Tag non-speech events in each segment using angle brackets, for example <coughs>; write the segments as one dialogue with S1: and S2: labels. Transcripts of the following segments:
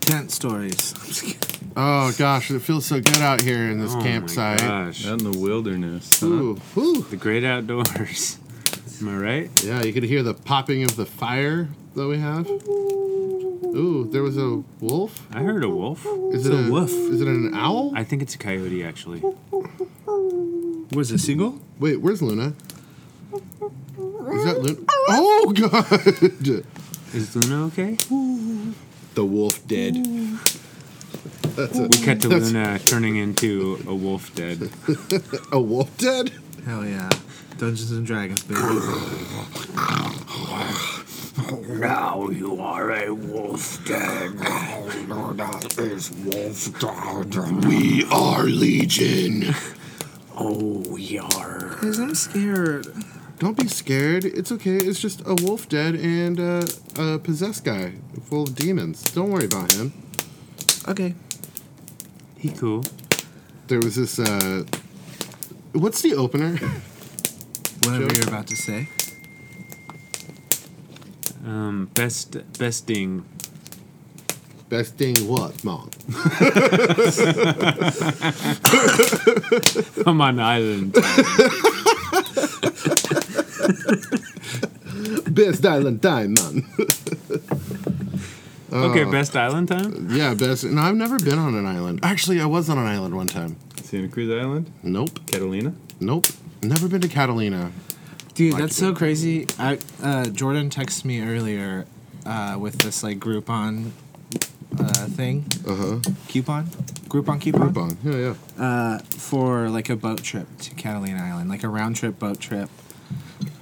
S1: tent stories.
S2: Oh gosh, it feels so good out here in this
S1: Oh my
S2: campsite.
S1: gosh.
S3: Out in the wilderness. huh?
S2: Ooh, ooh.
S1: The great outdoors. Am I right?
S2: Yeah, you could hear the popping of the fire that we have. Ooh, there was a wolf.
S1: I heard a wolf.
S2: Is
S1: It's
S2: it
S1: a wolf.
S2: Is it an owl?
S1: I think it's a coyote, actually.
S3: Was it seagull?
S2: Wait, where's Luna? Is that Luna? Oh <laughs> god!
S1: Is Luna okay?
S2: the wolf dead. That's a,
S1: We cut to
S2: That's-
S1: Luna turning into a wolf dead.
S2: a wolf dead.
S4: Hell yeah. Dungeons and Dragons, baby.
S1: <coughs>
S5: Now you are a wolf dead. That is wolf dead.
S2: We are legion.
S5: Oh, yar.
S4: Guys, I'm scared.
S2: Don't be scared. It's okay. It's just a wolf dead and uh, a possessed guy full of demons. Don't worry about him.
S4: Okay.
S1: He cool.
S2: There was this. Uh, what's the opener?
S4: Whatever
S2: Joe?
S4: you're about to say.
S1: Um, best besting.
S2: Best thing what, <laughs> mom?
S1: I'm on island.
S2: Best island time, man. Oh.
S1: Okay, best island time.
S2: <laughs> yeah, best. And I've never been on an island. Actually, I was on an island one time.
S3: Santa Cruz Island?
S2: Nope.
S3: Catalina?
S2: Nope. Never been to Catalina.
S4: Dude,
S2: Like
S4: that's
S2: it.
S4: so crazy. I uh, Jordan texted me earlier uh, with this like Groupon uh, thing,
S2: Uh
S3: Uh-huh.
S2: huh.
S4: coupon, Groupon coupon
S2: Groupon. Yeah, yeah.
S4: Uh, for like a boat trip to Catalina Island, like a round trip boat trip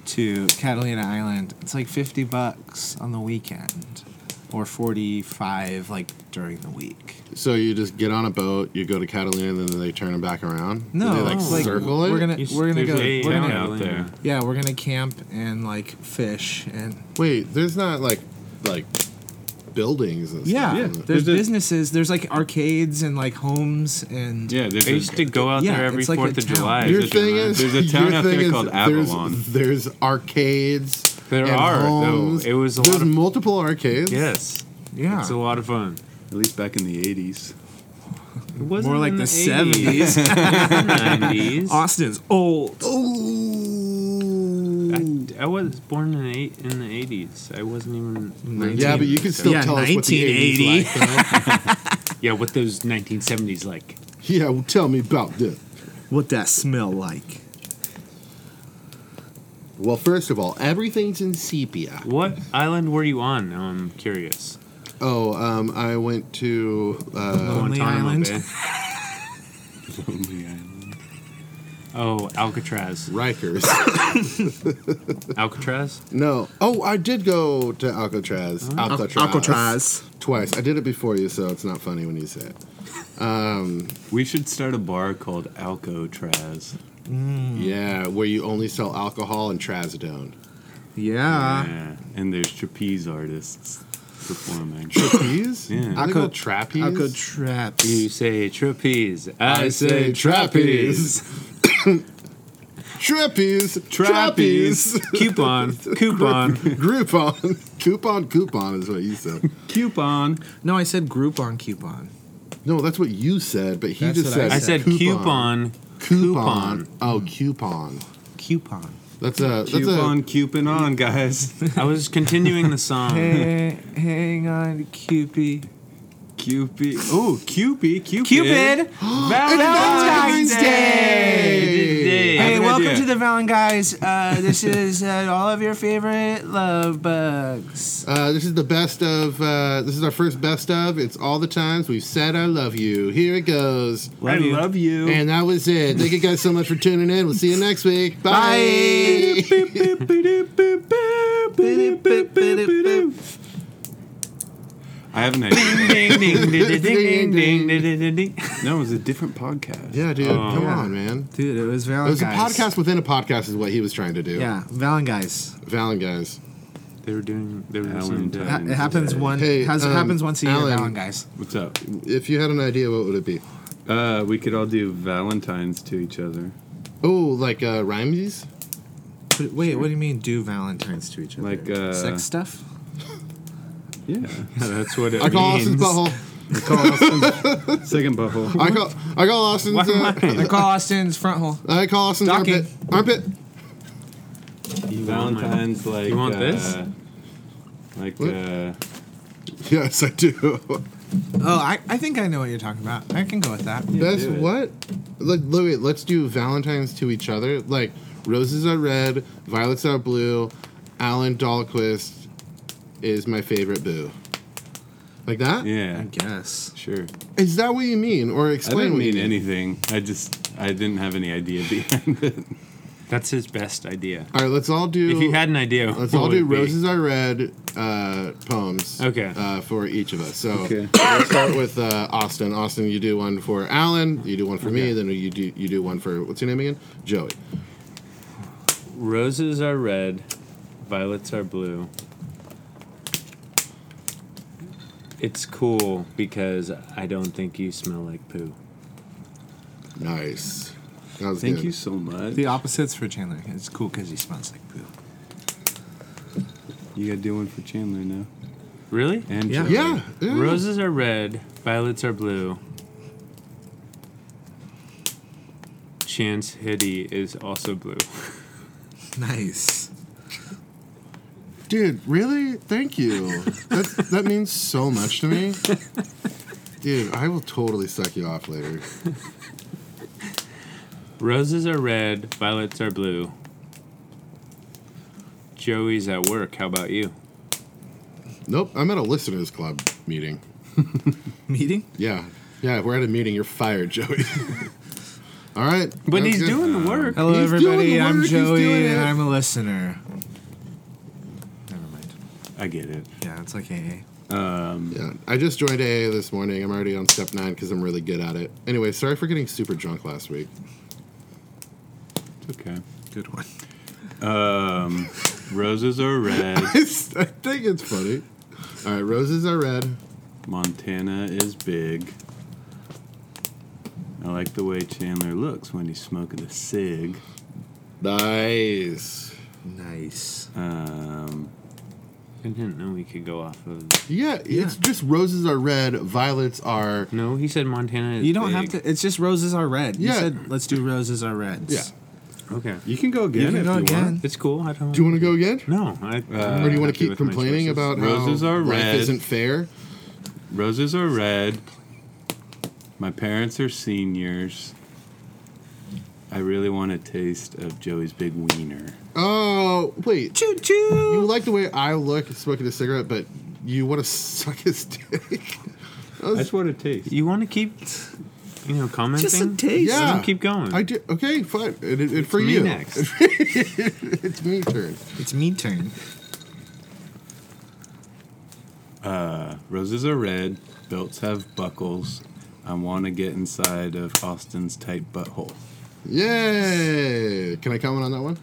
S4: to Catalina Island. It's like fifty bucks on the weekend, or forty five like during the week.
S2: So you just get on a boat, you go to Catalina, and then they turn them back around.
S4: No,
S2: Do they like
S4: it's like
S2: circle it.
S4: we're gonna
S1: You s-
S4: we're gonna
S1: there's
S4: go.
S1: a
S4: We're
S1: town
S4: gonna,
S3: out there.
S4: yeah, we're gonna camp and like fish and
S2: Wait, there's not like like buildings and
S4: Yeah,
S2: stuff.
S3: Yeah.
S2: in it.
S4: there's,
S3: There's a-
S4: businesses. There's like arcades and like homes and
S3: Yeah, there's
S1: I used to go out
S4: Yeah,
S1: there every
S4: it's like a
S1: Fourth of
S4: town.
S1: July.
S2: Your
S1: Is it
S2: thing
S1: July?
S2: is
S3: There's a
S2: <laughs>
S3: town
S2: your
S3: out there
S2: thing is
S3: called
S2: there's-
S3: Avalon.
S2: There's, arcades.
S1: There
S2: and
S1: are, though.
S2: homes.
S1: It was a lot
S2: there's
S1: of-
S2: multiple arcades.
S1: Yes.
S4: yeah.
S1: It's a lot of fun.
S3: At least back in the 80s.
S1: It wasn't
S4: More like
S1: in
S4: the
S1: 80s,
S4: <laughs> seventies.
S1: 90s.
S4: Austin's old.
S1: I, I was born in the eight in the eighties. I wasn't even.
S2: Yeah, but you can still
S4: Yeah,
S2: tell us what the 80s like. though.
S1: <laughs> Yeah, what those nineteen seventies like?
S2: yeah, well, tell me about this.
S4: What that smell like?
S2: Well, first of all, everything's in sepia.
S1: What island were you on? Now I'm curious.
S2: Oh, um, I went to uh,
S4: Lonely Island?
S1: Bay.
S4: <laughs>
S3: Lonely Island.
S1: Oh, Alcatraz.
S2: Rikers. <coughs>
S1: Alcatraz.
S2: no, oh, I did go to Alcatraz. Alcatraz. Twice. I did it before you, so it's not funny when you say it.
S3: We should start a bar called Alcotraz.
S2: Yeah, where you only sell alcohol and trazodone.
S4: Yeah.
S3: yeah. And there's trapeze artists performing.
S2: Trapeze?
S3: Yeah.
S2: Are they
S4: Alco-
S2: called trapeze?
S4: Alco traps.
S1: You say trapeze. I,
S2: I say trapeze. Trapeze, trapeze, <laughs>
S1: coupon. <laughs> Coupon.
S2: Groupon, coupon, coupon is what you said.
S3: Coupon.
S4: No, I said Groupon coupon.
S2: No, that's what you said, but he
S4: That's
S2: just
S4: what I
S2: said.
S1: I said coupon.
S2: coupon. Oh, coupon.
S4: Coupon.
S2: That's a that's
S3: Coupon, coupon on, guys.
S1: I was continuing the song.
S4: Hey, hang on, Cupid.
S3: Cupid. Oh, Cupid. Cupid.
S4: Cupid. Valentine's Hey,
S1: Day.
S3: I have an
S4: welcome
S3: idea.
S4: to the Valen guys. Uh, this is uh, all of your favorite love bugs.
S2: a. Uh, this is the best of. Uh, this is our first best of. It's all the times we've said I love you. Here it goes.
S3: I love you.
S2: And that was it. Thank you guys so much for tuning in. We'll see you next week.
S4: Bye.
S2: Bye.
S3: I have an idea.
S1: <laughs> ding ding ding ding ding ding ding ding.
S3: No, it was a different podcast.
S2: Yeah, dude. come
S4: Yeah.
S2: on, man.
S4: Dude, it was
S2: It
S4: Valen
S2: was
S4: guys.
S2: a podcast within a podcast, is what he was trying to do.
S4: Yeah, Valen guys.
S2: Valen, guys.
S1: They were doing. They were listening to.
S3: Valentine.
S4: Ha- it happens one.
S2: Hey,
S4: has, it
S2: um,
S4: happens once a year,
S2: Alan.
S4: Alan, guys.
S3: What's up?
S2: If you had an idea, what would it be?
S3: Uh, we could all do Valentines to each other,
S2: Oh, like uh, rhymes?
S4: Wait, what do you mean? Do Valentines to each other?
S3: like uh,
S4: sex stuff?
S3: Yeah,
S1: Yeah, that's what it
S2: I call Austin's
S1: means.
S2: butthole.
S6: I call Austin's second
S3: <laughs>
S6: butthole.
S2: I call I call Austin's uh,
S4: I call Austin's front hole.
S2: I call Austin's
S4: Docking.
S2: armpit armpit. <laughs>
S3: Valentine's like.
S1: You want
S3: uh,
S1: this?
S3: Like,
S2: What?
S3: uh,
S2: Yes, I do.
S4: Oh, I, I think I know what you're talking about. I can go with that.
S2: That's
S3: do it.
S2: what. Like, look, wait, let's do Valentines to each other. Like, roses are red, violets are blue. Alan Dahlquist is my favorite boo. Like that? Is
S3: yeah,
S4: guess.
S3: sure.
S2: that what you mean? Or
S3: I
S2: explain
S3: didn't
S2: what you
S3: mean anything. I just, I didn't have any idea <laughs> behind it.
S1: That's his best idea.
S2: All right, let's all do.
S1: If you had an idea,
S2: let's
S1: what
S2: all
S1: would
S2: do
S1: it be?
S2: roses are red uh, poems.
S1: Okay.
S2: Uh, for each of us. So
S6: Okay.
S2: let's start with uh, Austin. Austin, you do one for Alan. You do one for me. Then you do you do one for what's your name again? Joey.
S1: Roses are red, violets are blue. It's cool because I don't think you smell like poo.
S2: Nice. That was
S3: Thank
S2: good.
S3: you so much.
S4: The opposites for Chandler. It's cool because he smells like poo.
S3: You got to do one for Chandler now.
S1: Really?
S3: And
S4: Yeah.
S3: Joey.
S2: Yeah. yeah.
S1: Roses are red, violets are blue. Chance Hitty is also blue.
S4: Nice.
S2: Dude, really? Thank you. That, that means so much to me. Dude, I will totally suck you off later.
S1: Roses are red, violets are blue. Joey's at work. How about you?
S2: Nope, I'm at a listeners club meeting.
S4: Meeting?
S2: Yeah. Yeah, we're at a meeting. You're fired, Joey. <laughs> All right.
S1: But
S2: that was
S1: he's
S2: good.
S1: doing the work.
S4: Hello,
S2: He's doing
S4: everybody.
S2: the
S4: I'm
S2: work, he's doing
S4: Joey,
S2: it.
S4: and I'm a listener. Never mind.
S3: I get it.
S4: Yeah, it's like AA.
S2: Yeah. I just joined AA this morning. I'm already on step nine because I'm really good at it. Anyway, sorry for getting super drunk last week. <laughs>
S3: It's okay.
S4: Good one.
S3: Um, roses are red.
S2: It's, I think it's funny. All right, roses are red.
S3: Montana is big. I like the way Chandler looks when he's smoking a cig.
S2: Nice.
S4: Nice.
S3: Um,
S1: I didn't know we could go off of.
S2: Yeah, it's just roses are red, violets are.
S1: No, he said Montana. Is
S4: You don't
S1: big.
S4: have to. It's just roses are red. You
S2: Yeah.
S4: said let's do roses are reds.
S2: Yeah.
S1: Okay,
S3: you can go again
S4: You can
S3: if
S4: go
S3: you
S4: again.
S1: it's cool. I don't.
S2: Do you want to go again?
S1: No, I. I'm
S2: or do you want to
S1: happy
S2: keep
S1: with my
S2: complaining
S1: choices.
S2: about
S3: Roses
S2: how
S3: are
S2: life
S3: red.
S2: isn't fair?
S3: want. Roses are red. My parents are seniors. I really want a taste of Joey's big wiener.
S2: Oh, wait.
S4: Choo choo.
S2: You like the way I look smoking a cigarette, but you want to suck his dick? <laughs> That was-
S3: That's what it tastes.
S1: You want to keep, you know, commenting.
S4: taste.
S1: Let him
S2: Yeah.
S1: keep going.
S2: I do. Okay, fine. And, and for
S1: Me
S2: you. <laughs>
S1: next.
S2: It's me turn.
S4: It's me turn.
S3: Roses are red. Belts have buckles. I want to get inside of Austin's tight butthole.
S2: Yay! Can I comment on that one?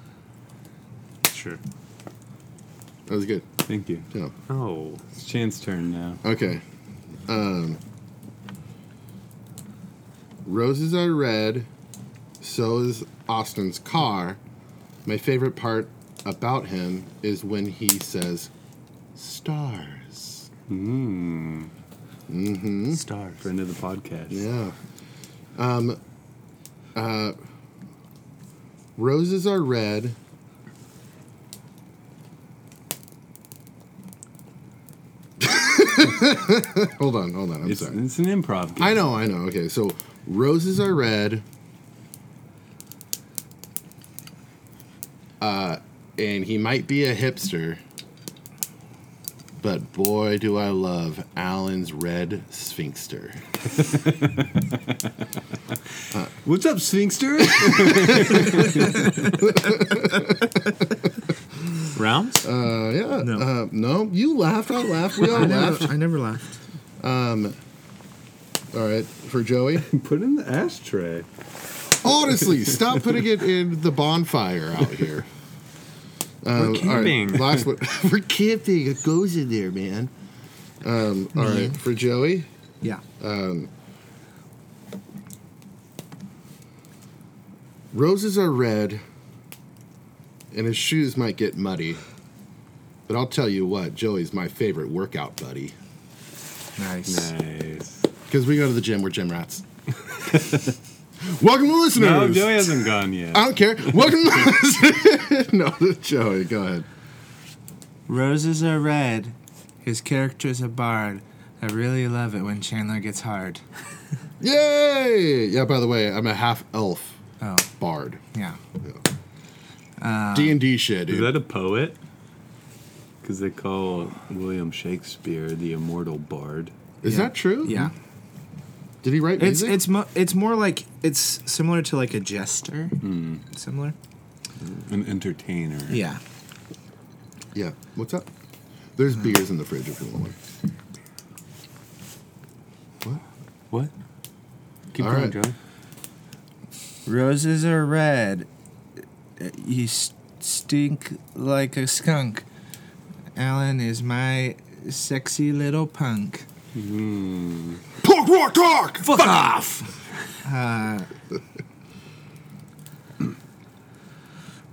S1: sure.
S2: That was good.
S3: Thank you.
S2: Yeah.
S1: Oh,
S3: It's Chan's turn now.
S2: Okay. Um, roses are red. So is Austin's car. My favorite part about him is when he says stars.
S3: Mmm.
S1: stars.
S3: Friend of the podcast.
S2: Yeah. Um, uh, roses are red. <laughs> hold on, hold on. I'm
S3: It's,
S2: sorry.
S3: it's an improv game.
S2: I know, I know. Okay, so roses are red. Uh, and he might be a hipster, but boy, do I love Alan's red sphinxter.
S3: What's up, Sphinxter?
S1: Rounds.
S2: Uh, yeah.
S4: No.
S2: Uh, no, you laughed. <laughs> I laughed. We all laughed.
S4: I never laughed.
S2: All right, for Joey.
S3: <laughs> Put in the ashtray.
S2: <laughs> Honestly, stop putting it in the bonfire out here. Um, all right,
S1: camping.
S2: last one. <laughs> We're camping. It goes in there, man. Um, all right, for Joey.
S4: Yeah.
S2: Roses are red, and his shoes might get muddy. But I'll tell you what, Joey's my favorite workout buddy.
S4: Nice.
S3: Nice.
S2: Because we go to the gym, we're gym rats. <laughs> Welcome to listeners.
S3: No, Joey hasn't gone yet.
S2: I don't care. Welcome to <laughs> listeners. no, Joey, go ahead.
S4: Roses are red. His character's a bard. I really love it when Chandler gets hard.
S2: Yay! Yeah. By the way, I'm a half elf
S4: Oh,
S2: bard.
S4: yeah.
S2: D and D shit,
S3: Is
S2: dude.
S3: that a poet? Because they call William Shakespeare the immortal bard.
S2: Is
S4: Yeah.
S2: that true?
S4: Yeah.
S2: Did he write
S4: It's
S2: music?
S4: it's mo- it's more like it's similar to like a jester. Similar.
S3: An entertainer.
S4: Yeah.
S2: yeah. What's up? There's beers in the fridge if you want one.
S3: What? Keep
S2: All
S3: going,
S2: right.
S3: Joey.
S4: Roses are red. You s- stink like a skunk. Alan is my sexy little punk.
S2: Talk, rock, talk. Fuck, off.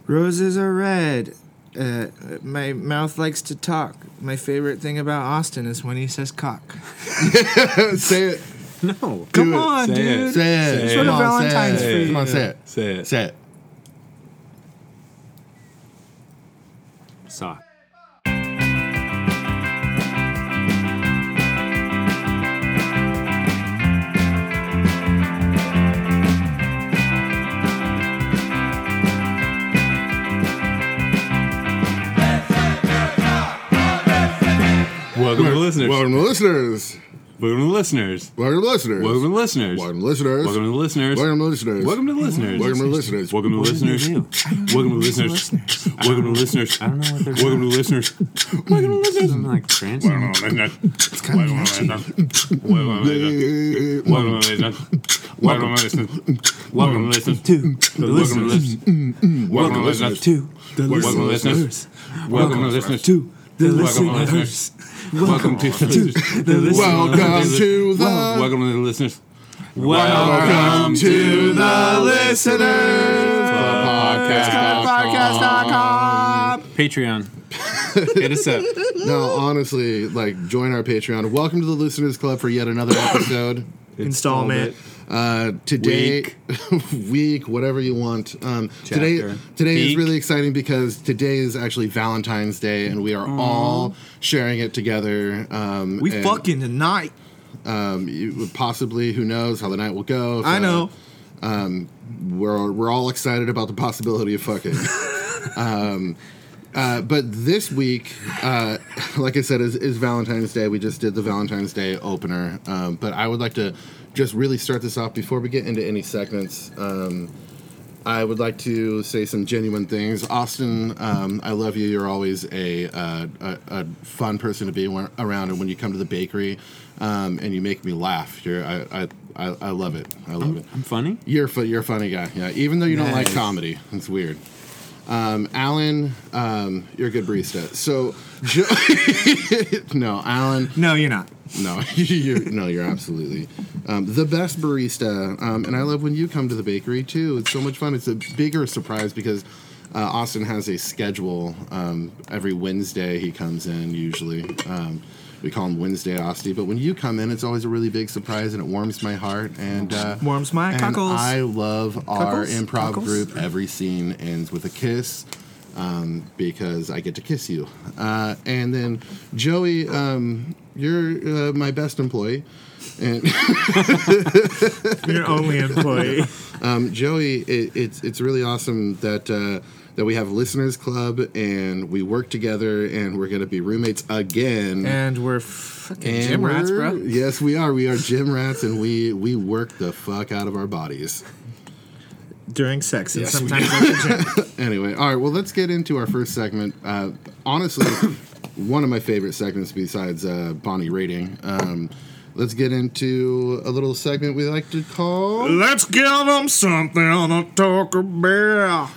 S4: Roses are red. Uh, my mouth likes to talk. My favorite thing about Austin is when he says cock.
S2: <laughs> say it.
S1: No.
S4: Come
S2: it.
S4: on,
S3: Say it.
S4: dude.
S2: Say it.
S3: Say
S2: Come
S3: it.
S2: on,
S4: Valentine's
S2: say
S4: for
S2: it.
S4: you.
S2: Come on, say it.
S3: Say it.
S2: Say it.
S1: Sock.
S3: Welcome to listeners.
S2: Welcome to listeners.
S3: Welcome to listeners.
S2: Welcome to listeners.
S3: Welcome to listeners.
S2: Welcome to listeners.
S3: Welcome to listeners.
S2: Welcome to listeners.
S3: Welcome to listeners.
S2: Welcome to listeners.
S3: Welcome to listeners. Welcome to listeners. Welcome to listeners.
S1: I don't know what they're doing. Welcome
S3: Welcome to listeners.
S1: to listeners. I'm like trans.
S3: Welcome to listeners. Welcome to listeners. Welcome to listeners.
S2: Uh,
S3: Welcome to listeners. Welcome to listeners. Welcome to listeners.
S1: Two. The
S3: Welcome to
S1: listeners.
S3: listeners. Welcome
S2: Welcome to
S1: Two. The listeners.
S3: to listeners. listeners. Welcome to listeners.
S1: Two. The
S3: Welcome
S1: listeners.
S3: to listeners. Welcome to listeners.
S1: The listeners.
S2: Welcome to the
S3: Welcome to the listeners.
S2: Welcome to the listeners.
S1: Patreon. Hit us up.
S2: No, honestly, like join our Patreon. Welcome to the Listeners Club for yet another episode.
S4: Installment.
S2: Uh, today, <laughs> week. whatever you want. Um, today,
S3: Chapter.
S2: today is
S3: Week.
S2: really exciting because today is actually Valentine's Day, and we are all sharing it together. Um,
S4: We
S2: and,
S4: fucking tonight.
S2: um, you, possibly. Who knows how the night will go? if,
S4: I
S2: uh,
S4: know.
S2: we're we're all excited about the possibility of fucking. um, uh, but this week, uh, like I said, is, is Valentine's Day. We just did the Valentine's Day opener, um, but I would like to just really start this off before we get into any segments. Um, I would like to say some genuine things, Austin. Um, I love you. You're always a, uh, a a fun person to be wa- around, and when you come to the bakery, um, and you make me laugh, you're I I, I, I love it. I love it.
S1: I'm funny.
S2: You're fu- you're a funny guy. Yeah, even though you don't like
S4: Nice.
S2: comedy, it's weird. Um, Alan, um, you're a good barista. So, jo- <laughs> no, Alan,
S4: No, you're <laughs> not.
S2: no, <laughs> you're, no, you're absolutely um, the best barista. Um, and I love when you come to the bakery too. It's so much fun. It's a bigger surprise because uh, Austin has a schedule. Um, every Wednesday he comes in usually. Um, we call him Wednesday Austin, but when you come in, it's always a really big surprise, and it warms my heart. And uh,
S4: Warms my
S2: and
S4: cockles.
S2: I love our
S4: Cockles?
S2: improv
S4: Cockles?
S2: group. Every scene ends with a kiss um, because I get to kiss you. Uh, and then Joey, um, you're uh, my best employee. And <laughs>
S4: You're only employee.
S2: um, Joey, it, it's it's really awesome that uh, that we have listeners club and we work together and we're gonna be roommates again.
S4: and we're fucking
S2: And
S4: gym rats,
S2: we're-
S4: bro.
S2: Yes, we are. We are gym rats, and we we work the fuck out of our bodies.
S4: During sex and
S2: Yes, we
S4: sometimes at the gym.
S2: Anyway, all right. Well, let's get into our first segment. Uh,
S1: <coughs>
S2: honestly, one of my favorite segments besides uh, Bonnie rating. Um, let's get into a little segment we like to
S4: <laughs>
S2: call.
S4: Let's give them something to talk about.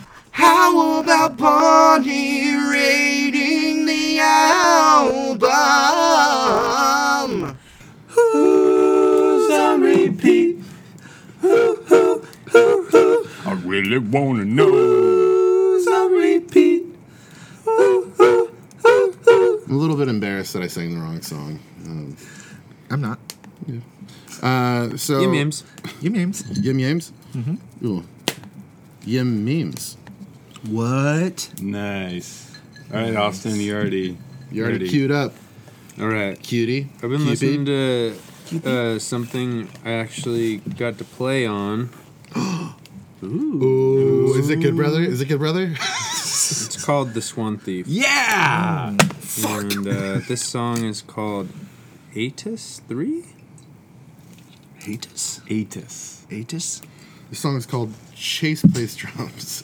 S3: I really wanna know. Who's on repeat?
S2: I'm a little bit embarrassed that I sang the wrong song. Um,
S4: I'm not.
S2: Uh, so
S3: Oh.
S1: Yum yums.
S4: You memes.
S2: Yum yams. Mm-hmm. Ooh. Yum memes.
S4: What?
S3: Nice. All right, Austin, you already.
S2: You already
S3: Nerdy.
S2: queued up,
S1: All right.
S2: cutie.
S1: I've been
S2: Cupid.
S1: listening to uh, something I actually got to play on.
S2: Ooh, is it good, brother? Is it good, brother? <laughs>
S1: It's called The Swan Thief.
S5: Yeah!
S1: And uh, this song is called Atis 3?
S4: Atis?
S3: Atis.
S4: Atis?
S2: the song is called Chase Plays Drums.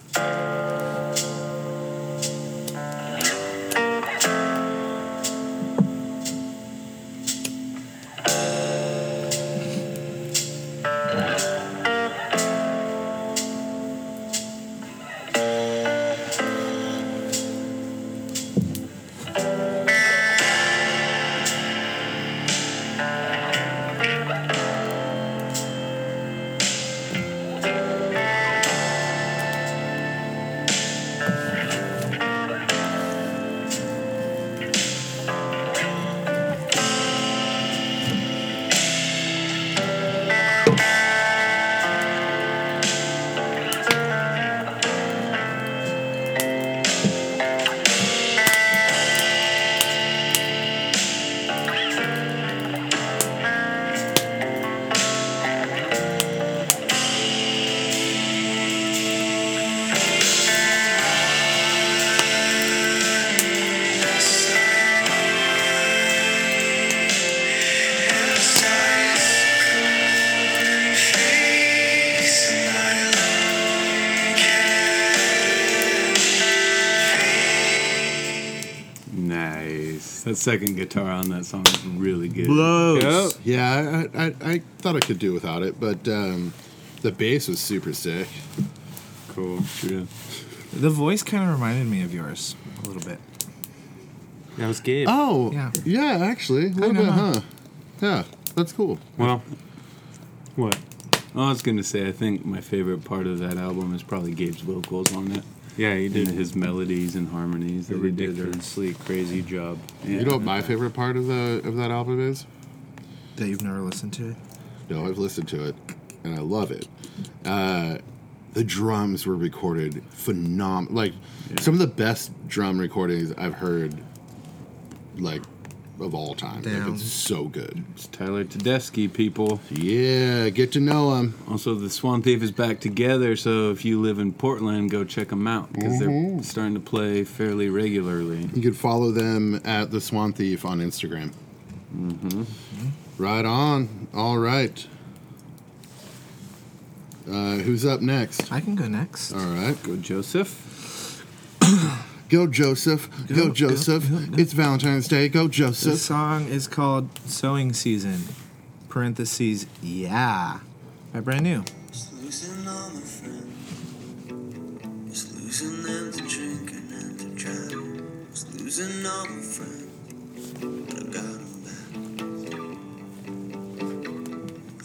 S3: Nice. That second guitar on that song is really good.
S1: Yep.
S2: Yeah, I, I, I thought I could do without it, but um, the bass was super sick.
S3: Cool. True.
S4: The voice kind of reminded me of yours a little bit.
S1: That was Gabe.
S3: Ah.
S2: Oh, yeah,
S4: Yeah.
S2: actually, a little
S4: know,
S2: bit,
S4: huh?
S2: huh? Yeah, that's cool.
S1: Well, what?
S3: I was gonna say, I think my favorite part of that album is probably Gabe's vocals on it,
S1: Yeah, you
S3: and
S1: did
S3: his melodies and harmonies.
S1: a
S3: that he did are-
S1: ridiculously crazy job.
S3: Yeah.
S2: You know what my favorite part of the of that album is?
S4: That you've never listened to?
S2: No, I've listened to it, and I love it. Uh, the drums were recorded phenom like some of the best drum recordings I've heard, like of all time. Like,
S4: Damn.
S2: it's so good.
S3: It's Tyler Tedeschi, people.
S2: Yeah, get to know them.
S3: Also, the Swan Thief is back together, so if you live in Portland, go check them out because they're starting to play fairly regularly.
S2: You can follow them at the Swan Thief on Instagram.
S4: Mm-hmm.
S2: Right on. All right. Uh, who's up next?
S4: I can go next.
S2: All right.
S3: Go, Joseph.
S2: Go, Joseph. Go,
S4: Go, go,
S2: Joseph.
S4: go, go.
S2: It's Valentine's Day. Go,
S4: This
S2: Joseph.
S4: song is called Sewing Season, parentheses, yeah, by Brand New.
S7: Just losing all my friends. Just losing them to drinking and to driving. Just losing all my friends. But I got 'em back.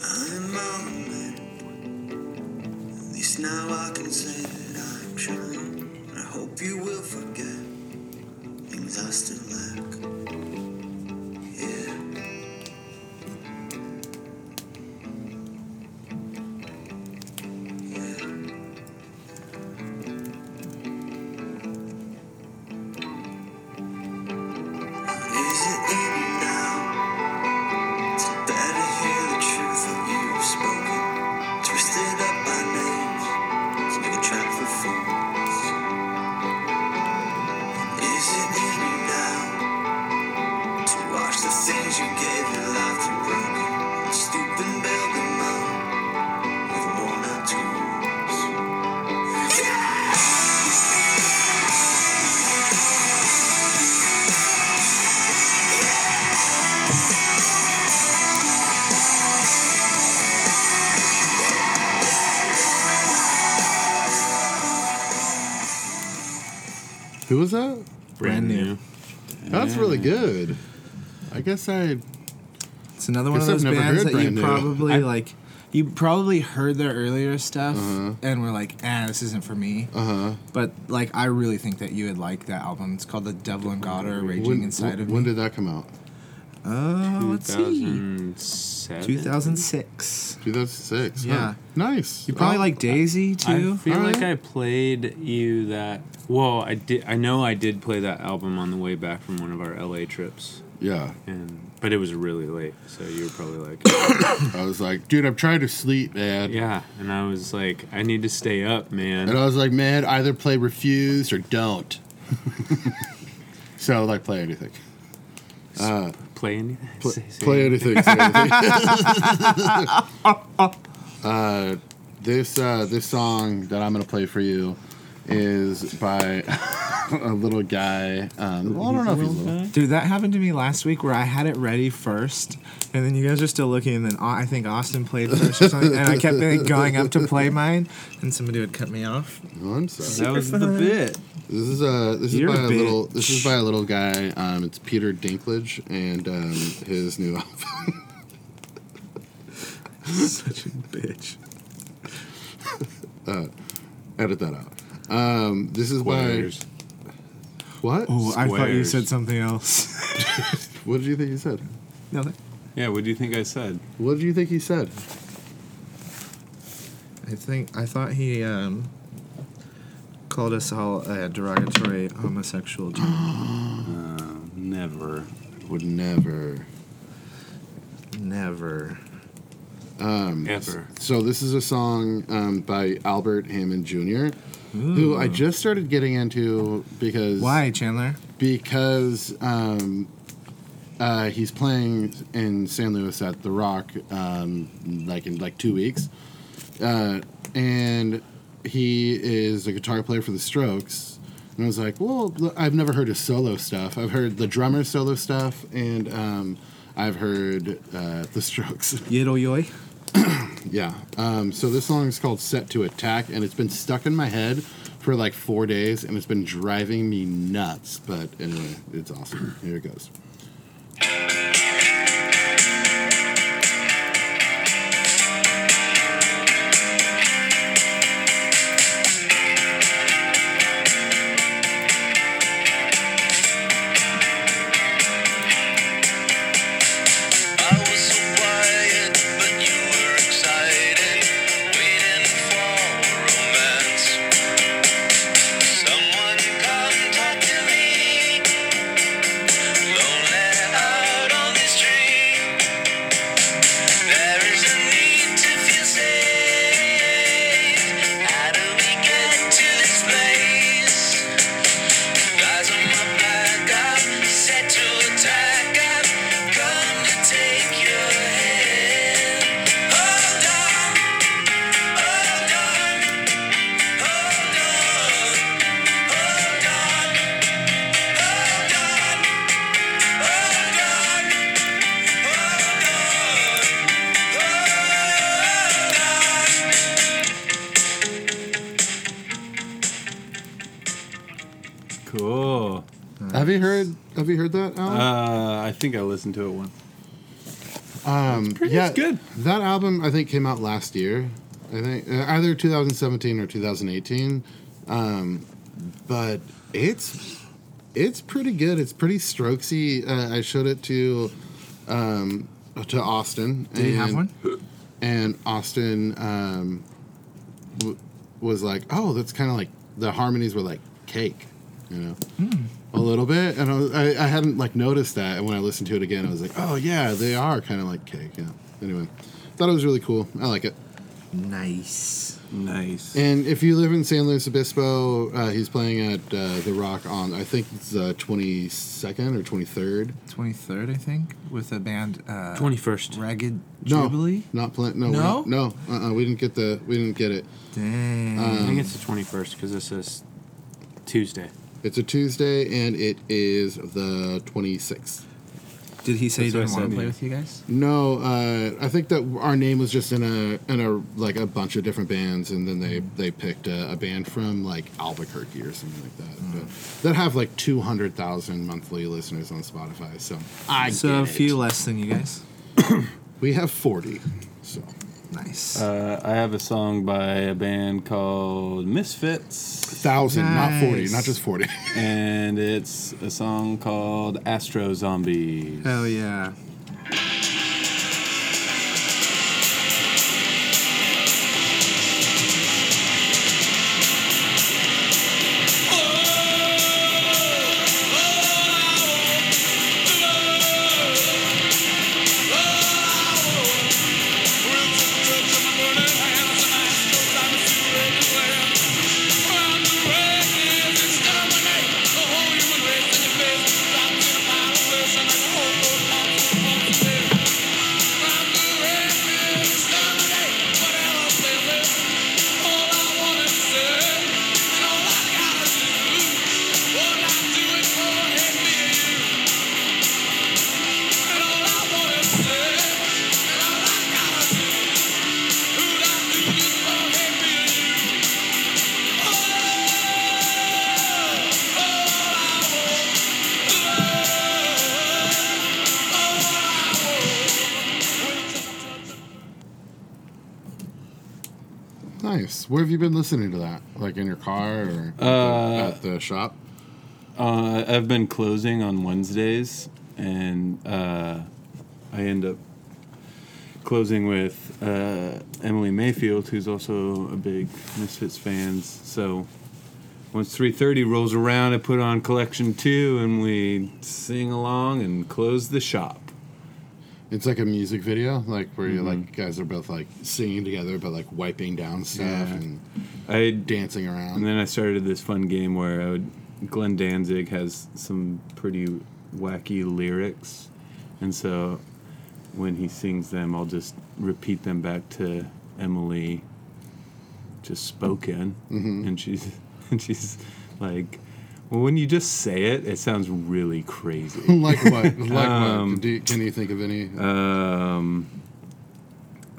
S7: I'm my own man. At least now I can say that I'm trying. And I hope you will forget things I still lack. Yeah. Is it even now? It's better to hear the truth that you've spoken. Twisted up by names to make a trap for fools. Is it in you now to watch the things you gave your life to broken? Stupid building up with worn out tools.
S2: Who was that?
S4: Brand, new.
S2: That's really good. I guess I.
S4: It's another one of those
S2: Guess I've never
S4: bands
S2: heard
S4: that you
S2: Brand New.
S4: probably like. You probably heard their earlier stuff and were like, "Ah, this isn't for me."
S2: Uh huh.
S4: But like, I really think that you would like that album. It's called "The Devil and God Are Raging
S2: When,
S4: Inside of
S2: when
S4: Me."
S2: did that come out?
S4: Uh, let's see.
S1: 2007.
S4: 2006.
S2: 2006. huh?
S4: Yeah.
S2: Nice.
S4: You probably
S2: Oh,
S4: like Daisy
S1: I
S4: too.
S1: feel like
S2: Alright.
S1: I played you that. Well, I did. I know I did play that album on the way back from one of our LA trips,
S2: Yeah.
S1: and but it was really late, so you were probably like, <coughs>
S2: I was like, dude, I'm trying to sleep, man.
S1: yeah. And I was like, I need to stay up,
S2: And
S1: man.
S2: I was like, man, either play Refuse or <laughs> don't. so, like, play anything. Uh,
S1: Play <laughs> anything.
S2: pl-
S1: Say- say
S2: play
S1: anything.
S2: anything. say anything. <laughs> uh, this, uh, this song that I'm going to play for you is by <laughs> a little guy. Um, well, I don't know if he's little.
S4: Dude, that happened to me last week where I had it ready first, and then you guys are still looking, and then Au- I think Austin played first or something, and I kept like, going up to play mine, and somebody would cut me off.
S2: Oh, I'm sorry.
S3: That was the bit.
S2: This is uh this is
S4: You're
S2: by
S4: a
S2: a little
S4: bitch.
S2: this is by a little guy. Um, it's Peter Dinklage and um, his new <laughs> album.
S4: Such a bitch.
S2: Uh, Edit that out. Um, this is
S3: Squares.
S2: by what?
S4: Oh, I thought you
S3: Squares.
S4: said something else.
S2: What did you think he said?
S4: Nothing.
S3: Yeah, what do you think I said?
S2: What did you think he said?
S4: I think I thought he um, called us all a derogatory homosexual. term.
S3: Never.
S2: Would never.
S4: Never.
S1: Ever.
S2: Um, So this is a song um, by Albert Hammond Jr., who I just started getting into because
S4: Hmm. Why, Chandler?
S2: because um, uh, he's playing in San Luis at the Rock, um, like in like two weeks, uh, and he is a guitar player for the Strokes. And I was like, well, l- I've never heard his solo stuff. I've heard the drummer solo stuff, and um, I've heard uh, the Strokes. <laughs>
S4: Yiddle yoy.
S2: Yeah. Um, so this song is called Set to Attack, and it's been stuck in my head for like four days, and it's been driving me nuts. But anyway, it's awesome. Here it goes.
S7: I was so quiet, but you were excited, waiting for romance. Someone come talk to me. Lonely out on the street. There is a need to feel safe. How do we get to this place? Guys on my back, I'm set to attack. I've come to take your hand. Hold on, hold on, hold on, hold on, hold on, hold on, hold on.
S3: Cool.
S2: Have you heard? Have you heard that? Alan?
S3: Uh, I think I listened to it once.
S2: yeah,
S3: it's good.
S2: That album I think came out last year. I think uh, either 2017 or 2018. Um, but it's it's pretty good. It's pretty strokesy. Uh, I showed it to um, to Austin.
S4: Did he have one?
S2: And Austin um, w- was like, "Oh, that's kind of like the harmonies were like cake, you know." a little bit, and I, was, I, I hadn't like noticed that. And when I listened to it again, I was like, "Oh yeah, they are kind of like cake." Yeah. Anyway, thought it was really cool. I like it.
S4: Nice.
S3: Nice.
S2: And if you live in San Luis Obispo, uh, he's playing at uh, the Rock on I think it's uh, 22nd or 23rd.
S4: 23rd, I think, with a band. Uh,
S1: 21st.
S4: Ragged
S2: No,
S4: Jubilee.
S2: not playing. No, we're
S4: No?
S2: not- no. Uh-uh, we didn't get the. We didn't get it.
S4: Dang.
S1: I think it's the 21st because this is Tuesday.
S2: It's a Tuesday, and it is the 26th.
S4: Did he say he
S1: That's what
S4: didn't
S1: I
S4: want to
S1: said,
S4: play
S1: yeah.
S4: with you guys?
S2: No, uh, I think that our name was just in a in a like a bunch of different bands, and then they they picked a, a band from like Albuquerque or something like that.
S3: Mm-hmm.
S2: But that have like two hundred thousand monthly listeners on Spotify. So I
S4: so a
S2: get it.
S4: few less than you guys.
S2: We have forty. So
S4: Nice.
S3: Uh, I have a song by a band called Misfits,
S2: Thousand, not forty,
S4: Nice.
S2: not just forty. <laughs>
S3: and it's a song called Astro Zombies.
S4: Hell yeah.
S2: nice. Where have you been listening to that? Like in your car or at the-
S3: Uh,
S2: at the shop?
S3: Uh, I've been closing on Wednesdays, and uh, I end up closing with uh, Emily Mayfield, who's also a big Misfits fan. So once 3.30 rolls around, I put on Collection 2, and we sing along and close the shop.
S2: It's like a music video, like where
S3: Mm-hmm.
S2: you like guys are both like singing together, but like wiping down stuff
S3: Yeah.
S2: and
S3: I
S2: dancing around.
S3: And then I started this fun game where I would. Glenn Danzig has some pretty wacky lyrics, and so when he sings them, I'll just repeat them back to Emily, just spoken, and she's <laughs> and she's like, "Well, when you just say it, it sounds really crazy."
S2: <laughs> like
S3: <laughs>
S2: what? Like
S3: Um, uh,
S2: what? Do, can you think of any?
S3: um,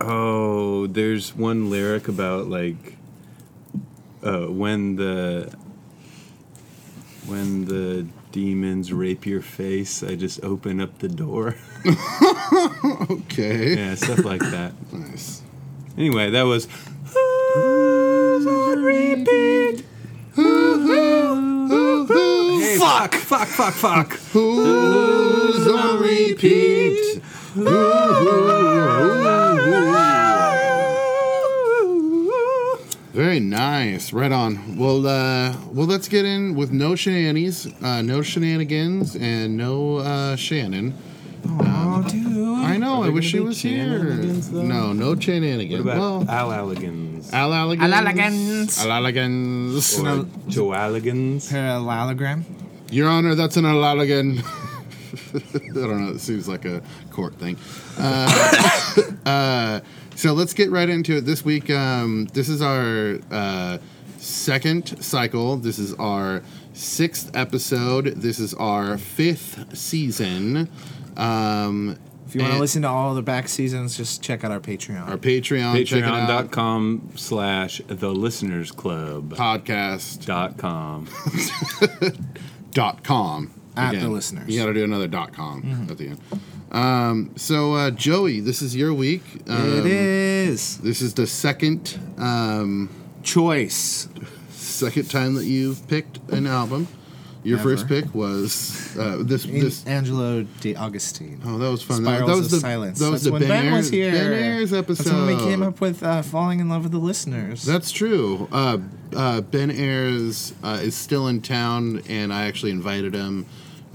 S3: oh, there's one lyric about like uh, when the when the demons rape your face, I just open up the door.
S2: <laughs>
S3: <laughs>
S2: okay.
S3: yeah, stuff like that.
S2: Nice.
S3: Anyway, that was. Who's on repeat? Fuck! Fuck! Fuck! Fuck!
S2: Who's on repeat? Very nice. Right on. Well, uh, well, let's get in with no shenanigans, uh, no shenanigans, and no uh, Shannon.
S4: oh, dude.
S2: I know. I
S3: Hmm. there
S2: wish she
S3: gonna be
S2: was here.
S3: shenanigans, though?
S2: No, no shenanigans.
S3: What about
S2: well,
S3: Al Alligans?
S2: Al Alligans.
S4: Alligans.
S2: Al Alligans.
S3: or Joe Alligans?
S4: Parallelogram.
S2: Your Honor, that's an allowligan. <laughs> I don't know. It seems like a court thing. Uh, <coughs> uh, so let's get right into it. This week, um, this is our uh, second cycle. This is our sixth episode. This is our fifth season. Um,
S4: If you want to
S2: And-
S4: listen to all the back seasons, just check out our Patreon.
S2: our Patreon, check it out.
S3: Patreon.com slash the listeners club
S2: Podcast
S3: dot com.
S2: dot com.
S4: At the listeners. Mm-hmm.
S2: You got to do another dot com at the end. Um, so, uh, Joey, this is your week. Um,
S4: it is
S2: This is the second um,
S4: choice.
S2: second time that you've picked an album. Your
S4: Ever.
S2: first pick was uh, this. this
S4: Angelo De Augustine.
S2: oh, that was fun. That,
S4: Spirals
S2: that was
S4: of
S2: the
S4: Silence.
S2: that
S4: That's
S2: was the
S4: when
S2: Ben,
S4: Ben
S2: Ayers-
S4: was here.
S2: Ben Ayers episode.
S4: That's when we came up with uh, "Falling in Love with the Listeners."
S2: That's true. Uh, uh, ben Ayers uh, is still in town, and I actually invited him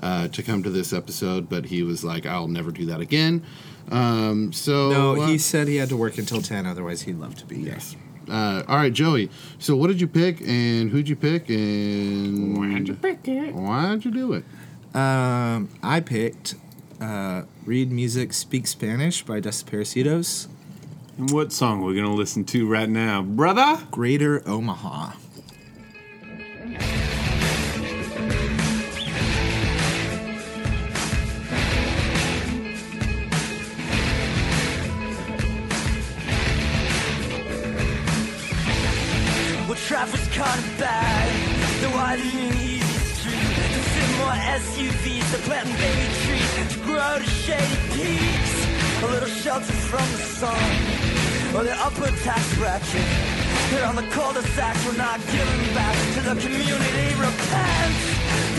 S2: uh, to come to this episode, but he was like, "I'll never do that again." Um, so
S4: no,
S2: uh,
S4: he said he had to work until ten, otherwise he'd love to be here. Yes.
S2: Uh, all right, Joey. So, what did you pick, and who'd you pick, and why'd you pick it? Why'd you do it?
S4: Um, I picked uh, "Read Music, Speak Spanish" by Desaparecidos.
S3: And what song we're going to listen to right now, brother?
S4: Greater Omaha.
S7: Well, traffic's caught a bag. They're winding an easy street. To fit more SUVs, they're planting baby trees. To grow to shady peaks. A little shelter from the sun.
S8: on the upper tax bracket. Here on the cul-de-sac, we're not giving back to the community. Repent,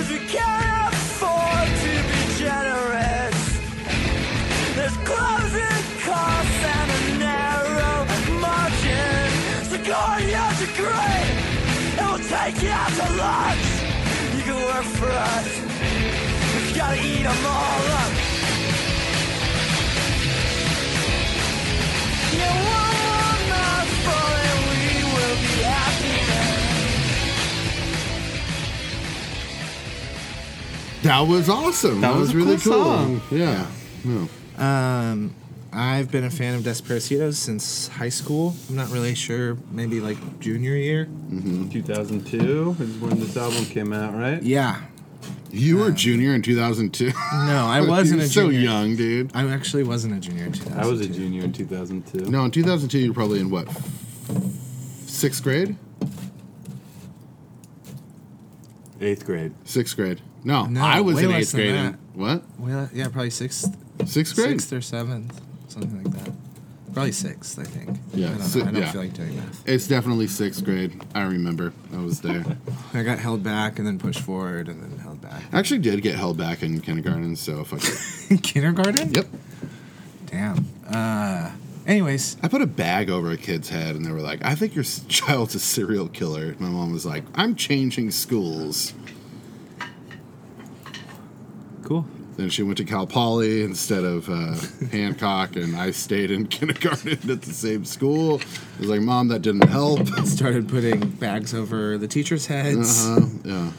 S8: cause we can't afford to be generous. There's closing costs and a narrow margin. So go on your degree, and we'll take you out to lunch. You can work for us, but you gotta eat 'em all up. You want one mouthful and we will be happy now.
S2: That was awesome. That, was,
S3: was a
S2: really
S3: cool
S2: cool.
S3: song.
S2: Yeah. No.
S4: Um, I've been a fan of Desperacitos since high school. I'm not really sure, maybe like junior year.
S3: 2002 is when this album came out, right?
S4: Yeah.
S2: You were junior in 2002.
S4: No, I wasn't
S2: <laughs> You're
S4: a
S2: so
S4: junior.
S2: young, dude.
S4: I actually wasn't a junior in 2002.
S3: I was a junior in 2002.
S2: No, in 2002 you're probably in what? Sixth grade?
S3: Eighth grade.
S2: Sixth grade. No,
S4: No,
S2: I was
S4: way
S2: in
S4: less
S2: eighth
S4: than
S2: grade.
S4: that.
S2: and- What?
S4: Well, yeah, probably sixth,
S2: Sixth grade?
S4: sixth or seventh, something like that. Probably sixth, I think.
S2: Yeah,
S4: I don't, know.
S2: si-
S4: I don't
S2: yeah.
S4: feel like doing math.
S2: It's definitely sixth grade. I remember. I was there.
S4: I got held back and then pushed forward and then held back. <laughs>
S2: I actually did get held back in kindergarten, so fuck it.
S4: Kindergarten?
S2: Yep.
S4: Damn. Uh, anyways,
S2: I put a bag over a kid's head, and they were like, "I think your s- <laughs> child's a serial killer." And my mom was like, "I'm changing schools."
S3: Cool.
S2: Then she went to Cal Poly instead of uh, Hancock, and I stayed in <laughs> kindergarten at the same school. I was like, "Mom, that didn't help." <laughs>
S4: started putting bags over the teachers' heads.
S2: Uh, yeah.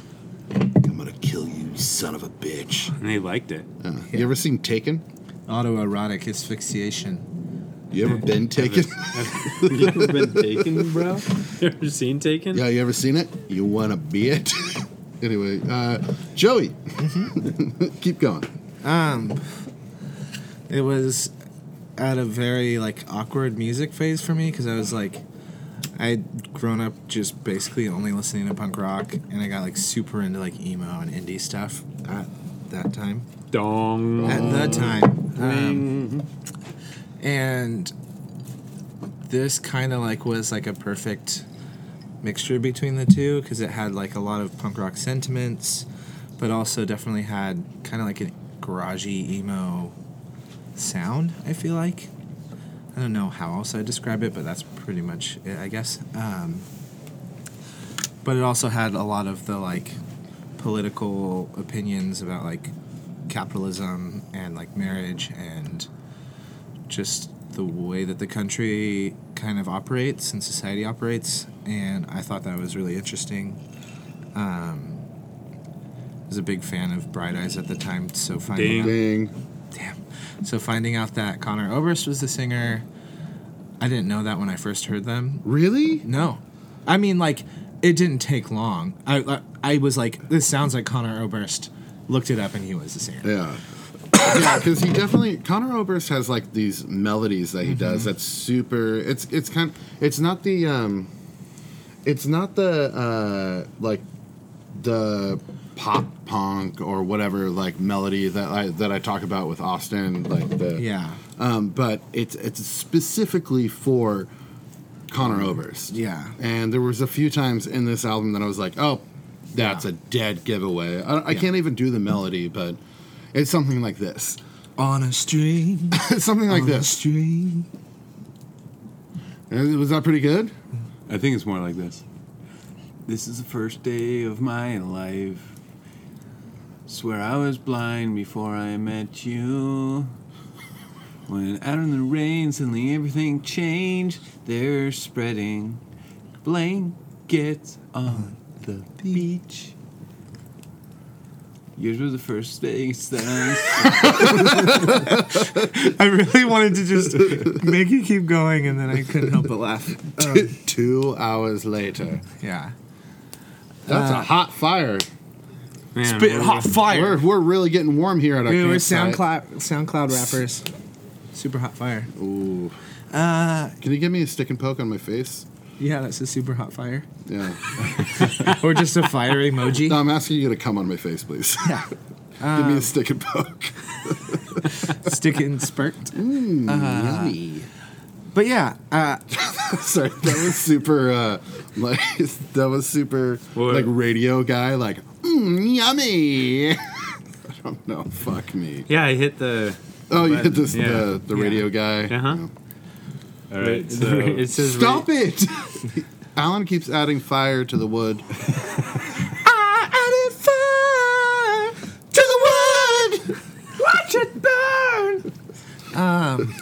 S2: I'm gonna kill you, son of a bitch.
S1: And they liked it.
S2: Uh, You ever seen Taken?
S4: Autoerotic asphyxiation.
S2: You ever been taken? <laughs>
S3: you ever been taken, bro?
S1: Ever seen Taken?
S2: yeah, you ever seen it? You wanna be it? <laughs> anyway, uh, Joey, <laughs> keep going.
S4: Um, it was at a very like awkward music phase for me because I was like, I'd grown up just basically only listening to punk rock, and I got like super into like emo and indie stuff at that time.
S1: Dong.
S4: at the time. Um, and this kind of like was like a perfect mixture between the two because it had like a lot of punk rock sentiments, but also definitely had kind of like a garagey emo sound. I feel like I don't know how else I describe it, but that's pretty much it, I guess. Um, but it also had a lot of the like political opinions about like capitalism and like marriage and just the way that the country kind of operates and society operates and i thought that was really interesting um, I was a big fan of bright eyes at the time so finding out,
S2: Ding.
S4: Damn. So finding out that Connor Oberst was the singer, I didn't know that when I first heard them.
S2: Really?
S4: No, I mean like it didn't take long. I I, I was like, this sounds like Connor Oberst. Looked it up and he was the singer.
S2: Yeah. yeah, because he definitely Conor Oberst has like these melodies that he
S4: Mm-hmm.
S2: does that's super. It's it's kind. It's not the um, it's not the uh like the pop punk or whatever like melody that I that I talk about with Austin like the
S4: Yeah,
S2: um, but it's it's specifically for Connor Oberst.
S4: Yeah.
S2: And there was a few times in this album that I was like, oh, that's
S4: Yeah.
S2: a dead giveaway. I, I
S4: Yeah.
S2: can't even do the melody, but it's something like this. <laughs>
S4: on a string,
S2: it's something like
S4: on a
S2: this.
S4: string.
S2: Uh, Was that pretty good?
S3: I think it's more like this. This is the first day of my life. Swear I was blind before I met you. When out in the rain, suddenly everything changed. They're spreading blankets on the beach. Yours were the first things that I saw.
S4: I really wanted to just make you keep going, and then I couldn't help but laugh.
S2: <laughs>
S4: Oh,
S2: Two hours later.
S4: Yeah,
S2: That's a hot fire.
S1: Man,
S4: spit
S1: we're-
S4: Uh, hot fire.
S2: We're, we're really getting warm here at our
S4: We were
S2: campsite.
S4: SoundCloud SoundCloud rappers, super hot fire.
S2: Ooh.
S4: Uh,
S2: Can you give me a stick and poke on my face?
S4: yeah, that's a super hot fire.
S2: Yeah.
S4: or just a fire emoji.
S2: no, I'm asking you to come on my face, please.
S4: Yeah.
S2: <laughs>
S4: Um,
S2: give me a stick and poke.
S4: Stick it and spurt.
S2: Mmm, yummy.
S4: But yeah, uh,
S2: Sorry, that was super. Uh, like <laughs> that was super.
S1: What?
S2: Like radio guy. Like mm, yummy. <laughs> I don't know. Fuck me.
S1: Yeah, I hit the.
S2: Oh, you hit
S1: Button,
S2: this
S1: yeah.
S2: the the radio guy.
S1: Uh-huh.
S2: Yeah.
S3: <laughs> All right,
S1: <laughs>
S3: so
S1: it says
S2: Stop it! <laughs> Alan keeps adding fire to the wood.
S1: <laughs>
S2: I added fire to the wood.
S4: watch it burn. Um.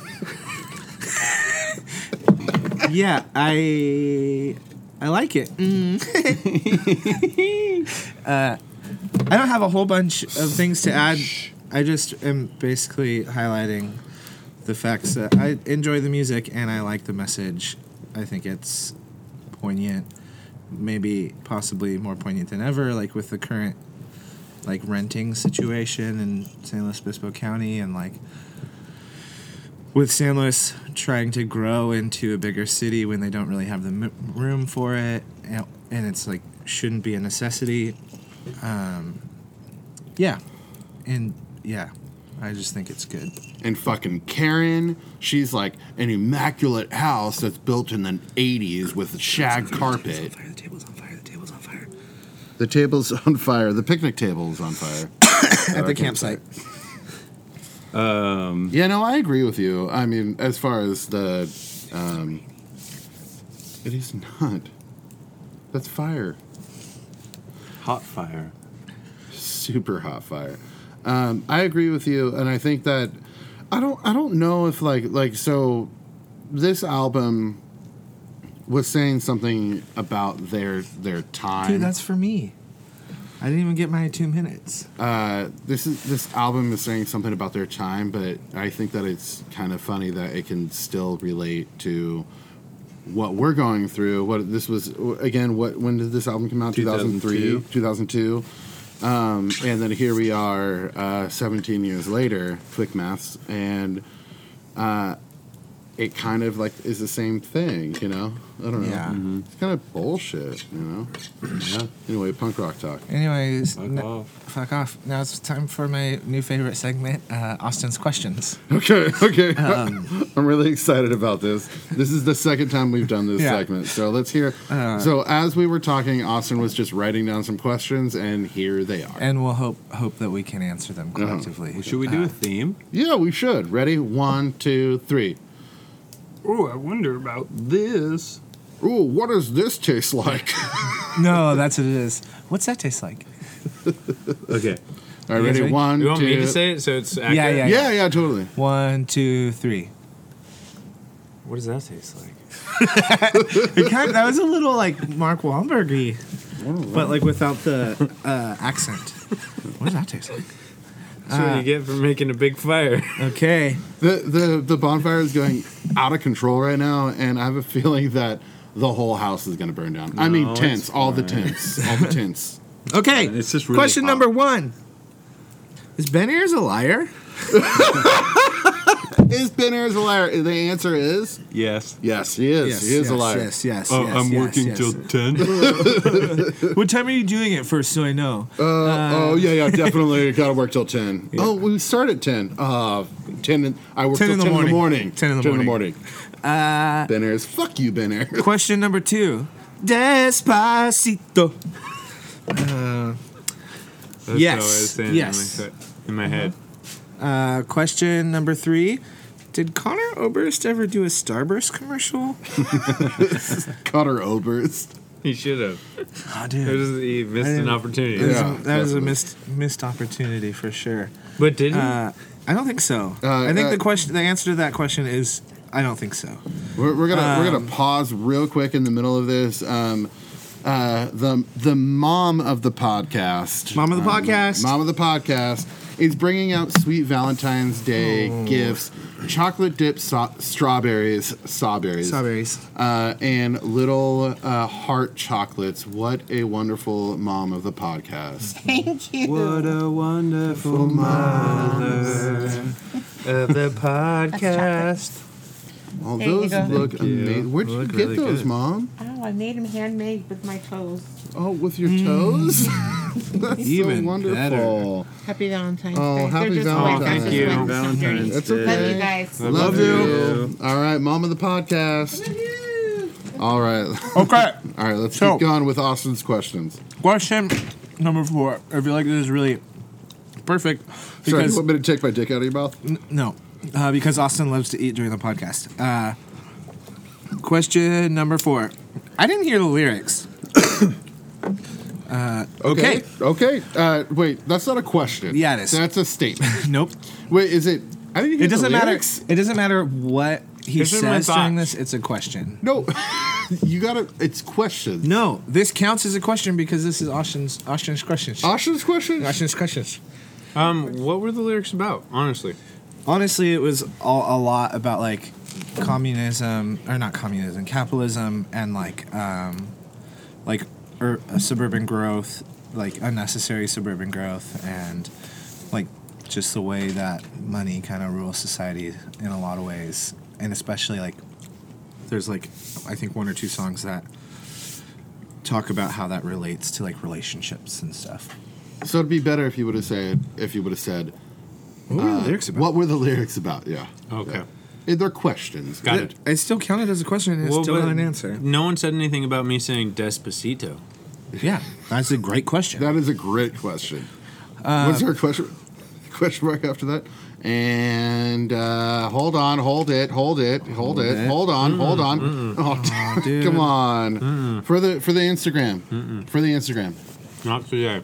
S4: yeah, I I like it. Mm. <laughs> uh, I don't have a whole bunch of things to add. I just am basically highlighting the facts that I enjoy the music and I like the message. I think it's poignant, maybe possibly more poignant than ever, like with the current like renting situation in San Luis Obispo County and like with San Luis trying to grow into a bigger city when they don't really have the m- room for it and, and it's like shouldn't be a necessity um yeah and yeah I just think it's good
S2: and fucking Karen. She's like an immaculate house that's built in the 80s with shag carpet.
S5: The table's on fire. The table's on fire.
S2: The table's <laughs> on fire. The picnic table is on fire.
S4: <laughs> at the campsite
S2: <clears throat> Yeah, no, I agree with you. I mean, as far as the. Um, it is not. That's fire.
S3: hot fire.
S2: super hot fire. Um, I agree with you, and I think that I don't I don't know if like like so this album was saying something about their their time.
S4: dude that's for me I didn't even get my 2 minutes
S2: uh, this is this album is saying something about their time, but I think that it's kind of funny that it can still relate to what we're going through. What this was again? What when did this album come out? Two thousand three, two thousand two, um, and then here we are, uh, seventeen years later. Quick maths, and uh, it kind of like is the same thing, you know. I don't know.
S4: Yeah. Mhm.
S2: It's kind of bullshit, you know. yeah. Anyway, punk rock talk.
S4: anyways
S3: Fuck
S4: no-
S3: off.
S4: Fuck off. Now it's time for my new favorite segment, uh, Austin's Questions.
S2: Okay, okay.
S1: Um,
S2: <laughs> I'm really excited about this. This is the second time we've done this
S4: Yeah.
S2: segment. So let's hear.
S1: Uh,
S2: so, as we were talking, Austin was just writing down some questions, and here they are.
S4: And we'll hope hope that we can answer them collectively.
S3: Well, should Uh-huh. we do a theme?
S2: yeah, we should. Ready? One, two, three.
S3: Oh, I wonder about this.
S2: Ooh, what does this taste
S1: <laughs>
S2: like?
S4: No, that's what it is. What's that taste like?
S3: Okay.
S2: All right,
S4: You guys
S2: ready?
S4: ready?
S2: One,
S1: You want
S2: two-
S1: me to say it so it's accurate?
S4: Yeah, yeah.
S2: Yeah, yeah, totally.
S4: One, two, three.
S1: What does that taste
S4: <laughs>
S1: like?
S4: It kind of- that was a little like Mark Wahlberg
S3: Mm-hmm.
S4: but like without the uh, accent. What does that taste like?
S1: That's what
S4: Uh,
S1: you get for making a big fire. <laughs>
S4: Okay.
S2: The the the bonfire is going out of control right now, and I have a feeling that the whole house is going to burn down. I mean,
S3: No,
S2: tents,
S3: it's
S2: all the tents, all the
S1: <laughs>
S2: tents.
S4: Okay.
S3: Uh, It's just really
S4: Question
S3: hot.
S4: number one. Is Ben Ayers a liar?
S2: Is Ben Ayers a liar? The answer is
S3: Yes.
S2: yes. He is. he is a liar.
S4: Yes, yes,
S3: Oh,
S4: yes,
S3: I'm
S4: yes,
S3: working
S4: yes.
S3: till ten.
S4: What time are you doing it first so I know?
S2: Uh, oh yeah,
S4: <laughs>
S2: yeah, definitely. Gotta work till ten. Oh, we start at ten. Uh, ten. in- I work
S4: 10
S2: till
S4: in the
S2: ten in the
S4: morning.
S2: morning.
S4: 10 in the
S2: morning. Uh, ben Ayers, fuck you, Ben Ayers. <laughs>
S4: Question number two. Despacito.
S1: That's
S4: Yes,
S1: how I was saying it
S4: yes.
S1: in my, in my head.
S4: Uh, question number three. Did Connor Oberst ever do a Starburst commercial?
S2: Cutter Oberst.
S1: He should have.
S4: Oh,
S1: It
S4: dude.
S1: was- He missed
S4: I
S1: an
S4: didn't-
S1: opportunity.
S4: That was,
S2: Yeah,
S4: a, that was a
S2: definitely. Hmm.
S4: missed, missed opportunity for sure.
S1: But did he?
S4: Uh, I don't think so.
S2: Uh,
S4: I think
S2: uh,
S4: the question, the answer to that question is, I don't think so.
S2: We're, we're gonna we're
S4: Um,
S2: gonna pause real quick in the middle of this. Um, uh, the the mom of the podcast,
S4: Mom of the
S2: Um,
S4: podcast.
S2: mom of the podcast, is bringing out sweet Valentine's Day
S4: Oh.
S2: gifts: chocolate dipped so- strawberries, strawberries,
S4: Strawberries.
S2: uh, and little uh, heart chocolates. What a wonderful mom of the podcast.
S3: what a wonderful
S1: of
S3: <laughs>
S1: the podcast.
S2: All
S9: There you
S2: those
S9: go.
S2: look amazing. Where'd you
S1: Look
S2: get
S1: really
S2: those,
S1: good.
S2: mom?
S9: Oh, I made them handmade with my toes.
S2: Oh, with your toes? <laughs> That's
S4: Even
S2: so wonderful.
S9: Happy Valentine's
S2: Oh,
S9: Day.
S2: happy
S9: They're just
S2: Valentine's
S9: white.
S1: Day.
S9: They're just
S6: you.
S1: Thank
S9: white Sundays.
S6: Valentine's
S2: That's
S6: Day.
S9: Love you
S2: okay.
S9: guys.
S2: Love, you. All right, mom of the podcast. All right. <laughs>
S4: Okay.
S2: All right, let's
S4: So-
S2: keep going with Austin's questions.
S4: Question number four. I feel like this is really perfect
S2: Sorry, you
S4: because
S2: want me to take my dick out of your mouth?
S4: n- no, uh, because Austin loves to eat during the podcast. Uh, question number four. I didn't hear the lyrics. Okay.
S2: Okay. Uh, wait, that's not a question.
S4: Yeah, it is.
S2: That's a statement. <laughs>
S4: Nope.
S2: Wait, is it? I didn't hear
S4: It doesn't
S2: the
S4: matter.
S2: lyrics.
S4: It doesn't matter what he
S1: Here's my
S4: says during
S1: thoughts.
S4: this. It's a question.
S2: No, <laughs> you gotta. It's questions.
S4: No, this counts as a question because this is Austin's Austin's questions.
S2: Austin's question.
S4: Austin's questions.
S1: Um, what were the lyrics about? Honestly,
S4: honestly it was all, a lot about like communism or not communism capitalism and like um like ur- uh, suburban growth like unnecessary suburban growth and like just the way that money kind of rules society in a lot of ways and especially like there's like i think one or two songs that talk about how that relates to like relationships and stuff
S2: So it'd be better if you would have said if you would have said
S4: what
S2: uh,
S4: were the lyrics about
S2: what were the lyrics about. Yeah.
S1: Okay.
S2: Yeah. Eh, They're questions.
S1: got it.
S4: it still counted as a question and it's
S1: Well,
S4: still
S1: but
S4: not an answer
S1: No one said anything about me saying Despacito.
S4: Yeah, that's a great question.
S2: That is a great question. What's our question? Question mark after that. And uh, hold on, hold it, hold it, hold, it,
S4: it.
S2: hold on, hold on. <laughs> Oh, dude,
S4: dude.
S2: come on. For the for the Instagram, for the Instagram.
S1: Not today.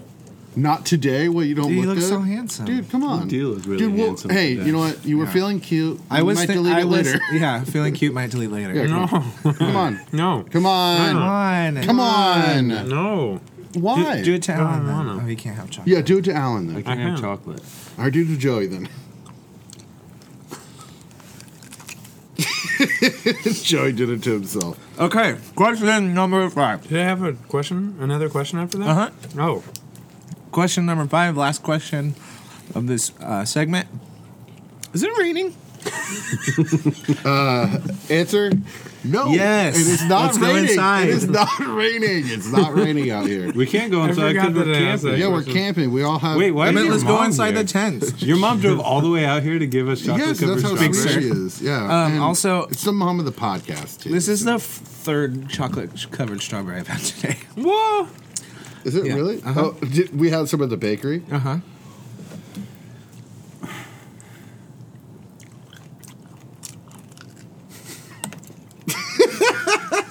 S2: Not today. What you don't
S4: Dude, you
S2: look,
S4: look
S2: good?
S4: so handsome.
S2: dude. Come on,
S3: do look really
S2: dude. well,
S3: handsome
S2: hey,
S3: today.
S2: you know what? You were
S4: Yeah.
S2: feeling cute.
S4: I was
S2: might
S4: think-
S2: delete
S4: I
S2: it
S4: was-
S2: later. <laughs>
S4: <laughs> Yeah, feeling cute might delete later.
S2: Yeah,
S1: No, <laughs>
S2: Come on,
S1: no,
S4: <laughs>
S2: come
S4: Come
S2: on,
S4: on.
S2: come on.
S1: no.
S2: Why?
S4: Do, do it to
S1: I don't
S4: Alan. then.
S1: wanna.
S4: Oh, he can't have chocolate.
S2: yeah, do it to Alan
S3: I
S2: then.
S3: can
S1: I
S3: have
S1: am.
S3: chocolate.
S2: Or do it to Joey then. <laughs> Joey did it to himself.
S4: Okay, question number five.
S1: Did I have a question? Another question after that?
S4: Uh-huh.
S1: Oh,
S4: Question number five, last question of this uh, segment. Is it raining?
S2: Answer: No.
S4: Yes.
S2: It is not
S4: Let's go
S2: raining.
S4: inside.
S2: It is not raining.
S4: <laughs>
S2: It's not raining out here.
S3: We can't go inside
S1: forgot
S3: because we're
S1: that I asked
S3: camping.
S1: that.
S2: yeah, we're camping. We all have.
S3: Wait, why
S4: I
S3: is
S4: meant
S3: your
S4: let's go
S3: mom
S4: inside
S3: here?
S4: the <laughs> tent.
S3: Your <laughs> mom drove all the way out here to give us chocolate
S2: Yes,
S3: covered
S2: that's how
S3: strawberry.
S2: big she is. Yeah.
S4: Um,
S2: and
S4: also-
S2: it's the mom of the podcast too.
S4: This is the f- third chocolate covered strawberry I've had <laughs> today.
S1: whoa!
S2: Is it
S4: Yeah.
S2: really?
S4: Uh-huh.
S2: Oh, did, we had some at the bakery.
S4: Uh huh.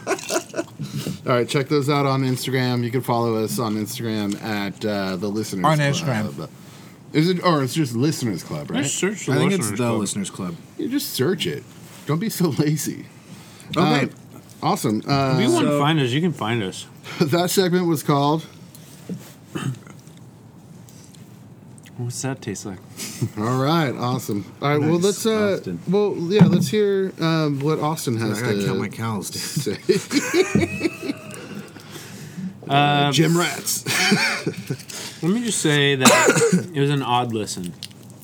S2: All right, check those out on Instagram. You can follow us on Instagram at uh, the Listeners
S4: On
S2: Club.
S4: Instagram.
S2: Is it or it's just Listeners Club, right?
S1: Just search the
S4: I think it's
S1: listeners
S4: the
S1: club.
S4: listeners club.
S2: You just search it. Don't be so <laughs> lazy.
S4: Okay.
S2: Uh, awesome.
S1: If you
S2: Uh, <laughs>
S1: want to find us, you can find us.
S2: that segment was called.
S1: What's that taste like?
S2: All right, awesome. All right, well
S3: Nice,
S2: let's. Uh,
S3: Austin.
S2: well, yeah, let's hear um, what Austin has
S4: I gotta
S2: to
S4: count my cows, dude.
S2: say.
S4: <laughs>
S1: Uh,
S2: Jim Rats.
S1: Let me just say that <coughs> it was an odd listen.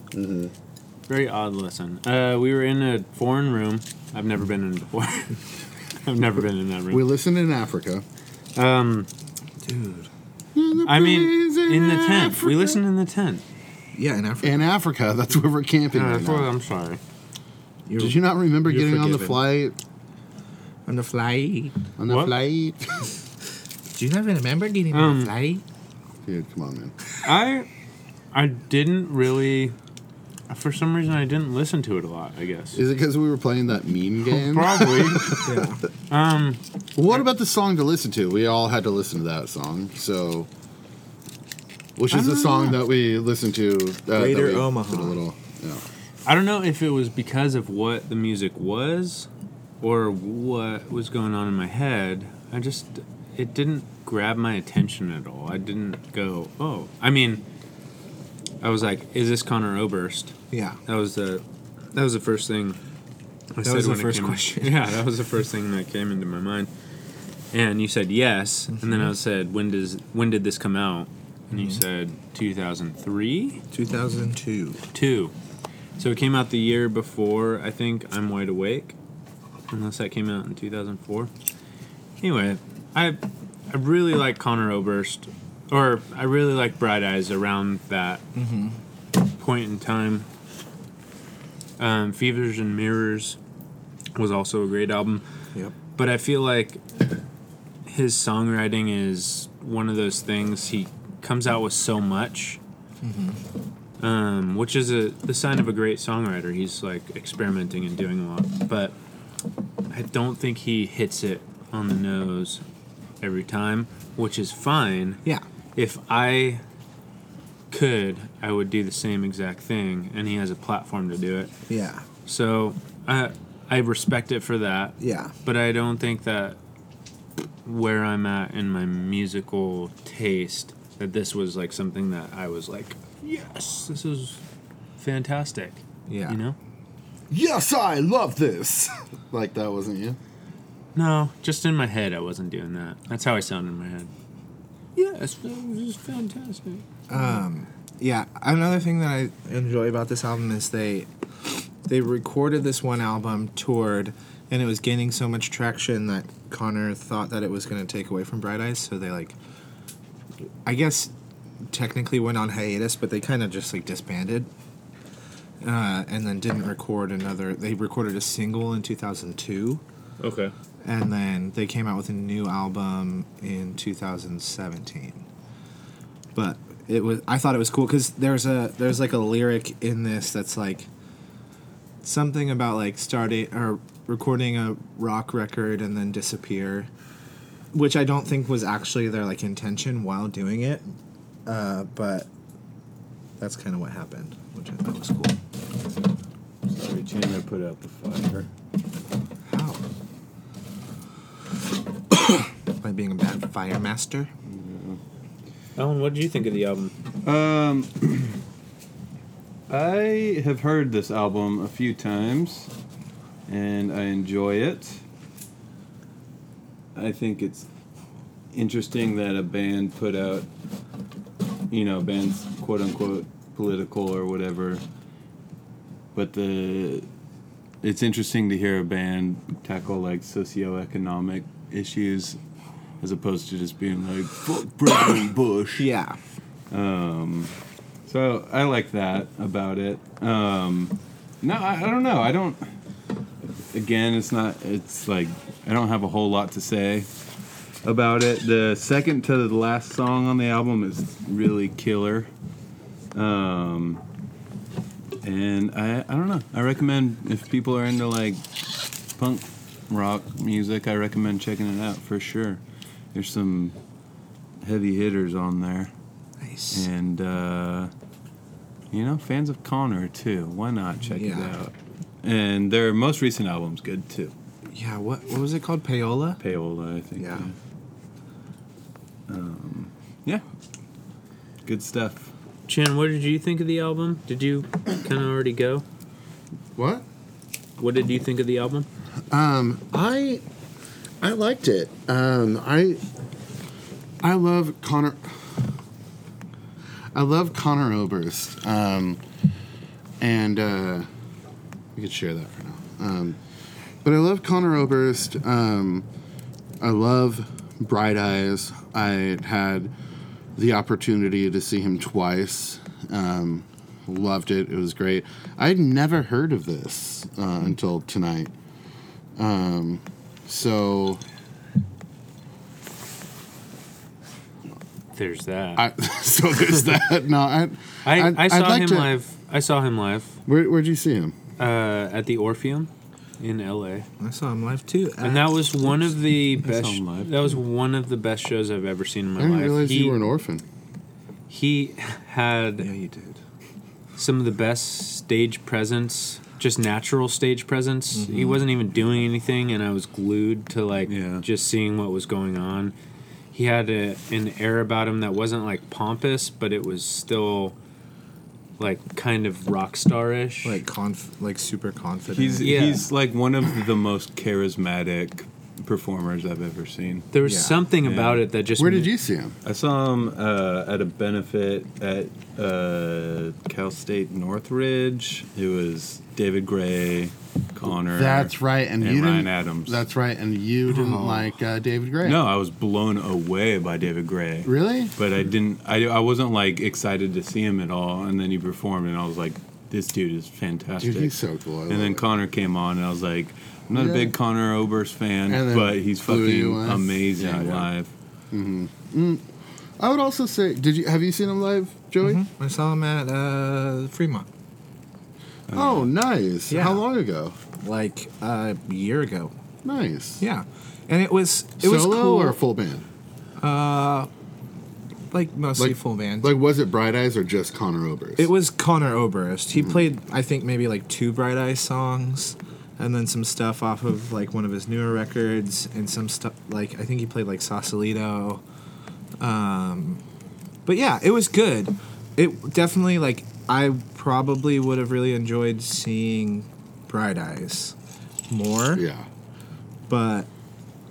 S2: Mm-hmm.
S1: Very odd listen. Uh, we were in a foreign room. I've never been in before. <laughs> I've never been in that room.
S2: we listened in Africa.
S1: Um,
S4: Dude.
S1: I mean,
S2: Praise
S1: in the tent. We
S2: Africa.
S1: listened in the tent.
S4: Yeah, in Africa.
S2: In Africa, that's where we're camping.
S1: Uh,
S2: right
S1: that's
S2: now.
S1: why I'm sorry.
S2: Did you not remember
S4: you're
S2: getting on the
S4: forgiven.
S2: flight?
S4: On the flight.
S2: On the
S1: What?
S2: flight? <laughs>
S4: Do you not remember getting
S1: on the Um,
S4: flight?
S2: Dude, come on, man.
S1: I, I didn't really. For some reason, I didn't listen to it a lot. I guess.
S2: Is it because we were playing that
S1: <laughs>
S2: meme game?
S1: Probably. Um.
S2: what about the song to listen to? We all had to listen to that song, so. Which is the song that we listened to. Uh, that
S4: Greater
S2: we
S4: Omaha.
S2: Did a little, yeah.
S1: I don't know if it was because of what the music was or what was going on in my head. I just, it didn't grab my attention at all. I didn't go, oh. I mean, I was like, is this Connor Oberst?
S4: Yeah.
S1: That was the, that was the first thing. I
S4: That was the
S1: when it
S4: first
S1: came-
S4: question. <laughs>
S1: Yeah, that was the first thing that came into my mind. And you said yes, and then
S4: Mm-hmm.
S1: I said, when does when did this come out? And you said 2003.
S4: 2002.
S1: Two. So it came out the year before, I think, I'm Wide Awake. Unless that came out in 2004. Anyway, I I really like Connor Oberst. or I really like Bright Eyes around that point in time. Um, Fevers and Mirrors was also a great album,
S4: Yep.
S1: but I feel like his songwriting is one of those things he comes out with so much. Um, which is a the sign of a great songwriter. He's like experimenting and doing a lot, but I don't think he hits it on the nose every time, which is fine.
S4: Yeah.
S1: If I could, I would do the same exact thing, and he has a platform to do it.
S4: Yeah.
S1: So I I respect it for that,
S4: Yeah.
S1: but I don't think that where I'm at in my musical taste that this was like something that I was like, yes, this is fantastic.
S4: Yeah.
S1: You know?
S2: Yes, I love this. <laughs> like that wasn't you.
S1: No, just in my head, I wasn't doing that. That's how I sound in my head. Yes, this is fantastic.
S4: yeah another thing that i enjoy about this album is they they recorded this one album toured and it was gaining so much traction that connor thought that it was going to take away from bright eyes so they like i guess technically went on hiatus but they kind of just like disbanded uh, and then didn't record another they recorded a single in 2002
S1: Okay.
S4: and then they came out with a new album in 2017 but it was i thought it was cool because there's a there's like a lyric in this that's like something about like starting or recording a rock record and then disappear which i don't think was actually their like intention while doing it uh, but that's kind of what happened which i thought was cool
S3: Sorry, Chandler put out the fire.
S4: How? <coughs> By being a bad fire master?
S1: Alan, what did you think of the album?
S3: Um, I have heard this album a few times, and I enjoy it. I think it's interesting that a band put out, you know, bands quote unquote political or whatever, but the it's interesting to hear a band tackle like socioeconomic issues as opposed to just being like fuck President Bush.
S4: Yeah.
S3: So I like that about it. Um, no, I, I don't know. I don't. Again, it's not. It's like I don't have a whole lot to say about it. The second to the last song on the album is really killer. Um, and I, I don't know. I recommend if people are into like punk rock music, I recommend checking it out for sure. There's some heavy hitters on there
S4: Nice.
S3: and uh, you know fans of Connor too. Why not check it
S4: Yeah.
S3: out? And their most recent album's good too.
S4: Yeah, what what was it called? Payola?
S3: Paola, I think.
S4: Yeah.
S3: Um, yeah. Good stuff.
S1: Chan, what did you think of the album? Did you kind of already go?
S2: What?
S1: What did you think of the album?
S2: Um, I I liked it. Um, I I love Connor. I love Connor Oberst. Um, and uh, we could share that for now. Um, but I love Connor Oberst. Um, I love Bright Eyes. I had the opportunity to see him twice. Um, loved it. It was great. I'd never heard of this uh, until tonight. So
S1: There's that.
S2: I <laughs> so there's that. No, I
S1: I,
S2: I'd-
S1: I
S2: I'd
S1: saw
S2: like
S1: him
S2: to-
S1: live. I saw him live
S2: where where'd you see him?
S1: uh, at the Orpheum in L.A.
S4: I saw him live too.
S1: and that was one of the best.
S3: him live,
S1: That was one of the best shows I've ever seen in my
S2: I didn't
S1: life.
S2: realize
S1: he,
S2: you were an orphan.
S1: he had
S4: yeah, you did.
S1: some of the best stage presence, just natural stage presence.
S2: Mm-hmm.
S1: He wasn't even doing anything, and I was glued to like
S3: Yeah.
S1: just seeing what was going on. He had a, an air about him that wasn't like pompous, but it was still like kind of rock star-ish.
S4: Like conf like super confident.
S3: He's
S1: Yeah.
S3: he's like one of the most charismatic performers I've ever seen.
S1: there was
S4: yeah.
S1: something
S3: Yeah.
S1: about it that just
S2: Where did
S1: ma-
S2: you see him?
S3: I saw him uh, at a benefit at uh, Cal State Northridge. It was David Gray, Connor.
S2: That's right, and,
S3: and
S2: you
S3: Ryan
S2: didn't.
S3: Adams.
S2: That's right, and you didn't
S4: Oh.
S2: like uh, David Gray.
S3: no, I was blown away by David Gray.
S2: really.
S3: But I didn't. I, I wasn't like excited to see him at all. And then he performed, and I was like, "This dude is fantastic."
S2: Dude, he's so cool. I love
S3: and then
S2: it.
S3: Connor came on, and I was like, "I'm not
S2: Yeah.
S3: a big Connor Oberst fan,
S2: And then
S3: but he's
S2: blew you
S3: fucking
S2: away.
S3: amazing
S2: Yeah, yeah.
S3: live."
S2: I would also say, did you have you seen him live, Joey?
S4: Mm-hmm. I saw him at uh, Fremont
S2: Oh, nice.
S4: Yeah.
S2: How long ago?
S4: like a year ago.
S2: Nice.
S4: Yeah, and it was it
S2: Solo
S4: was cool. Uh,
S2: or full band?
S4: like mostly
S2: like-
S4: full band.
S2: Like, was it Bright Eyes or just Connor Oberst?
S4: It was Connor Oberst.
S2: Mm.
S4: He played, I think, maybe like two Bright Eyes songs, and then some stuff off of like one of his newer records, and some stuff like I think he played like Sausalito. Um, but yeah, it was good. It definitely like I probably would have really enjoyed seeing Bright Eyes more,
S2: Yeah.
S4: but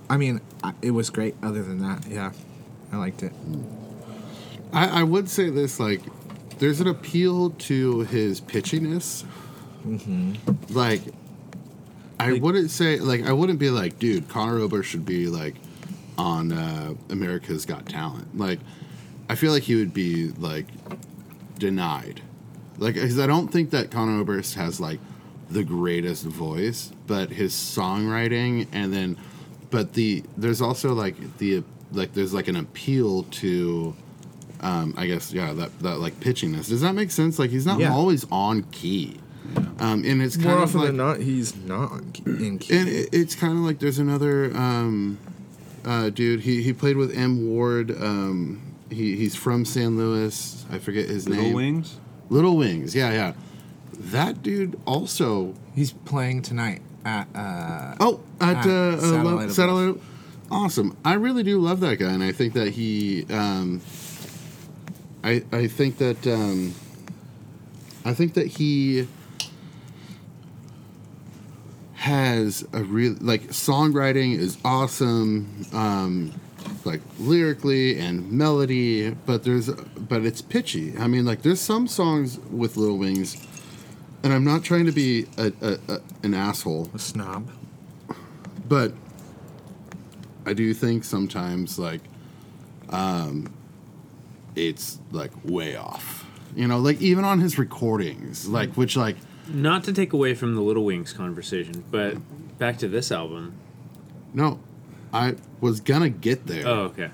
S4: I mean, I, it was great. Other than that, yeah, I liked it.
S2: I, I would say this like, there's an appeal to his pitchiness. Like, I wouldn't say like I wouldn't be like, dude, Connor Oberst should be like on uh, America's Got Talent. Like, I feel like he would be like denied. Like, because I don't think that Connor Oberst has like the greatest voice, but his songwriting and then, but the there's also like the like there's like an appeal to, um, I guess yeah that that like pitchiness. Does that make sense? Like he's not
S4: Yeah.
S2: always on key, um, and it's kind
S4: More
S2: of
S4: often
S2: like,
S4: than not, he's not in key.
S2: and it, it's kind of like there's another um, uh, dude. He he played with M Ward. Um, he he's from San Luis. I forget his
S3: Little
S2: name.
S3: Wings.
S2: Little Wings. Yeah, yeah. That dude also.
S4: He's playing tonight at uh,
S2: Oh, at
S4: Ah,
S2: uh, uh,
S4: Satellite
S2: satellite.
S4: of
S2: satellite awesome. I really do love that guy, and I think that he. Um, I I think that um, I think that he has a real like songwriting is awesome. Um, like lyrically and melody, but there's but it's pitchy. I mean, like there's some songs with Little Wings, and I'm not trying to be a, a, a an asshole
S4: a snob.
S2: but I do think sometimes like um it's like way off. You know, like even on his recordings, like which like
S1: Not to take away from the Little Wings conversation, but back to this album.
S2: no, I was gonna get there.
S1: Oh, okay.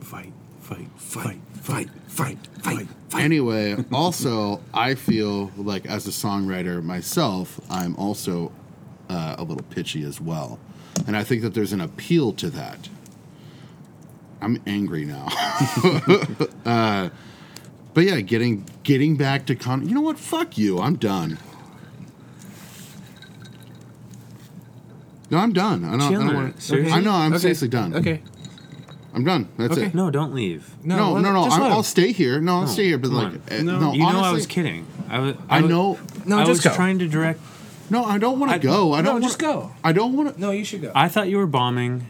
S3: Fight, fight,
S5: Fight, fight, fight, fight, fight.
S2: Anyway, also I feel like as a songwriter myself, I'm also uh, a little pitchy as well, and I think that there's an appeal to that. I'm angry now. <laughs> Uh, but yeah, getting getting back to con. You know what? Fuck you. I'm done. No, I'm done. I don't. I,
S1: Chiller.
S2: don't wanna,
S1: Seriously?
S2: I know. I'm
S4: Okay.
S2: seriously done.
S4: Okay.
S2: I'm done. That's
S4: Okay.
S2: it.
S1: No, don't leave.
S2: No, no,
S4: let-
S2: no.
S4: just
S2: I,
S4: let him.
S2: I'll stay here. No, I'll stay here. But
S1: come
S2: like,
S1: on.
S2: eh,
S1: you
S2: no,
S1: know I
S2: honestly-
S1: was kidding. I was.
S2: I
S1: was-
S2: know.
S4: No,
S1: I
S4: just
S1: was
S4: go.
S1: trying to direct.
S2: No, I don't want
S4: I-
S2: to go. I
S4: no,
S2: don't. wanna,
S4: just go.
S2: I don't want to.
S4: No, you should go.
S1: I thought you were bombing.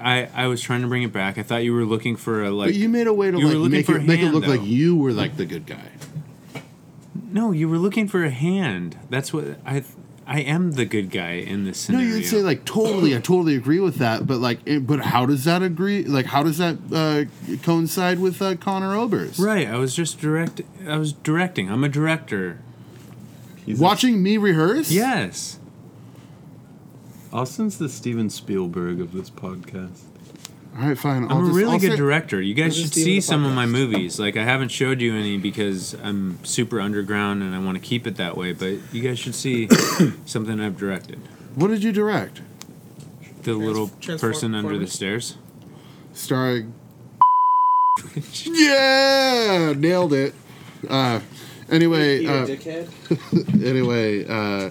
S1: I I was trying to bring it back. I thought you were looking for a like.
S2: But you made a way to
S1: You were
S2: like
S1: looking
S2: make
S1: for
S2: it
S1: a
S2: make it
S1: hand,
S2: look like
S1: though.
S2: you were like the good guy.
S1: No, you were looking for a hand. That's what I. I am the good guy in this
S2: No,
S1: scenario.
S2: you'd say like totally. I totally agree with that. But like, it, but how does that agree? Like, how does that uh, coincide with uh, Connor Oberst?
S1: Right. I was just direct. I was directing. I'm a director.
S3: He's a-
S2: Watching me rehearse.
S1: Yes.
S3: Austin's the Steven Spielberg of this podcast.
S2: All right, fine.
S1: I'm
S2: I'll
S1: a
S2: just-
S1: really
S2: I'll
S1: good
S2: say-
S1: director. You guys
S4: This is
S1: should
S4: the end
S1: see
S4: of the
S1: some of my
S4: podcast.
S1: movies. Like I haven't showed you any because I'm super underground and I want to keep it that way. But you guys should <coughs> see something I've directed.
S2: What did you direct?
S1: The little
S4: Transform-
S1: person under the
S4: Formers?
S1: stairs.
S2: starring. <laughs> yeah, nailed it. Uh, anyway, uh, <laughs> anyway, uh,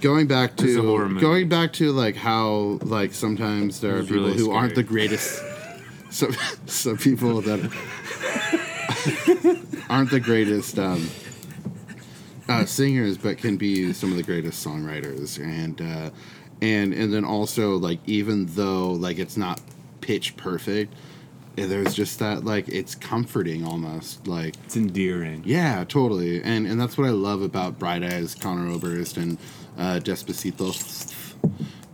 S2: going back
S1: This is a horror
S2: to
S1: movie.
S2: going back to like how like sometimes there are
S1: was
S2: people
S1: really
S2: who aren't the
S1: scary.
S2: greatest. Some some people that <laughs> aren't the greatest. Um, uh, singers, but can be some of the greatest songwriters, and uh, and and then also like even though like it's not pitch perfect, and there's just that like it's comforting almost like
S3: It's endearing.
S2: yeah, totally. And and that's what I love about Bright Eyes, Conor Oberst, and uh, Despacito.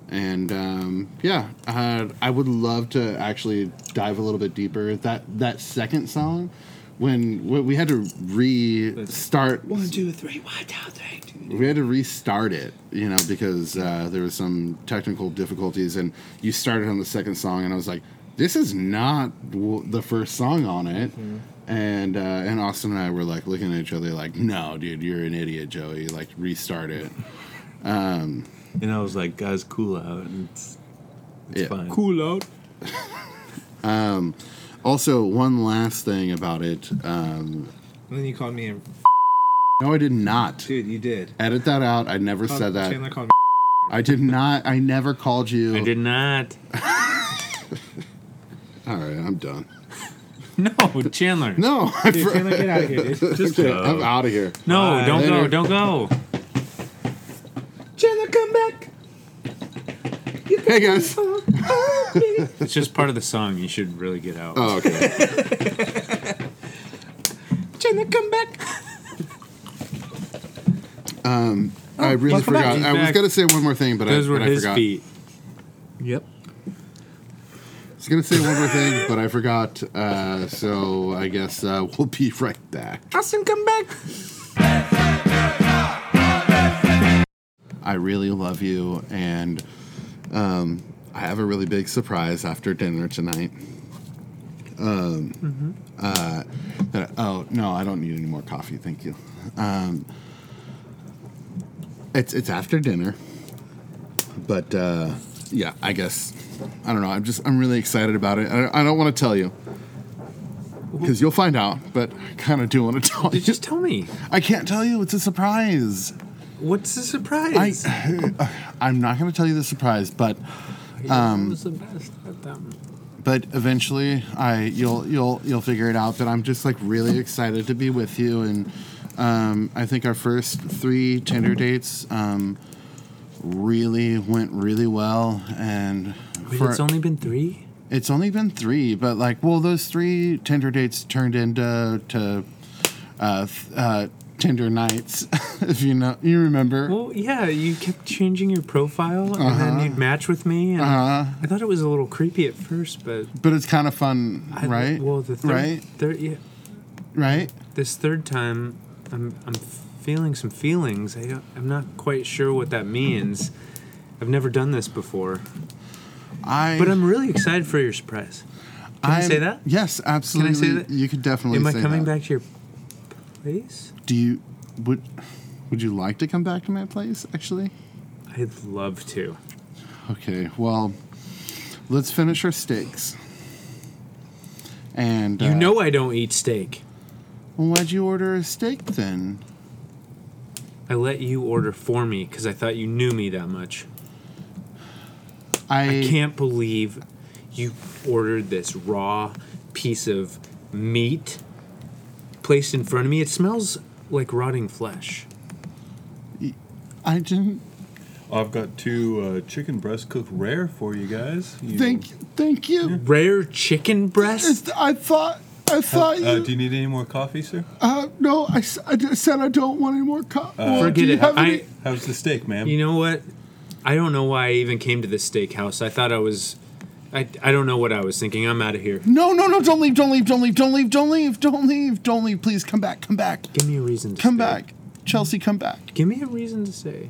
S2: And um, yeah, uh, I would love to actually dive a little bit deeper. That that second song, when, when we had to restart,
S5: One, two, three, one, two, three, two.
S2: we had to restart it, you know, because uh, there was some technical difficulties, and you started on the second song, and I was like, "This is not w- the first song on it."
S4: Mm-hmm.
S2: And uh, and Austin and I were like looking at each other, like, "No, dude, you're an idiot, Joey. Like, restart
S4: <laughs>
S2: it."
S3: And I was like, guys, cool out. And it's it's
S2: Yeah.
S3: fine.
S4: Cool out.
S2: Also, one last thing about it. Um,
S4: And then you called me a
S2: no, I did not
S4: dude. You did.
S2: edit that out. I never
S4: Called-
S2: said that.
S4: Chandler called
S2: I did not. I never called you.
S1: I did not.
S2: All right, I'm done.
S3: <laughs>
S1: No, Chandler. No,
S2: No, <laughs> I
S4: me. Chandler, get out of here,
S2: <laughs>
S4: dude.
S3: Just
S2: okay,
S3: go.
S2: I'm out of here.
S1: don't
S2: Later.
S1: go. Don't go.
S5: Chandler, come back.
S2: Hey guys.
S1: It's just part of the song. You should really get out.
S2: Oh, okay.
S1: <laughs>
S5: Chandler, come back.
S2: I really
S1: welcome back.
S2: forgot.
S1: He's
S2: I was
S1: back.
S2: gonna say one more thing, but
S1: Those
S2: I,
S1: were
S2: but I
S1: his
S2: forgot.
S1: feet.
S3: Yep.
S2: I was gonna say one more thing, but I forgot. Uh, so I guess uh, we'll be right back.
S5: Austin, come back.
S2: I really love you, and um, I have a really big surprise after dinner tonight. Um, uh, that- oh no, I don't need any more coffee, thank you. Um, it's it's after dinner, but uh, yeah, I guess I don't know. I'm just I'm really excited about it. I, I don't want to tell you because you'll find out, but I kind of do want to tell you.
S1: Just tell me.
S2: I can't tell you. It's a surprise.
S1: What's the
S2: I,
S1: surprise?
S2: <sighs> I'm not going to tell you the surprise, but
S1: um, was the best at them.
S2: but eventually I you'll you'll you'll figure it out. But I'm just like really excited to be with you, and um, I think our first three Tinder dates um, really went really well, and
S1: Wait, it's only been three.
S2: it's only been three, but like, well, those three Tinder dates turned into to uh, th- uh, Tinder nights, <laughs> if you know you remember.
S1: Well, yeah, you kept changing your profile, and
S2: Uh-huh.
S1: then you'd match with me. And I thought it was a little creepy at first, but
S2: but it's kind of fun,
S1: I,
S2: right?
S1: Well, the third,
S2: right,
S1: third, yeah,
S2: right.
S1: this third time, I'm I'm feeling some feelings. I don't, I'm not quite sure what that means. I've never done this before,
S2: I
S1: but I'm really excited for your surprise. Can I
S2: I'm-
S1: say that?
S2: Yes, absolutely.
S1: that?
S2: You could definitely.
S1: Am I
S2: say
S1: coming
S2: that.
S1: back to your place?
S2: Do you would would you like to come back to my place? Actually,
S1: I'd love to.
S2: okay. Well, let's finish our steaks. And
S1: You
S2: uh,
S1: know I don't eat steak.
S2: well, why'd you order a steak then?
S1: I let you order for me because I thought you knew me that much.
S2: I,
S1: I can't believe you ordered this raw piece of meat placed in front of me. It smells like rotting flesh.
S2: I didn't
S3: I've got two uh, chicken breast cooked rare for you guys. You,
S2: thank thank you.
S1: Rare chicken breast?
S2: It's- I thought I thought you.
S3: Uh, do you need any more coffee, sir?
S2: uh, no, I, s- I just said I don't want any more. Co- well, do
S1: Uh, Forget
S2: you
S1: it.
S2: have any-
S1: I,
S3: How's the steak, ma'am?
S1: you know what? I don't know why I even came to this steakhouse. I thought I was. I, I don't know what I was thinking. I'm out of here.
S2: no, no, no! Don't leave! Don't leave! Don't leave! Don't leave! Don't leave! Don't leave! Don't leave! Please come back! Come back!
S1: Give me a reason to
S2: Come
S1: stay.
S2: back. Chelsea, come back.
S1: Give me a reason to stay.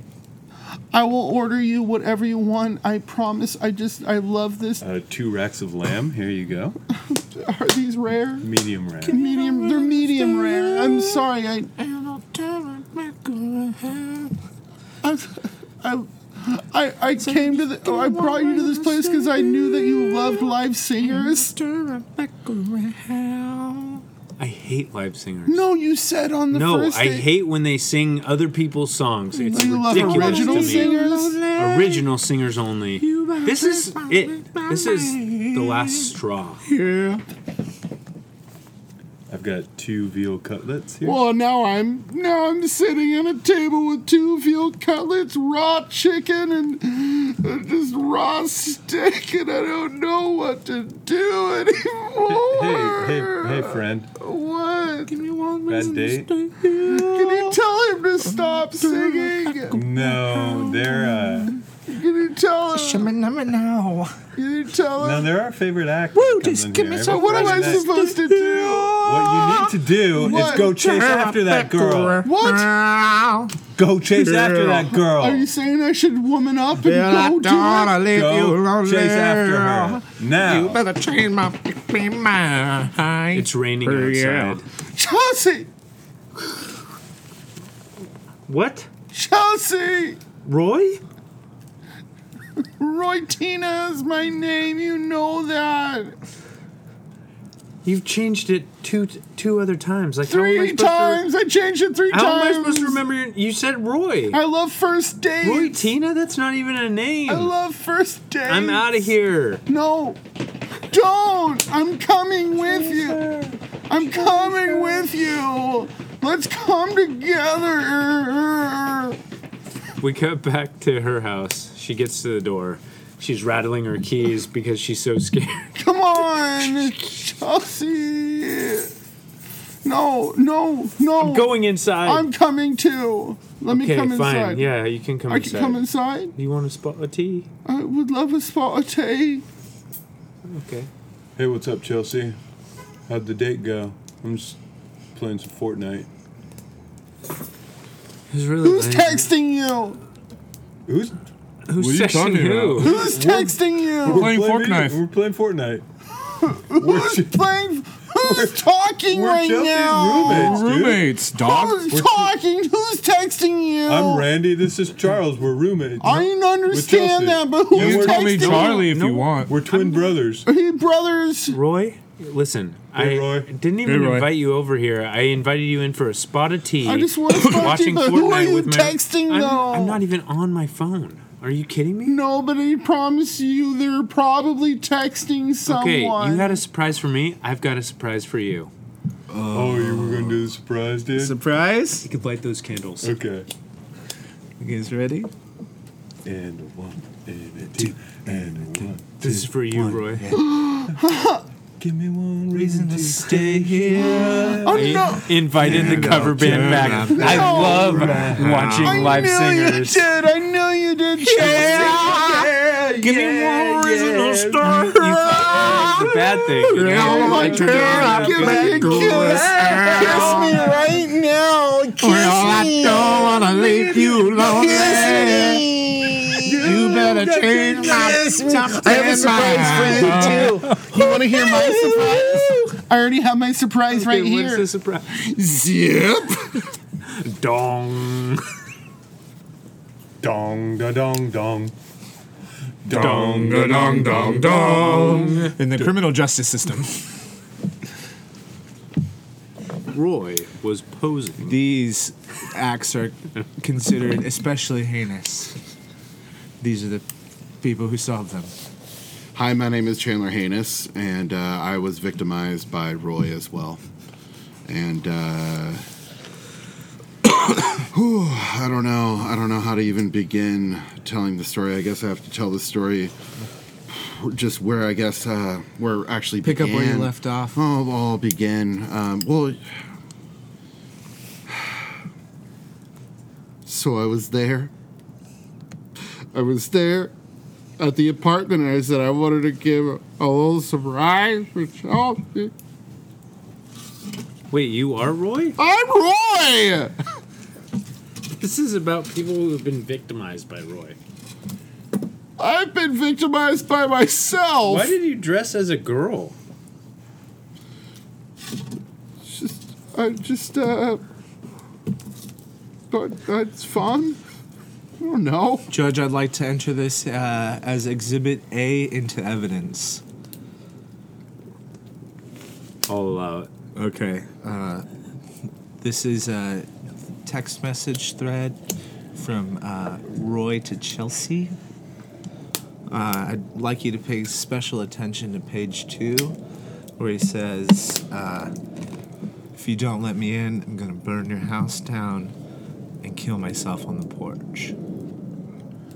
S2: I will order you whatever you want. I promise. I just, I love this.
S3: uh, two racks of lamb. Here you go.
S2: Are these rare?
S3: Medium rare.
S2: Medium. They're medium rare. I'm sorry. I. I'm, I, I, I came to the. Oh, I brought you to this place because I knew that you loved live singers.
S1: I hate live singers.
S2: No, you said on the
S1: No,
S2: first.
S1: I
S2: day-
S1: hate when they sing other people's songs. It's
S2: You love
S1: ridiculous
S2: original
S1: to me.
S2: singers.
S1: Original singers only. This is it. This is the last straw.
S2: Yeah.
S3: I've got two veal cutlets here.
S2: Well, now I'm now I'm sitting at a table with two veal cutlets, raw chicken, and uh, just raw steak, and I don't know what to do anymore.
S3: Hey, hey, hey, friend.
S2: What? Can you,
S3: Bad date?
S2: can you tell him to stop singing? Can
S3: No, they're uh,
S2: you tell him?
S4: now.
S2: Can you tell
S3: no,
S2: him?
S3: they're our favorite actors. Woo,
S4: just give me
S2: So what am I supposed to do?
S3: What you need to do
S2: What?
S3: is go chase after that girl.
S2: What?
S3: Go chase after that girl.
S2: Are you saying I should woman up and go do it?
S4: leave
S3: Go chase after her now.
S4: better change my fucking mind.
S1: It's raining
S4: Yeah.
S1: outside.
S2: Chelsea!
S1: What?
S2: Chelsea!
S1: Roy?
S2: Roytina is my name, you know that.
S1: You've changed it two two other times. Like how am I
S2: Three
S1: supposed
S2: times! I changed it three
S1: To, how
S2: times!
S1: am I supposed to remember? Your, you said Roy.
S2: I love first date!
S1: Roy Tina. That's not even a name.
S2: I love first date!
S1: I'm out of here.
S2: No! Don't! I'm coming with you! I'm coming with you! Let's come together!
S1: We cut back to her house. She gets to the door. She's rattling her keys because she's so scared. <laughs>
S2: Come on! Chelsea! No, no, no!
S1: I'm going inside.
S2: I'm coming too! Let me
S1: okay,
S2: come
S1: fine.
S2: inside.
S1: Yeah, you can come
S2: I
S1: inside.
S2: can come inside.
S1: you want to spot a tea?
S2: I would love a spot of tea.
S1: Okay.
S3: Hey, what's up, Chelsea? How'd the date go? I'm just playing some Fortnite.
S1: Who's really?
S2: Who's texting you?
S3: Who's
S1: Who's
S6: What are you
S1: texting
S6: talking
S1: who?
S2: Who's texting you?
S6: Playing Fortnite.
S3: We're playing Fortnite.
S2: Who's playing? Who's talking
S3: We're
S2: right
S3: Chelsea's
S2: now?
S3: roommates, dude.
S6: Roommates, dog.
S2: Who's talking? Who's texting you?
S3: <laughs> I'm Randy. This is Charles. We're roommates.
S2: I didn't understand
S3: Chelsea.
S2: that, but who's
S6: You
S3: we're-
S6: can call me
S2: texting
S6: Charlie if you want.
S3: We're twin brothers.
S2: you? Hey, brothers.
S1: Roy, listen,
S3: Hey,
S1: I
S3: Roy.
S1: didn't even
S6: Roy.
S1: invite you over here. I invited you in for a spot of tea.
S2: I just want to spot you,
S1: watching
S2: but
S1: Fortnite
S2: who are you
S1: with my.
S2: texting
S1: I'm,
S2: though?
S1: I'm not e- even on my phone. Are you kidding me?
S2: Nobody promised you they're probably texting someone.
S1: Okay, you had a surprise for me. I've got a surprise for you.
S3: Oh, you were gonna do the surprise, dude?
S4: Surprise!
S1: You could light those candles.
S3: okay.
S4: You guys ready?
S3: And a one, and a two, and a one.
S1: This is for you, Roy.
S3: Give me one reason to stay here.
S2: oh, no.
S1: I invited the cover band back. I love watching
S2: I
S1: live
S2: knew
S1: singers.
S2: you did. I knew you did. Chelsea.
S1: Give me one reason to start. the bad thing. you know?
S2: Oh my
S1: Like, you're doing
S2: god,
S1: that
S2: give
S1: bad
S2: me a kiss. Kiss me right now. Kiss me.
S4: wanna leave you lonely. You better change my
S2: I have a surprise for you too. You want to hear my surprise? <laughs> I already have my surprise right
S1: Okay, What's
S2: here.
S1: the surprise?
S2: Zip.
S1: Dong.
S3: Dong da dong dong.
S1: Dong.
S6: dong dong dong.
S4: In the criminal justice system.
S1: Roy was posing.
S4: These acts are considered especially heinous. These are the people who solve them.
S2: Hi, my name is Chandler Haynes, and uh, I was victimized by Roy as well. And uh, <coughs> whew, I don't know. I don't know how to even begin telling the story. I guess I have to tell the story just where I guess uh, where actually
S4: Pick up where you
S2: began.
S4: left off.
S2: Oh, I'll begin. Um, well, <sighs> so I was there. I was there at the apartment, and I said I wanted to give a little surprise for Chelsea.
S1: Wait, you are Roy?
S2: I'm Roy.
S1: This is about people who have been victimized by Roy.
S2: I've been victimized by myself.
S1: Why did you dress as a girl?
S2: just, I just, uh, but that's fun. I don't know.
S4: Judge, I'd like to enter this uh, as Exhibit A into evidence.
S1: I'll allow it.
S4: Okay. Uh, this is a text message thread from uh, Roy to Chelsea. Uh, I'd like you to pay special attention to page two, where he says, uh, If you don't let me in, I'm gonna burn your house down and kill myself on the porch.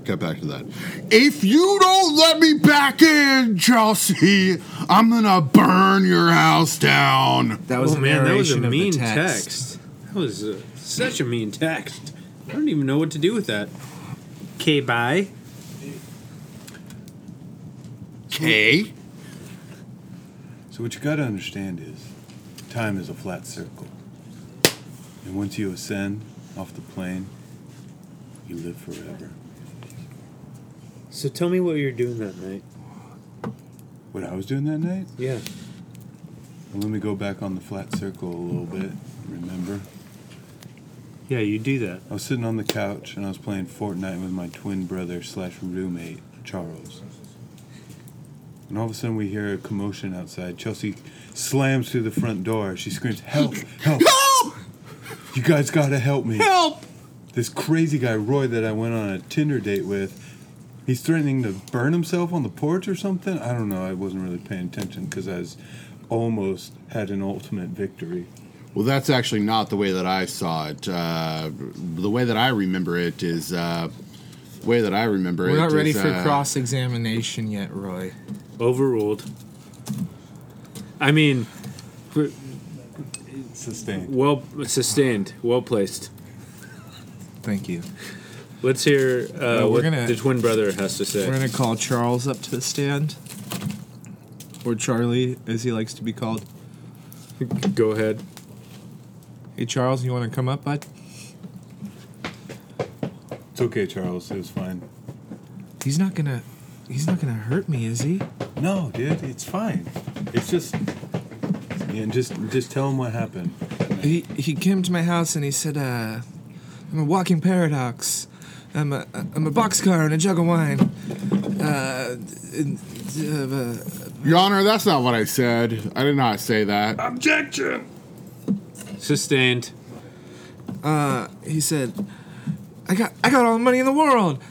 S2: Cut back to that. If you don't let me back in, Chelsea, I'm gonna burn your house down.
S4: That was
S1: oh
S4: a
S1: man, that was
S4: narration
S1: a
S4: of the
S1: mean
S4: text.
S1: text. That was uh such a mean text. I don't even know what to do with that. Okay, bye.
S2: Okay.
S3: So what you got to understand is, time is a flat circle, and once you ascend off the plane, you live forever.
S1: So tell me what you're doing that night.
S3: What I was doing that night?
S1: Yeah.
S3: Well, let me go back on the flat circle a little bit. Remember,
S1: Yeah, you do that.
S3: I was sitting on the couch and I was playing Fortnite with my twin brother slash roommate Charles. And all of a sudden, we hear a commotion outside. Chelsea slams through the front door. She screams, "Help!
S2: <laughs>
S3: Help!
S2: Help!
S3: You guys gotta help me!"
S2: Help!
S3: this crazy guy Roy that I went on a Tinder date with, he's threatening to burn himself on the porch or something. I don't know. I wasn't really paying attention because I was almost had an ultimate victory.
S2: Well, that's actually not the way that I saw it. Uh, the way that I remember it is uh, way that I remember it.
S4: We're not ready
S2: is,
S4: for
S2: uh,
S4: cross examination yet, Roy.
S1: Overruled. I mean, for-
S3: Sustained.
S1: well sustained, well placed.
S4: Thank you.
S1: Let's hear uh,
S4: we're
S1: what
S4: gonna-
S1: the twin brother has to say.
S4: We're gonna call Charles up to the stand, or Charlie, as he likes to be called.
S1: Go ahead.
S4: Hey, Charles, you want to come up, bud?
S3: It's okay, Charles. It was fine.
S4: He's not gonna, he's not gonna hurt me, is he?
S3: No, dude, it's fine. It's just yeah, and just just tell him what happened.
S4: He he came to my house and he said, uh, "I'm a walking paradox. I'm a I'm a boxcar and a jug of wine." Uh, and, uh,
S2: Your Honor, that's not what I said. I did not say that.
S10: Objection!
S1: Sustained.
S4: uh, he said, "I got I got all the money in the world,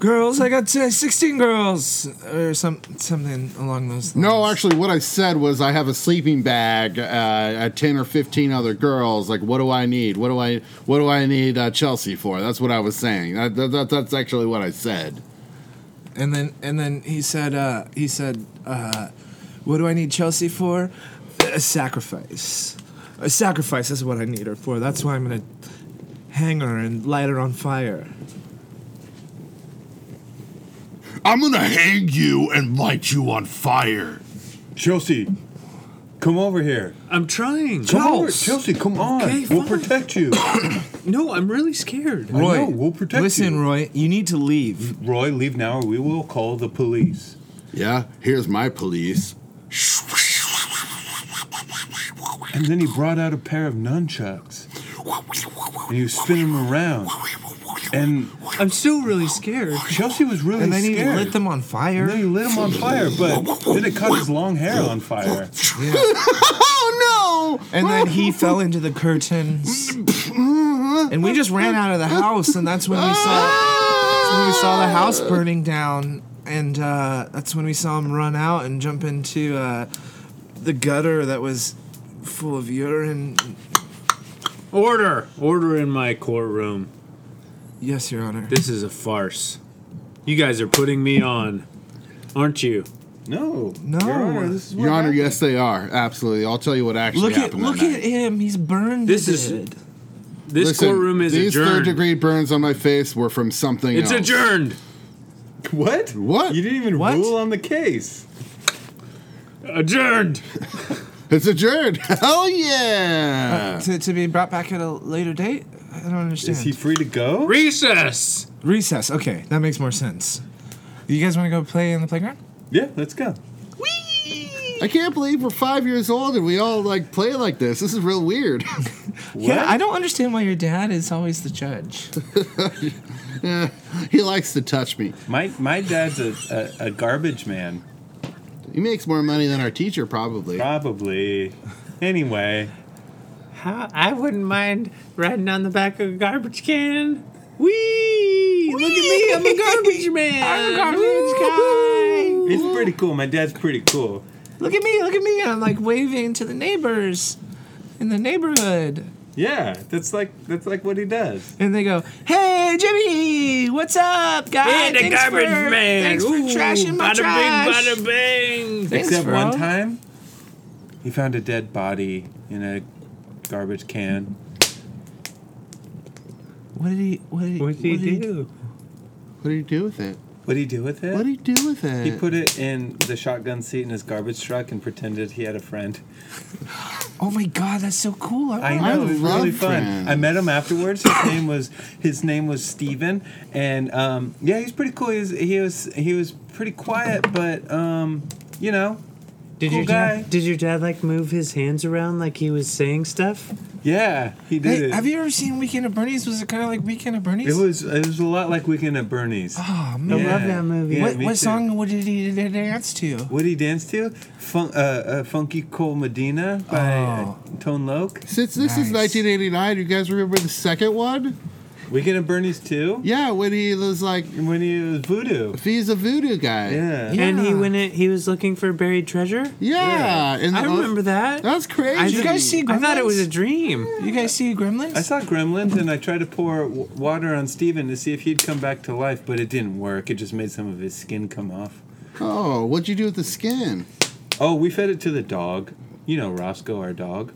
S4: girls. I got uh, 16 girls or some something along those lines."
S2: No, actually, what I said was I have a sleeping bag, uh, uh, ten or fifteen other girls. Like, what do I need? What do I? What do I need uh, Chelsea for? That's what I was saying. That, that, that, that's actually what I said.
S4: And then and then he said uh, he said, uh, "What do I need Chelsea for? A sacrifice. A sacrifice is what I need her for. That's why I'm gonna hang her and light her on fire."
S2: I'm gonna hang you and light you on fire.
S3: Chelsea, come over here.
S1: I'm trying.
S3: Come over,
S4: Charles!
S3: Chelsea, come on.
S1: Okay,
S3: we'll
S1: fine.
S3: protect you.
S1: No, I'm really scared.
S3: I know, we'll protect
S4: listen,
S3: you.
S4: Roy, you need to leave.
S3: Roy, leave now or we will call the police.
S2: Yeah, here's my police.
S3: And then he brought out a pair of nunchucks. And you spin them around. And
S1: I'm still really scared.
S3: Chelsea was really
S4: And then he
S3: scared.
S4: lit them on
S3: And then he
S4: fire.
S3: lit them on fire, but then it caught his long hair on fire.
S2: Oh
S4: And then he fell into the curtains. And we just ran out of the house, and that's when we saw that's when we saw the house burning down, and uh, that's when we saw him run out and jump into uh, the gutter that was full of urine.
S1: Order. Order in my courtroom.
S4: Yes, Your Honor.
S1: This is a farce. You guys are putting me on, aren't you?
S3: No.
S4: No.
S3: Your Honor, this is
S2: no!
S3: what
S2: Your Honor,
S3: happened.
S2: yes, they are. Absolutely. I'll tell you what actually
S4: Look at
S2: happened. that
S4: look
S2: night.
S4: at him. He's burned.
S1: This
S4: This
S1: is-
S4: is.
S1: This
S2: Listen,
S1: courtroom is
S2: these
S1: adjourned.
S2: third degree burns on my face were from something
S1: it's
S2: else.
S1: adjourned.
S3: What?
S2: What?
S3: You didn't even
S4: What?
S3: rule on the case.
S1: Adjourned.
S2: It's adjourned. <laughs> Hell yeah!
S4: to, to be brought back at a later date. I don't understand.
S3: Is he free to go?
S1: Recess.
S4: Recess. Okay, that makes more sense. You guys want to go play in the playground?
S3: Yeah, let's go.
S2: I can't believe we're five years old and we all like play like this. This is real weird. <laughs>
S4: Yeah, I don't understand why your dad is always the judge.
S2: he likes to touch me.
S3: My my dad's a, a, a garbage man.
S2: He makes more money than our teacher, probably.
S3: Probably. Anyway.
S1: How, I wouldn't mind riding on the back of a garbage can. Whee! Look at me, I'm
S4: <laughs>
S1: a garbage man. I'm a garbage guy.
S3: It's pretty cool. My dad's pretty cool.
S4: Look at me, look at me. I'm like waving to the neighbors. in the neighborhood.
S11: Yeah, that's like that's like what he does.
S4: And they go, "Hey, Jimmy, what's up, guy?
S1: Hey, the
S4: Thanks
S1: garbage
S4: for-
S1: man.
S4: Thanks for
S1: Ooh,
S4: trashing my
S1: bada
S4: trash."
S1: bing, bada bang.
S4: Thanks,
S3: Except
S4: bro.
S3: one time, he found a dead body in a garbage can.
S4: What did he? What did he?
S11: What did he do?
S2: What do you do with it?
S3: What did he do with it?
S2: What do you do with it?
S3: He put it in the shotgun seat in his garbage truck and pretended he had a friend.
S4: Oh my god, that's so cool. Oh, I
S3: I
S4: wanna-
S3: know it was really
S2: love
S3: fun.
S2: friends.
S3: I met him afterwards. His name was his name was Steven. and um, yeah, he's pretty cool. He was he was he was pretty quiet, but um, you know,
S1: Did
S3: Cool
S1: your dad,
S3: guy.
S1: did your dad like move his hands around like he was saying stuff?
S3: yeah, he did
S4: Hey,
S3: it.
S4: have you ever seen Weekend at Bernie's? Was it kind of like Weekend at Bernie's?
S3: it was it was a lot like Weekend at Bernie's.
S4: Oh
S1: I
S4: man.
S1: love that movie.
S3: Yeah,
S4: what
S3: me
S4: what
S3: too.
S4: song would did he dance to?
S3: What he danced to? Fun, uh, uh, Funky Cole Medina by
S4: Oh.
S3: uh, Tone Loc.
S2: Since this is
S4: Nice.
S2: 1989, you guys remember the second one?
S3: Weekend at Bernie's too.
S2: Yeah, when he was like,
S3: When he was voodoo.
S2: if he's a voodoo guy.
S3: Yeah.
S1: And he
S4: Yeah.
S1: went in, he was looking for buried treasure?
S2: Yeah. And
S1: I remember that.
S2: That's crazy.
S4: Did you guys see
S1: I
S4: Gremlins?
S1: thought it was a dream.
S4: You guys see Gremlins?
S3: I saw Gremlins and I tried to pour w- water on Steven to see if he'd come back to life, but it didn't work. It just made some of his skin come off.
S2: Oh, what'd you do with the skin?
S3: Oh, we fed it to the dog. You know Roscoe, our dog.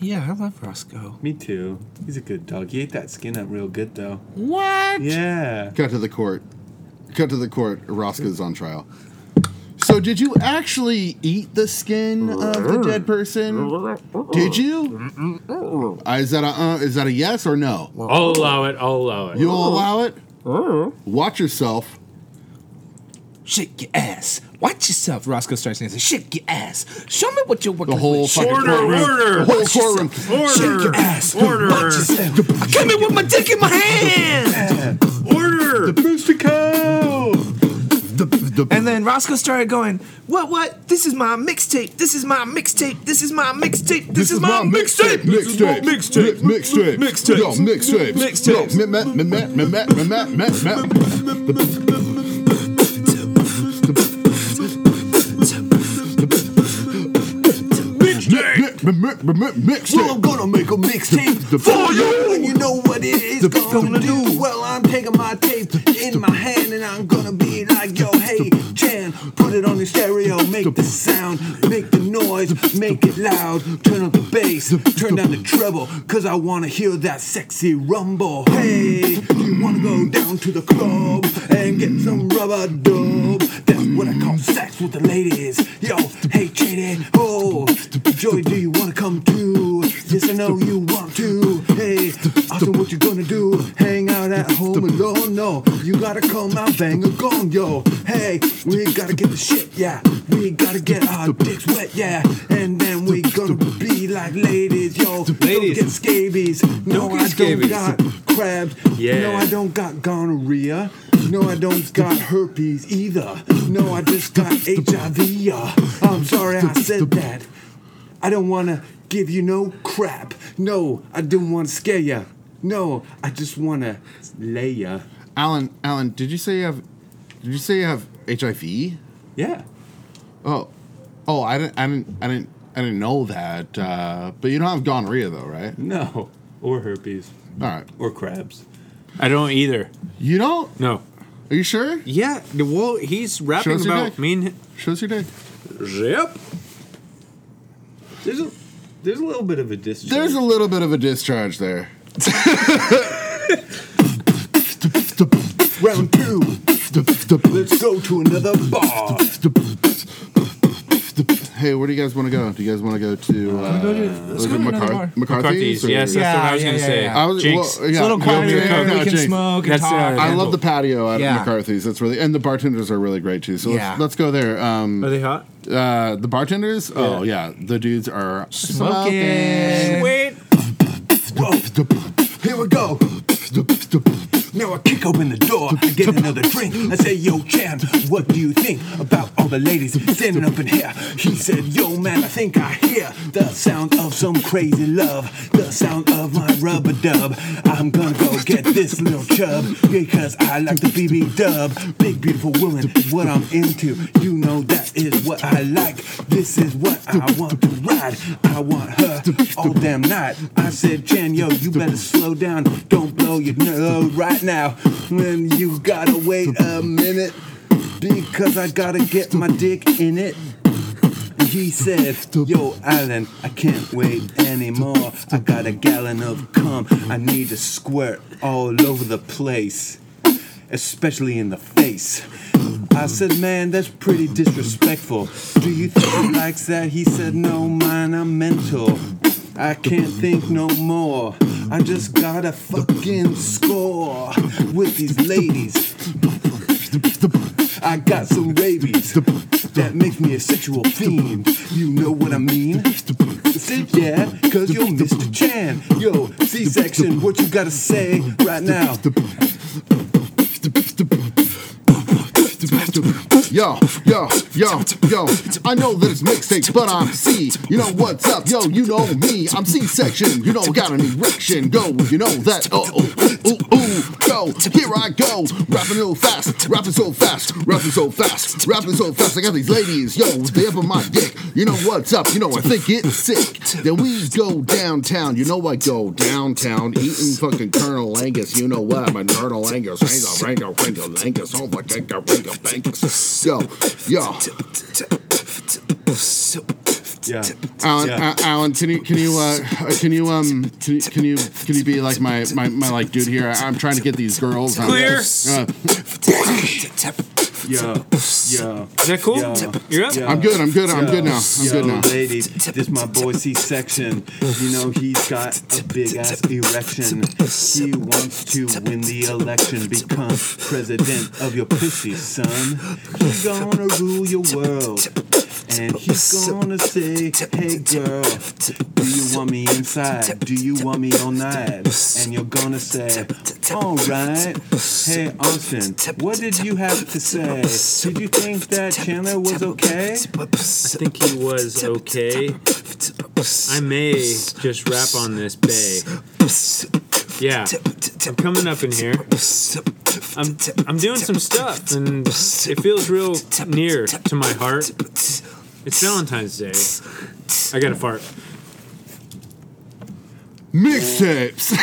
S4: yeah, I love Roscoe.
S3: Me too. He's a good dog. He ate that skin up real good though.
S2: What?
S3: Yeah.
S2: Cut to the court. Cut to the court. Roscoe's on trial. So, did you actually eat the skin of the dead person? Did you? Uh, Is that a uh, is that a yes or no?
S1: I'll allow it. I'll allow it.
S2: You'll allow it.
S1: Uh-huh.
S2: Watch yourself.
S4: Shake your ass. Watch yourself. Roscoe starts dancing. Shake your ass. Show me what you're working
S2: The whole
S4: with.
S2: fucking
S4: Shake-
S1: Order,
S2: courtroom.
S1: order.
S2: The whole courtroom.
S1: Order.
S4: your ass.
S1: Order.
S4: Come here with my dick in my hand.
S1: Order.
S3: Booster Cow!
S4: and then Roscoe started going, "What? What? This is my mixtape. This is my mixtape. This is my mixtape. This, is my mixtape."
S2: Mixtape. Mixtape. Mixtape. Mixtape. Yo, mixtape. Mixtape. Yo, met, met, met, met, met, met, met, met, met.
S8: Well, I'm gonna make a mixtape for you, and you know what it is gonna do. Well, I'm taking my tape in my hand, and I'm gonna be like, yo, hey, Chan, put it on the stereo, make the sound, make the noise, make it loud, turn up the bass, turn down the treble, cause I wanna hear that sexy rumble. Hey, you wanna go down to the club and get some rubber dub? That's what I call sex with the ladies. Yo, hey, Chan, oh, Joey, do you wanna come too? Yes, I know you want to. Hey, Austin, what you gonna do? Hang out at home alone? No, you gotta come out, bang a gong, yo. Hey, we gotta get the shit, yeah. We gotta get our dicks wet, yeah. And then we gonna be like ladies, yo. Don't
S1: Ladies.
S8: get scabies. No,
S1: Don't get
S8: I don't
S1: scabies.
S8: got crabs. No,
S1: Yeah.
S8: I don't got gonorrhea. No, I don't got herpes either. No, I just got HIV. yeah. I'm sorry I said that. I don't want to give you no crap. No, I didn't want to scare ya. No, I just want to lay ya.
S2: Alan, Alan, did you say you have? Did you say you have HIV?
S3: Yeah.
S2: Oh, oh, I didn't, I didn't, I didn't, I didn't know that. Uh, but you don't have gonorrhea though, right?
S3: No. Or herpes.
S2: All right,
S3: Or crabs.
S1: I don't either.
S2: you don't.
S1: No.
S2: Are you sure?
S1: Yeah. Well, he's
S2: Show
S1: rapping
S2: us your dick.
S1: about me and
S2: Show us your dick.
S1: Yep.
S3: There's a there's a little bit of a distance.
S2: There's a little bit of a discharge there.
S8: Round two. Let's go to another bar.
S2: Hey, where do you guys want to go? Do you guys want to go to? Uh,
S4: Let's
S2: was
S4: go
S2: it
S4: to another
S2: McCar-
S4: bar.
S2: McCarthy's?
S1: McCarthy's.
S2: or-
S1: Yes, that's what
S4: Yeah,
S1: I was
S4: yeah,
S1: gonna
S4: yeah,
S1: say.
S4: yeah.
S2: I was.
S1: Jinx.
S2: Well, yeah,
S4: It's a little
S2: go
S4: quieter.
S2: there,
S4: we
S2: no,
S4: can
S2: Jinx.
S4: smoke and
S1: That's,
S4: talk.
S1: uh,
S2: I love the patio at
S4: Yeah.
S2: McCarthy's. That's really and the bartenders are really great too. So
S4: Yeah.
S2: let's, let's go there. Um,
S1: Are they hot?
S2: uh, the bartenders. Oh yeah, the dudes are
S4: Smoking.
S1: Wait.
S8: Whoa. Here we go.
S3: Now I kick open the door, I get another drink. I say, Yo, Chan, what do you think about all the ladies standing up in here? He said, Yo, man, I think I hear the sound of some crazy love, the sound of my rubber dub. I'm gonna go get this little chub because I like the BB dub. Big, beautiful woman is what I'm into. You know that is what I like. This is what I want to ride. I want her all damn night. I said, Chan, yo, you better slow down. Don't blow your nose right now. Then you gotta wait a minute because I gotta get my dick in it. He said, Yo, Alan, I can't wait anymore. I got a gallon of cum. I need to squirt all over the place, especially in the face. I said, Man, that's pretty disrespectful. Do you think he likes that? He said, No, man, I'm mental. I can't think no more. I just gotta fucking score with these ladies. I got some rabies that makes me a sexual fiend. You know what I mean? Sit yeah, cause you're Mr. Chan. Yo, C section, what you gotta say right now?
S2: Yo, yo, yo, yo. I know that it's mixtape, but I'm C. You know what's up, yo, you know me. I'm C section, you don't got an erection. Go, you know that. Oh, ooh, ooh, ooh. Go, here I go. Rapping real fast, rapping so fast, rapping so fast, rapping so fast. I got these ladies, yo, they up on my dick. You know what's up, you know I think it's sick. Then we go downtown, you know I go downtown, eating fucking Colonel Angus. You know what, my Colonel Angus, Rango, Rango, Rango, Angus, oh my Rango, Rango, Angus. Yo, yo.
S12: Yeah.
S2: Alan, A- Alan, can you can you uh, can you um can you can you, can you be like my, my, my like dude here? I, I'm trying to get these girls. I'm
S1: Clear.
S2: just- uh,
S12: Yeah. Yeah.
S1: Is that cool?
S12: Yeah.
S1: You're up.
S12: Yeah.
S2: I'm good. I'm good. I'm good now. I'm
S12: Yo,
S2: good now.
S12: ladies, this my boy C section. You know he's got a big ass erection. He wants to win the election, become president of your pussy, son. He's gonna rule your world. And he's gonna say, hey girl, do you want me inside? Do you want me all night? And you're gonna say, alright. Hey Austin, what did you have to say? Did you think that Chandler was okay?
S1: I think he was okay. I may just rap on this bay. Yeah, I'm coming up in here. I'm I'm doing some stuff, and it feels real near to my heart. It's Valentine's Day. I got to fart.
S2: Mixtapes.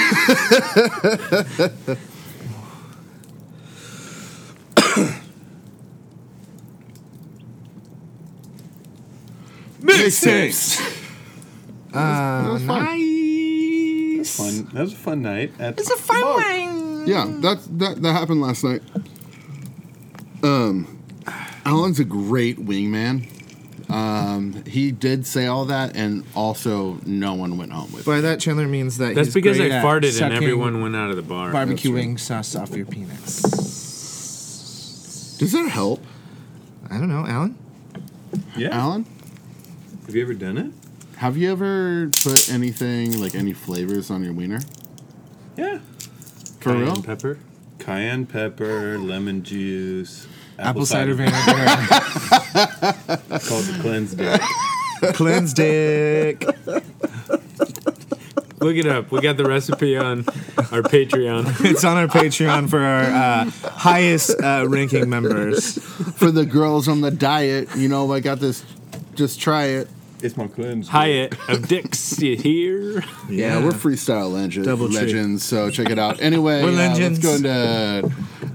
S2: Mixtapes.
S12: Fun. That was a fun night. At
S13: It's a fun one.
S2: Yeah, that's that that happened last night. Um, Alan's a great wingman. Um, he did say all that, and also no one went home with. it.
S4: By that, Chandler means that
S1: That's
S4: he's
S1: because I
S4: great at
S1: farted and
S4: sucking
S1: everyone went out of the bar.
S4: barbecue
S2: That's right.
S4: wing sauce off your penis.
S2: Does that help,
S4: I don't know, Alan.
S12: yeah.
S2: Alan?
S12: Have you ever done it?
S2: Have you ever put anything like any flavors on your wiener?
S12: Yeah.
S2: For
S1: Cayenne
S2: real?
S1: Pepper.
S12: Cayenne pepper, lemon juice,
S4: Apple cider vinegar,
S12: It's called the cleanse day.
S4: cleanse dick.
S1: Look it up. We got the recipe on our
S12: <laughs>
S1: Patreon.
S4: It's on our Patreon for our uh, highest uh, ranking members.
S2: For the girls on the diet, you know, I got this. Just try it.
S12: It's my cleanse. day.
S1: Hyatt of Dicks, you hear?
S2: Yeah, we're freestyle legend,
S4: Double tree.
S2: legends, so check it out. Anyway,
S4: We're
S2: uh, let's
S4: legends.
S2: go into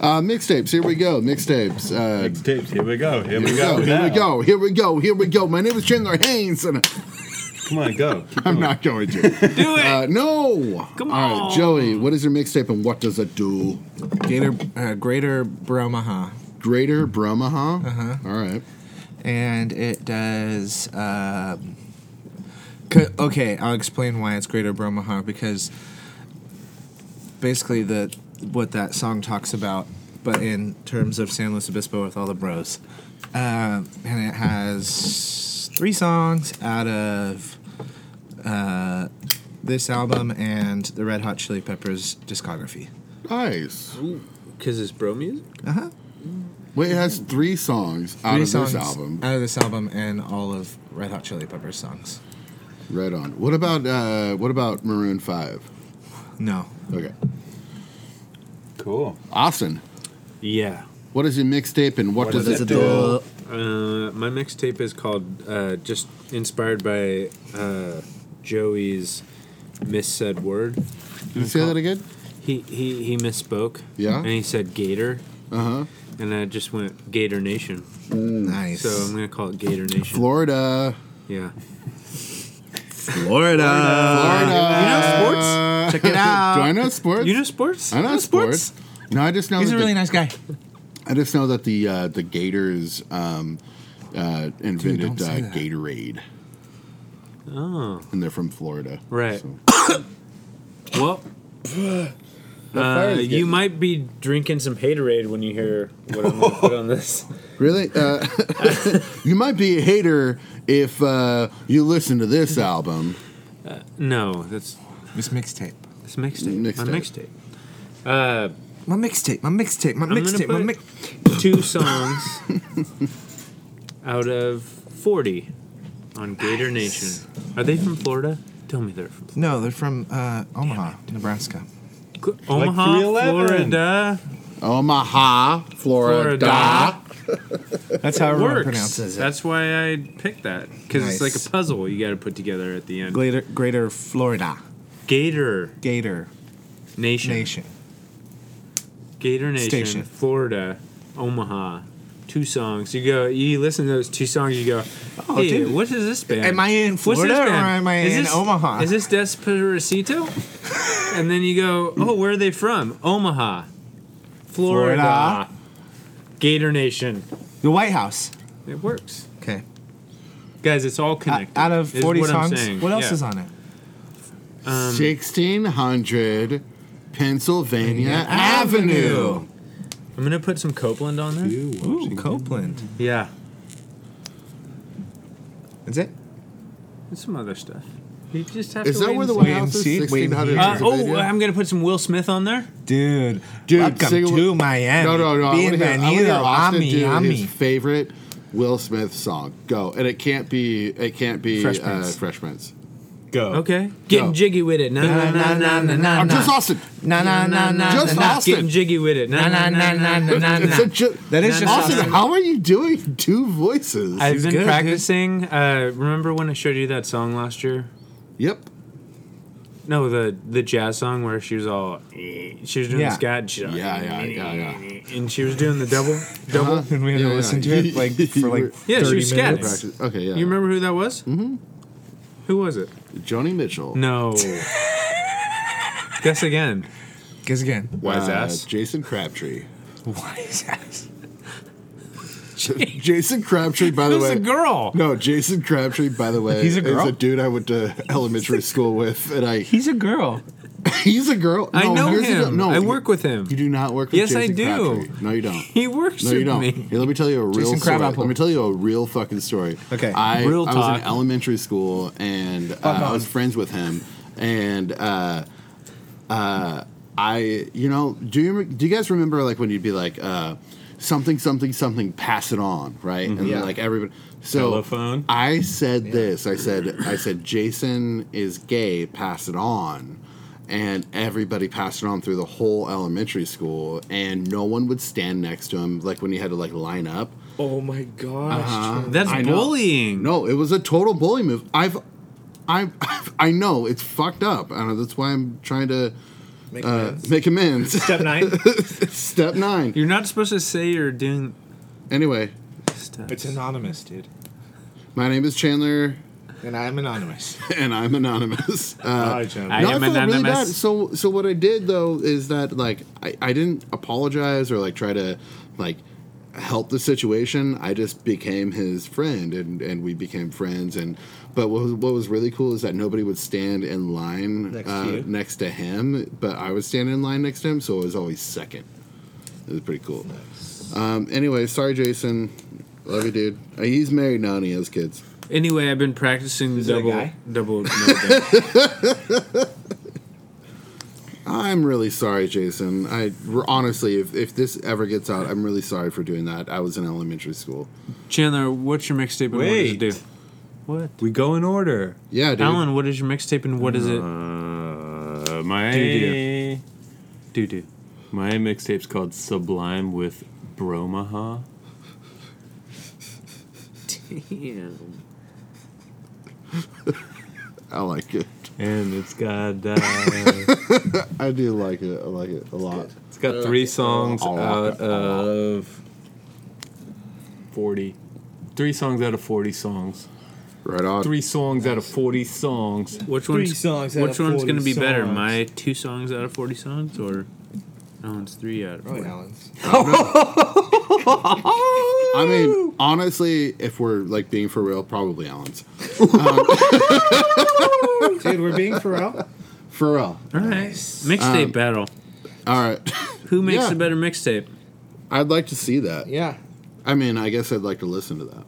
S2: uh, mixtapes. Here we go, mixtapes. Uh,
S12: Tapes. Here we go. Here, we
S2: here
S12: go.
S2: we go, here we
S12: now.
S2: go, here we go, here we go. My name is Chandler Haynes, and
S12: Come on, go. Keep
S2: I'm
S12: going.
S2: not going to.
S1: Do it.
S2: Uh, no.
S1: Come
S2: All
S1: on.
S2: right, Joey, what is your mixtape and what does it do?
S4: Gator, uh, Greater Bromaha,
S2: Greater Brahmaha? Uh-huh. All right.
S4: and it does. Um, c- okay, I'll explain why it's Greater Bromaha because basically the what that song talks about, but in terms of San Luis Obispo with all the bros, um, and it has three songs out of. Uh, this album and the Red Hot Chili Peppers discography.
S2: Nice.
S1: Because it's bro music?
S4: Uh huh.
S2: Wait, it has three songs out of this album.
S4: Out of this album and all of Red Hot Chili Peppers songs.
S2: Right on. What about uh, what about Maroon Five?
S4: No.
S2: Okay,
S9: Cool.
S2: Austin.
S1: Yeah.
S2: What is your mixtape and what, does, it do?
S1: Uh, my mixtape is called uh, just inspired by uh, Joey's missaid word.
S2: Can you say that again?
S1: He he he misspoke.
S2: Yeah?
S1: And he said Gator,
S2: Uh huh.
S1: and I just went Gator Nation.
S2: Hmm.
S4: Nice.
S1: So I'm gonna call it Gator Nation.
S2: Florida.
S1: yeah.
S2: Florida.
S4: Check
S2: <laughs>
S4: it out.
S2: Do I know sports?
S1: You know sports?
S2: I know sports. No, I just know.
S4: He's
S2: that
S4: a
S2: the-
S4: really nice guy.
S2: I just know that the uh, the Gators um, uh, invented
S4: don't say
S2: uh,
S4: that.
S2: Gatorade,
S1: Oh,
S2: and they're from Florida.
S1: right.
S2: So-
S1: Oh,
S2: <sighs>
S1: Well. Uh, you might be drinking some haterade when you hear what I'm gonna put on this.
S2: Really? Uh, <laughs> you might be a hater if uh, you listen
S4: <laughs>
S2: to this album.
S1: <laughs> No, that's
S4: This mixtape.
S1: that's mixtape. My
S2: Mixtape.
S1: mixtape. Uh,
S4: My mixtape. My mixtape. My
S1: I'm gonna
S4: mixtape. My
S1: put
S4: mix.
S1: two songs
S2: <laughs>
S1: out of 40 on Gator Nation. Are they from Florida? Tell me they're from
S4: No, they're from uh, Omaha, Nebraska.
S1: Cl- Omaha,
S9: 311.
S1: Florida.
S2: Omaha, Florida.
S1: Florida.
S4: That's how everyone
S1: Works.
S4: pronounces it.
S1: That's why I picked that because it's
S4: Nice.
S1: like a puzzle you got to put together at the end.
S4: Greater, Greater Florida.
S1: Gator
S4: Gator
S1: Nation.
S4: Nation.
S1: Gator Nation.
S4: Station.
S1: Florida. Omaha. Two songs. You go. You listen to those two songs. You go.
S4: Oh,
S1: hey,
S4: dude.
S1: what is this band?
S4: Am I in
S1: What's this
S4: Florida or
S1: band?
S4: am I in
S1: this,
S4: Omaha?
S1: Is this
S4: <laughs>
S1: Desperecito? and then you go, oh, where are they from? Omaha, Florida,
S4: Florida.
S1: Gator Nation.
S4: The White House.
S1: It works,
S4: Okay.
S1: guys. It's all connected.
S4: Uh, out of
S1: is
S4: 40
S1: what I'm
S4: songs,
S1: saying.
S4: what else
S1: Yeah.
S4: is on it?
S1: Um,
S2: 1600 Pennsylvania Avenue.
S1: I'm gonna put some Copeland on there.
S9: You
S4: Ooh,
S9: watching-
S4: Copeland.
S1: Yeah,
S4: Is it?
S1: and some other stuff. You just have
S2: Is
S1: to
S2: that
S1: wait
S2: where
S1: and
S2: the
S1: see.
S2: White House
S4: see,
S2: is?
S4: wait and
S2: 1600
S4: see.
S1: Uh, oh,
S2: Pennsylvania?
S1: I'm gonna put some Will Smith on there.
S4: Dude.
S2: Dude,
S4: welcome
S2: sing a
S4: to
S2: little-
S4: Miami.
S2: no, no, no. I wanna hear- I wanna hear
S4: Bienvenido a
S2: Austin do
S4: Miami.
S2: his favorite Will Smith song. Go. And it can't be it can't be
S4: Fresh
S2: uh,
S4: Prince.
S2: Fresh Prince.
S9: Go.
S1: Okay, getting
S2: Go.
S1: jiggy with it. Na na na na na na.
S2: I'm just Austin.
S4: Na na na na.
S2: Just
S4: na, na.
S2: Austin.
S1: Getting jiggy with it. Na na na na na na.
S2: It's a ju-
S4: That is just
S2: Austin,
S4: Austin.
S2: how are you doing <laughs> two voices?
S1: I've been
S4: good.
S1: practicing. Uh, remember when I showed you that song last year?
S2: yep.
S1: No, the the jazz song where she was all eh, she was doing
S4: Yeah.
S1: the scat. and she was like,
S2: Yeah, yeah, yeah,
S1: yeah. And she was doing the double double.
S4: <laughs>
S2: Uh-huh.
S4: And we had
S2: Yeah,
S4: to
S2: yeah.
S4: listen to it like <laughs> for like
S1: Yeah, she
S4: 30 minutes.
S1: was scatting.
S2: Practice. Okay, yeah.
S1: You remember who that was? Mm-hmm. Who was it?
S2: Joni Mitchell? Uh, <laughs>
S1: No. Guess again.
S4: Guess again.
S1: Wise
S2: Uh,
S1: ass.
S2: Jason Crabtree.
S4: What is that?
S2: Jason Crabtree, by the
S1: Who's
S2: way.
S1: a girl?
S2: No, Jason Crabtree, by the way,
S4: He's a girl?
S2: is a dude I went to
S1: <laughs>
S2: elementary school with, and I
S4: He's a girl.
S2: he's a girl.
S1: I
S2: No,
S1: know
S2: here's the deal.
S1: him.
S2: no,
S1: I
S2: you-
S1: work with him.
S2: You do not work with
S1: Yes, I
S2: Jason
S1: do.
S2: Crabtree. No, you
S1: <laughs>
S2: don't.
S1: He works
S2: No, you
S1: with
S2: don't.
S1: me.
S2: Here, let me tell you a real
S4: Jason
S2: story.
S4: Crabapple.
S2: Let me tell you a real fucking story.
S4: Okay.
S2: I,
S1: Real
S2: I was in
S1: talk.
S2: elementary school and uh, I was friends with him, and uh, uh, I, you know, do you rem- do you guys remember like when you'd be like uh, something something something pass it on right and then, like everybody so
S3: Telephone?
S2: I said this I said I said Jason is gay pass it on. And everybody passed it on through the whole elementary school, and no one would stand next to him. Like when you had to like line up,
S1: Oh my gosh.
S2: Uh-huh.
S1: That's
S2: I know.
S1: bullying.
S2: No, it was a total bully move. I've, I've, <laughs> I've I know it's fucked up. I know that's why I'm trying to
S4: Make
S2: uh, make amends.
S1: Step nine.
S2: <laughs> Step nine.
S1: <laughs> You're not supposed to say you're doing
S2: Anyway,
S1: stuff.
S4: It's anonymous, dude.
S2: my name is Chandler, <laughs>
S4: And I'm <laughs> anonymous.
S2: and I'm anonymous. Uh,
S1: I
S2: no,
S1: am
S2: I felt really bad.
S1: anonymous.
S2: So, so what I did though is that like I, I didn't apologize or like try to like help the situation. I just became his friend, and and we became friends. And but what was, what was really cool is that nobody would stand in line next, uh, to next to him, but I would stand in line next to him, so it was always second. It was pretty cool. Um, anyway, sorry, Jason. Love you, dude. Uh, he's married now and he has kids.
S1: Anyway, I've been practicing
S3: <laughs>
S4: it a
S1: double
S4: guy?
S1: double. no, double.
S2: I I'm really sorry, Jason. I honestly, if, if this ever gets out, I'm really sorry for doing that. I was in elementary school.
S1: Chandler, what's your mixtape and what does it do? What?
S3: We go in order.
S2: Yeah, dude.
S1: Alan, what is your mixtape and what is it?
S3: Uh, my
S1: Doo-doo.
S3: doo My mixtape's called Sublime with Bromaha.
S1: Damn.
S2: I like it.
S3: And it's
S1: <laughs>
S3: got uh,
S2: I do like it. I like it a lot.
S3: it's got three songs out of forty. Three songs out of forty songs.
S2: Right on.
S3: Three songs out of forty songs.
S1: Which
S14: Three
S1: one's
S14: songs out
S1: Which
S14: of
S1: one's gonna
S14: 40
S1: be better?
S14: songs.
S1: My two songs out of forty songs, or Alan's three out of
S4: Probably
S1: forty?
S4: Alan's.
S2: I mean, honestly, if we're like being for real, probably Alan's. Um, <laughs>
S4: Dude, we're being Pharrell.
S2: For real.
S1: All right,
S3: Um,
S1: mixtape battle.
S2: All right.
S1: Who makes
S2: yeah.
S1: the better mixtape?
S2: I'd like to see that.
S4: Yeah.
S2: I mean, I guess I'd like to listen to that.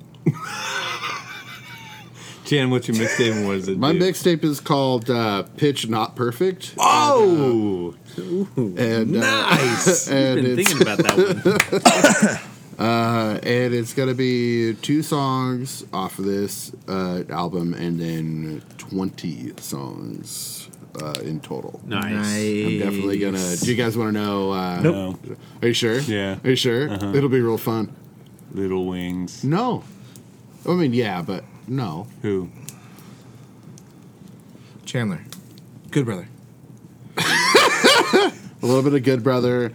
S3: Jan, what's your mixtape and what is it?
S2: My
S3: do?
S2: mixtape is called uh, Pitch Not Perfect.
S3: Oh,
S2: and, uh, <laughs>
S3: nice.
S2: and
S1: Been
S2: it's
S1: thinking about that one.
S2: <laughs> and it's gonna be two songs off of this uh, album, and then twenty songs uh, in total.
S1: Nice.
S2: I'm definitely gonna. Do you guys want to know? Uh,
S9: Nope.
S12: Oh,
S2: Are you sure?
S9: Yeah.
S2: Are you sure?
S4: Uh-huh.
S2: It'll be real fun.
S3: Little Wings.
S2: No. I mean, yeah, but no.
S3: Who?
S4: Chandler. Good brother.
S2: A little bit of Good Brother,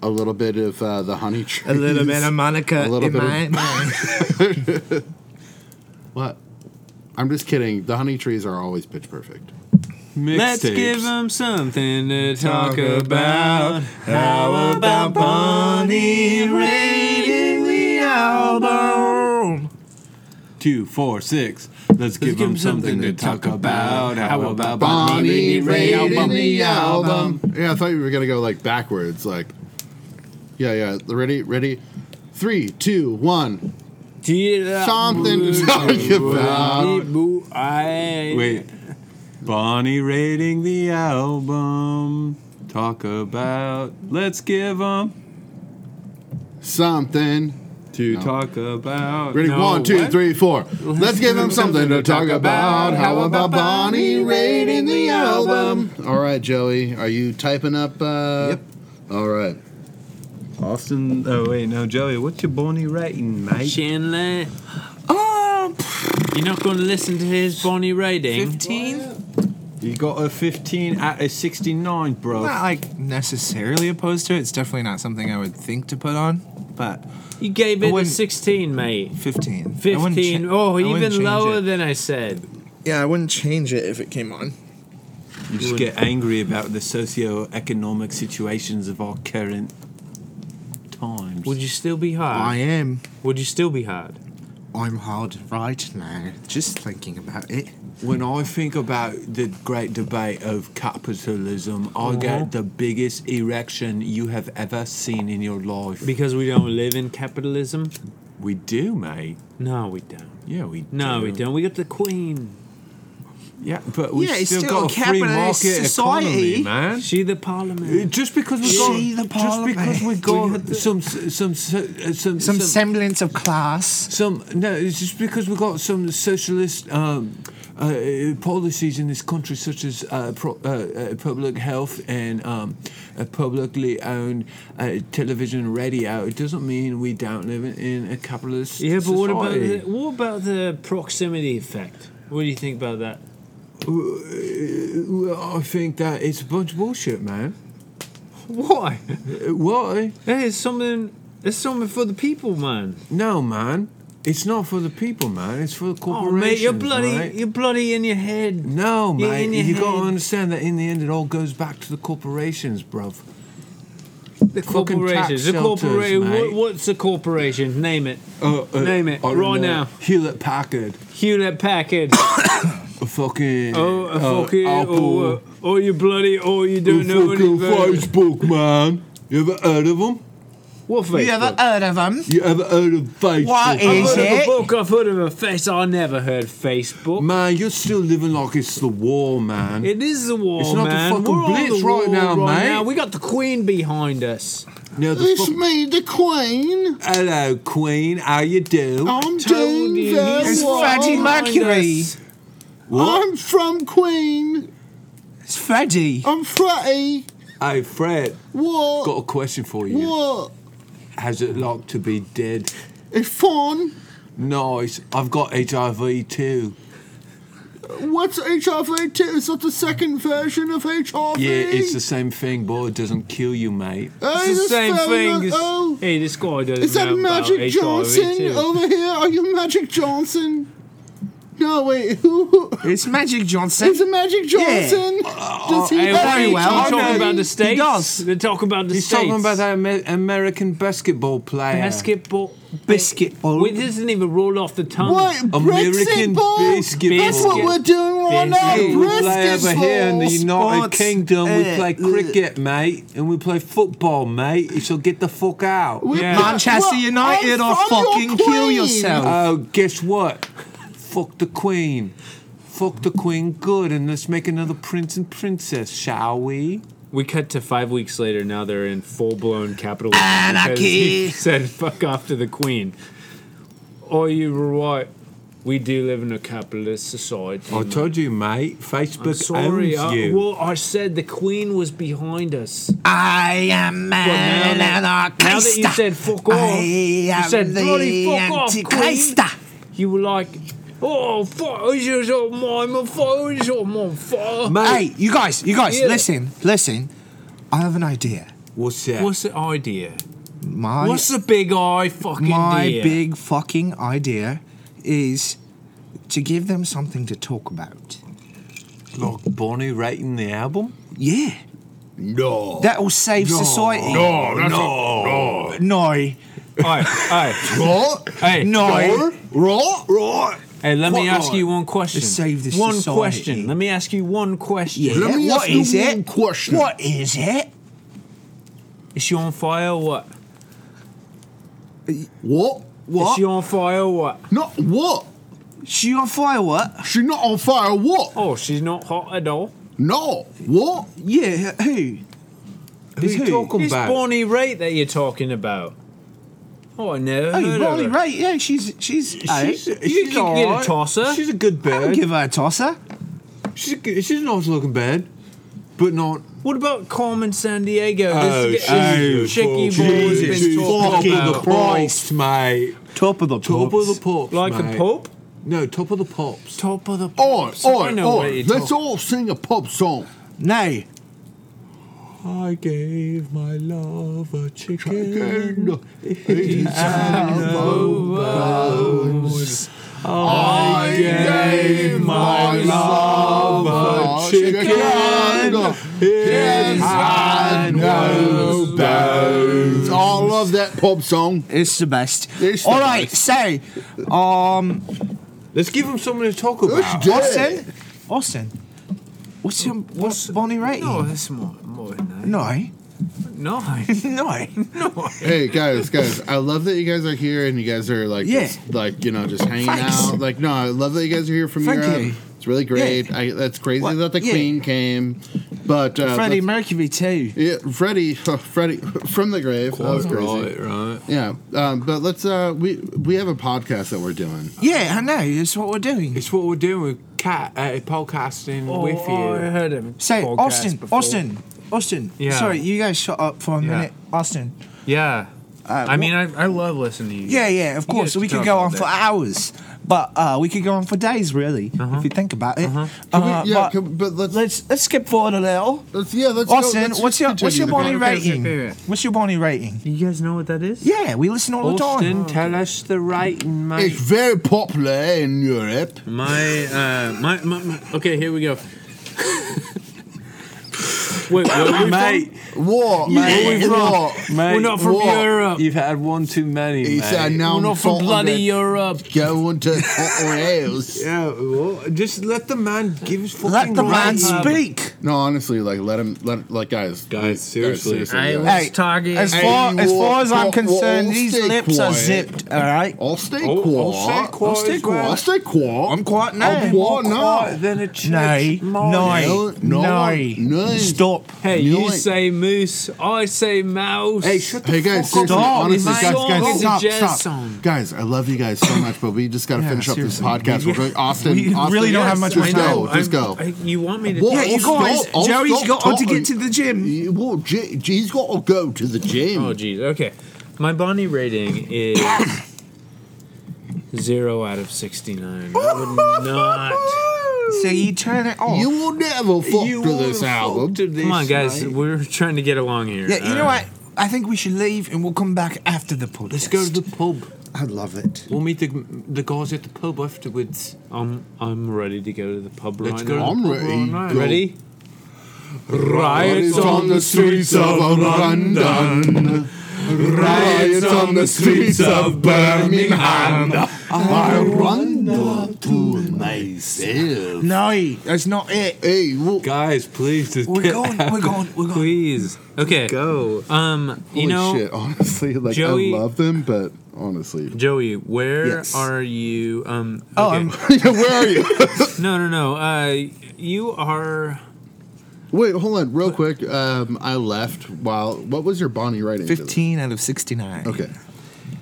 S2: a little bit of uh, the Honey Tree.
S4: A little bit of Monica
S2: A little
S4: in
S2: bit of-
S4: <laughs> my mind.
S2: What? I'm just kidding. The Honey Trees are always pitch perfect.
S3: Mixtapes.
S1: Let's give them something to talk about.
S4: How about Bonnie rating the album?
S3: two, four, six. Let's give
S1: give
S3: them
S1: 'em something
S3: something to
S1: to
S3: talk
S1: talk
S3: about.
S1: about.
S3: How
S1: How
S3: about
S2: Bonnie
S3: Bonnie Raitt
S2: rating
S3: album?
S2: the album. Yeah, I thought you were gonna go like backwards, like. Yeah, yeah. Ready, ready. Three, two, one. Something to talk about.
S3: Wait. Bonnie rating the album. Talk about. Let's give them
S2: Something.
S3: to talk about.
S2: Ready, one, two, three, four. Let's give them something to talk about. How about Bonnie rating the album? All right, Joey, are you typing up? Uh, yep. All right.
S3: Austin. Oh wait, no, Joey. What's your Bonnie rating, mate?
S1: Chandler. Oh, you're not going to listen to his Bonnie rating.
S4: 15?
S3: You got a 15 out of 69, bro.
S4: Not like necessarily opposed to it. It's definitely not something I would think to put on, but
S1: You gave
S4: I
S1: it a
S4: wouldn't-
S1: 16, mate.
S4: 15. I wouldn't cha-
S1: 15. oh,
S4: I wouldn't
S1: even
S4: change
S1: lower
S4: it.
S1: than I said.
S4: Yeah, I wouldn't change it if it came on.
S3: You just get angry about the socio-economic situations of our current times.
S1: Would you still be
S4: I
S1: hard?
S4: am.
S1: Would you still be hard?
S4: I'm hard right now. Just thinking about it.
S3: When I think about the great debate of capitalism,
S4: Oh.
S3: I get the biggest erection you have ever seen in your life.
S1: Because we don't live in capitalism?
S3: we do, mate.
S1: No, we don't.
S3: Yeah, we.
S1: No,
S3: do.
S1: we don't. We got the Queen.
S3: Yeah, but we
S4: Yeah,
S3: have
S4: it's
S3: still,
S4: still
S3: got
S4: a
S3: a free market
S4: capitalist society.
S3: economy, man.
S1: She the Parliament.
S3: Uh, Just because we
S4: She the
S3: got, just
S4: parliament.
S3: because we got some, s- some, s- uh,
S4: Some
S3: some, some,
S4: semblance of class.
S3: Some no, it's just because we've got some socialist um, uh, policies in this country, such as uh, pro, uh, uh, public health and um, a publicly owned uh, television, radio. It doesn't mean we don't live in, in a capitalist
S1: Yeah, but what about the,
S3: society.
S1: what about the proximity effect? What do you think
S4: <laughs>
S1: about that?
S3: Uh, I think that it's a bunch of bullshit, man.
S1: Why?
S3: Uh, Why?
S1: Hey, it's something. It's something for the people, man.
S3: No, man. It's not for the people, man. It's for the
S1: Oh,
S3: corporations.
S1: mate, you're bloody.
S3: right?
S1: You're bloody in your head.
S3: No,
S1: Yeah,
S3: mate.
S1: in your
S3: You got to
S1: head.
S3: understand that in the end, it all goes back to the corporations, bruv.
S1: The
S3: Fucking
S1: corporations.
S3: tax
S1: The
S3: shelters,
S1: corporation.
S3: mate.
S1: What, what's the corporation? Name it.
S3: Uh,
S1: Name it,
S3: I don't
S1: right
S3: know.
S1: now.
S3: Hewlett Packard,
S1: Hewlett Packard.
S3: <clears throat> a fucking
S1: Oh, a
S3: uh,
S1: fucking.
S3: Apple, Oh,
S1: Or, or Oh, you bloody. Or you
S3: a
S1: don't know
S3: fucking
S1: anything.
S3: Facebook, man. You ever heard of them?
S1: What Facebook?
S4: heard of them.
S3: You ever heard of Facebook?
S4: What is
S1: I've heard of a
S4: it?
S1: book, I've heard of a face, I never heard Facebook.
S3: Man, you're still living like it's the war, man.
S1: It is the war,
S3: It's not the
S1: man.
S3: fucking
S1: We're on
S3: Blitz
S1: the
S3: right
S1: wall
S3: now, mate.
S1: We got the Queen behind us.
S3: now the
S2: It's
S3: fuck-
S2: me, the Queen.
S3: Hello, Queen. How you do?
S2: I'm
S1: Told
S2: doing
S1: you,
S2: very
S1: he's
S4: It's
S2: well.
S4: Freddie Mercury.
S1: Yes.
S2: I'm from Queen.
S4: It's Freddie.
S1: Oh,
S2: I'm Freddie.
S3: Hey, Fred.
S2: What?
S3: Got a question for you.
S2: What?
S3: How's it like to be dead?
S2: It's fun.
S3: Nice. I've got HIV too.
S2: What's HIV 2? Is that the second version of HIV?
S3: Yeah, it's the same thing, but it doesn't kill you, mate.
S2: Hey,
S1: It's the
S2: that's
S1: same
S2: very
S1: thing.
S2: nice.
S1: as-
S2: Uh, Oh,
S1: Hey, this guy doesn't
S2: Is that
S1: know about
S2: Magic
S1: HIV
S2: Johnson
S1: too.
S2: over here? Are you Magic Johnson? No, wait, <laughs> who? who
S4: It's Magic Johnson.
S2: is it Magic Johnson? Does he
S1: Hey,
S2: have
S1: wait,
S4: very
S1: you
S4: well.
S2: HIV?
S4: I
S1: talking about the states.
S4: does.
S1: They're talking about the
S3: He's
S1: states.
S3: talking about that Amer- American basketball player.
S1: basketball.
S4: Basketball.
S1: It doesn't even roll off the tongue.
S2: What?
S3: American
S2: Brexit ball?
S3: basketball.
S2: That's what
S1: Biscuit.
S2: we're doing right now.
S3: Hey, we play
S2: Brisket's
S3: over here in the
S2: balls.
S3: United
S4: Sports.
S3: Kingdom.
S4: Uh,
S3: we play cricket, mate, and we play football, mate. You shall get the fuck out.
S1: <laughs>
S2: We-
S1: Yeah.
S4: Manchester
S2: Well,
S4: United
S2: I'm
S4: or
S2: from your
S4: fucking kill
S2: queen.
S4: yourself.
S3: Oh, guess what? Fuck the Queen. Fuck the Queen good, and let's make another prince and princess, shall we?
S1: We cut to five weeks later. Now they're in full blown capitalism. because
S4: Anarchy.
S1: He <laughs> said "fuck off" to the queen. Or you were right. We do live in a capitalist society.
S4: Oh,
S3: I told you, mate.
S1: I'm
S3: Facebook
S1: sorry. uh,
S3: owns
S1: I,
S3: you.
S1: Well, I said the queen was behind us.
S4: I am
S1: But
S4: an
S1: now that- now that you
S4: anarchist.
S1: said fuck off,
S4: I
S1: you
S4: am
S1: said bloody
S4: the
S1: fuck off, queen.
S4: Antichrist.
S1: You were like, oh, fuck, this is all mine, my phone is all mine, fuck.
S4: Hey, you guys, you guys,
S1: Yeah.
S4: listen, listen. I have an idea.
S3: What's that?
S1: What's the idea?
S4: My
S1: What's the big eye fucking
S4: my
S1: dear?
S4: big fucking idea is to give them something to talk about.
S3: like Bonnie writing the album?
S4: Yeah. No. That will save society.
S6: No, that's no. no.
S4: No.
S1: Alright, alright. Hey,
S4: <laughs> No.
S2: Raw? Raw?
S1: hey, let me
S4: What
S1: ask you one question.
S4: Let's save this
S1: one
S4: society.
S1: question. Let me ask you one question.
S4: Yeah.
S2: Let me
S4: What
S2: ask you
S4: is
S2: one
S4: it?
S2: question.
S4: What is it?
S1: Is she on fire or what?
S2: What?
S1: Is
S4: What?
S1: she on fire or what?
S2: Not what?
S4: She on fire? What?
S2: She's not on fire. What?
S1: Oh, she's not hot at all.
S2: No. What?
S4: Yeah. Who?
S3: Who's
S4: who?
S3: he talking
S1: It's
S3: about?
S1: Bonnie Raitt that you're talking about. Oh, I never
S4: Hey,
S1: heard
S4: Bonnie
S1: of her.
S4: Raitt. Yeah, she's she's. hey,
S3: She's,
S1: You
S3: she's
S1: can get a
S3: alright.
S1: tosser.
S3: She's a good
S4: I don't
S3: bird.
S4: give her a tosser.
S3: She's a, good- she's a nice looking bird, but not.
S1: What about Carmen San Diego?
S3: Oh,
S1: this
S3: Jesus.
S1: chicky
S3: Jesus.
S1: boy's been
S3: Jesus.
S1: talking
S3: Fucking
S1: about.
S3: Christ, mate.
S4: Top of the
S3: Top
S4: pops.
S3: of the pops.
S1: Like
S3: mate.
S1: a pope?
S3: No, top of the pops.
S1: Top of the
S2: Oi,
S1: pops. I
S2: oi,
S1: know what
S2: oi.
S1: you're
S2: Let's
S1: talking
S2: all sing a pop song.
S4: No.
S3: I gave my love a chicken.
S2: And it's I gave my love a chicken. It had no bones. I love that pop song.
S4: It's the best.
S2: It's the
S4: All right, so, um,
S3: Let's give him something to talk about.
S2: do it.
S4: Austin, Austin, what's your what's Bonnie Raitt?
S1: about. No, that's more, more than
S4: <laughs> no,
S1: that. No.
S4: no.
S2: Hey guys, guys! I love that you guys are here and you guys are like,
S4: Yeah.
S2: just, like you know, just hanging
S4: Thanks.
S2: out. Like, no, I love that you guys are here from
S4: Thank
S2: Europe.
S4: you.
S2: It's really great. I, that's crazy
S4: What?
S2: that the
S4: Yeah.
S2: Queen came, but uh,
S4: Freddie
S2: that's-
S4: Mercury too.
S2: yeah, Freddie, <laughs> Freddie from the grave. that was crazy.
S3: Right, right.
S2: Yeah, um, but let's. Uh, we we have a podcast that we're doing.
S4: Yeah, I know. It's what we're doing.
S3: It's what we're doing with cat uh, podcasting
S1: Oh,
S3: with you.
S1: I heard him.
S4: Say,
S1: podcast
S4: Austin,
S1: before.
S4: Austin, Austin.
S1: Yeah.
S4: Sorry, you guys shut up for a
S1: Yeah.
S4: minute, Austin.
S1: Yeah. I
S4: wh-
S1: mean, I, I love listening to you.
S4: Yeah, yeah, of
S1: You
S4: course.
S1: guys
S4: We
S1: can
S4: could
S1: talk
S4: go
S1: all
S4: on
S1: day.
S4: for hours, but uh, we could go on for days, really, if you think about it.
S2: Can we-
S4: Uh,
S2: yeah,
S4: but
S2: can- but let's, let's
S4: let's let's skip forward a little.
S2: yeah let's. go-
S4: Austin,
S2: let's
S4: what's
S2: just
S4: your what's
S2: continue
S4: your
S2: the
S4: Bonnie
S2: podcast.
S1: okay,
S4: rating?
S1: okay, okay.
S4: What's your Bonnie rating?
S1: You guys know what that is?
S4: Yeah, we listen all the time.
S3: Austin, tell us the rating,
S2: It's
S3: mate.
S2: very popular in Europe.
S1: My, uh, my, my, my, okay, here we go. Wait, where are we from?
S15: mate.
S2: What?
S15: Mate,
S1: Where are we from?
S15: Mate,
S1: We're not from
S15: what?
S1: Europe.
S15: You've had one too many.
S2: He
S15: mate.
S2: said, "Now
S1: We're
S2: I'm
S1: not from
S2: Scotland,
S1: bloody
S2: eh?"
S1: Europe.
S2: Going to <laughs> Wales.
S3: Yeah, well, just let the man give his fucking
S2: Let the man
S3: right.
S2: speak. No, honestly, like let him. Let like guys.
S15: Guys, seriously.
S2: guys.
S1: targeted.
S2: Hey, you all- all- all stay quiet.
S4: All right.
S2: I'll stay
S3: I'll- I'll
S2: quiet.
S3: stay quiet
S2: I'll stay
S3: as
S2: quiet.
S3: well.
S2: I'll stay quiet.
S4: I'm quiet now.
S2: I'm quiet now.
S3: Then a church.
S4: No, no,
S2: No,
S4: no,
S2: no.
S4: Stop.
S1: Hey,
S2: You
S1: you
S2: ain't-
S1: say moose, I say mouse.
S3: Hey, shut the
S2: Hey guys,
S3: fuck
S2: seriously,
S3: up.
S1: Stop.
S2: honestly,
S1: It's
S2: guys,
S1: my
S2: guys,
S1: song.
S2: stop,
S1: It's a
S2: stop,
S1: jazz song.
S2: guys. I love you guys so much, but we just got to
S4: Yeah,
S2: finish up this
S4: seriously.
S2: podcast. We're going, Austin,
S4: We
S2: Austin,
S4: really don't have much
S2: Just
S4: more time.
S2: go, just
S1: I'm-
S2: go.
S1: I- you want me to?
S2: What?
S1: Yeah,
S2: you guys, I'll Joey's stop got to get talking. to
S4: the gym.
S2: He- Well, J- he's got to go to the gym.
S1: Oh, geez. Okay. My Bonnie rating is zero out of 69. I would not.
S4: So you turn it off.
S2: you will never fuck
S3: You
S2: to
S3: wanna
S2: this
S3: fuck
S2: album.
S3: to this
S1: Come on, guys.
S3: night?
S1: We're trying to get along here.
S4: yeah, you know
S1: Uh,
S4: what? I think we should leave and we'll come back after the podcast.
S3: Let's go to the pub.
S4: I love it.
S3: We'll meet the, the guys at the pub afterwards.
S1: Uh, I'm, I'm ready to go to the pub
S3: Let's
S1: right
S3: go to
S1: now.
S3: the
S2: I'm
S3: pub
S2: ready.
S3: all night.
S2: Go.
S1: Ready?
S2: Riots on the streets of London. Riots on the streets of Birmingham. I wonder to myself.
S4: No, that's not it.
S2: Hey, well,
S15: Guys, please just
S4: We're
S15: get
S4: going,
S2: <laughs>
S15: out.
S4: we're going, <laughs> we're going.
S1: Please. Okay.
S3: Go.
S1: Um, you know,
S2: shit, honestly, like
S1: Joey-
S2: I love them, but honestly, <laughs>
S1: Joey, where
S4: Yes.
S1: are you? Um,
S4: Oh,
S1: okay.
S4: I'm-
S2: yeah, where are you?
S1: <laughs>
S2: <laughs>
S1: no, no, no. Uh, you are.
S2: Wait, hold on, real quick. Um, I left while. What was your Bonnie writing? for this?
S4: 15 out of 69.
S2: Okay,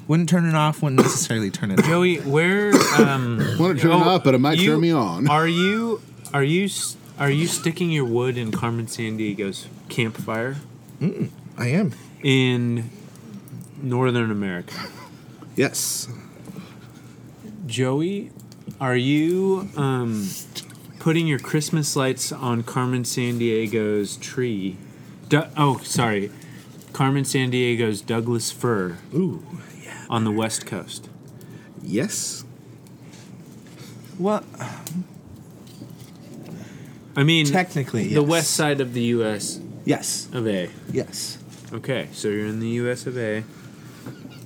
S4: Wouldn't turn it off, wouldn't necessarily turn it off.
S1: Joey, where
S2: <coughs>
S1: um
S2: want to turn it
S1: oh,
S2: up, but it might
S1: you-
S2: turn me on. <laughs>
S1: Are you are you s- are you sticking your wood in Carmen San Diego's campfire
S4: I am.
S1: in Northern America?
S4: Yes.
S1: Joey, are you um putting your Christmas lights on Carmen San Diego's tree? Du- oh, sorry. Carmen San Diego's Douglas fir. Ooh. On the West Coast.
S4: Yes. Well,
S1: I mean,
S4: technically, yes.
S1: the west side of the U.S.
S4: Yes.
S1: of A.
S4: Yes.
S1: Okay, so you're in the U.S. of A.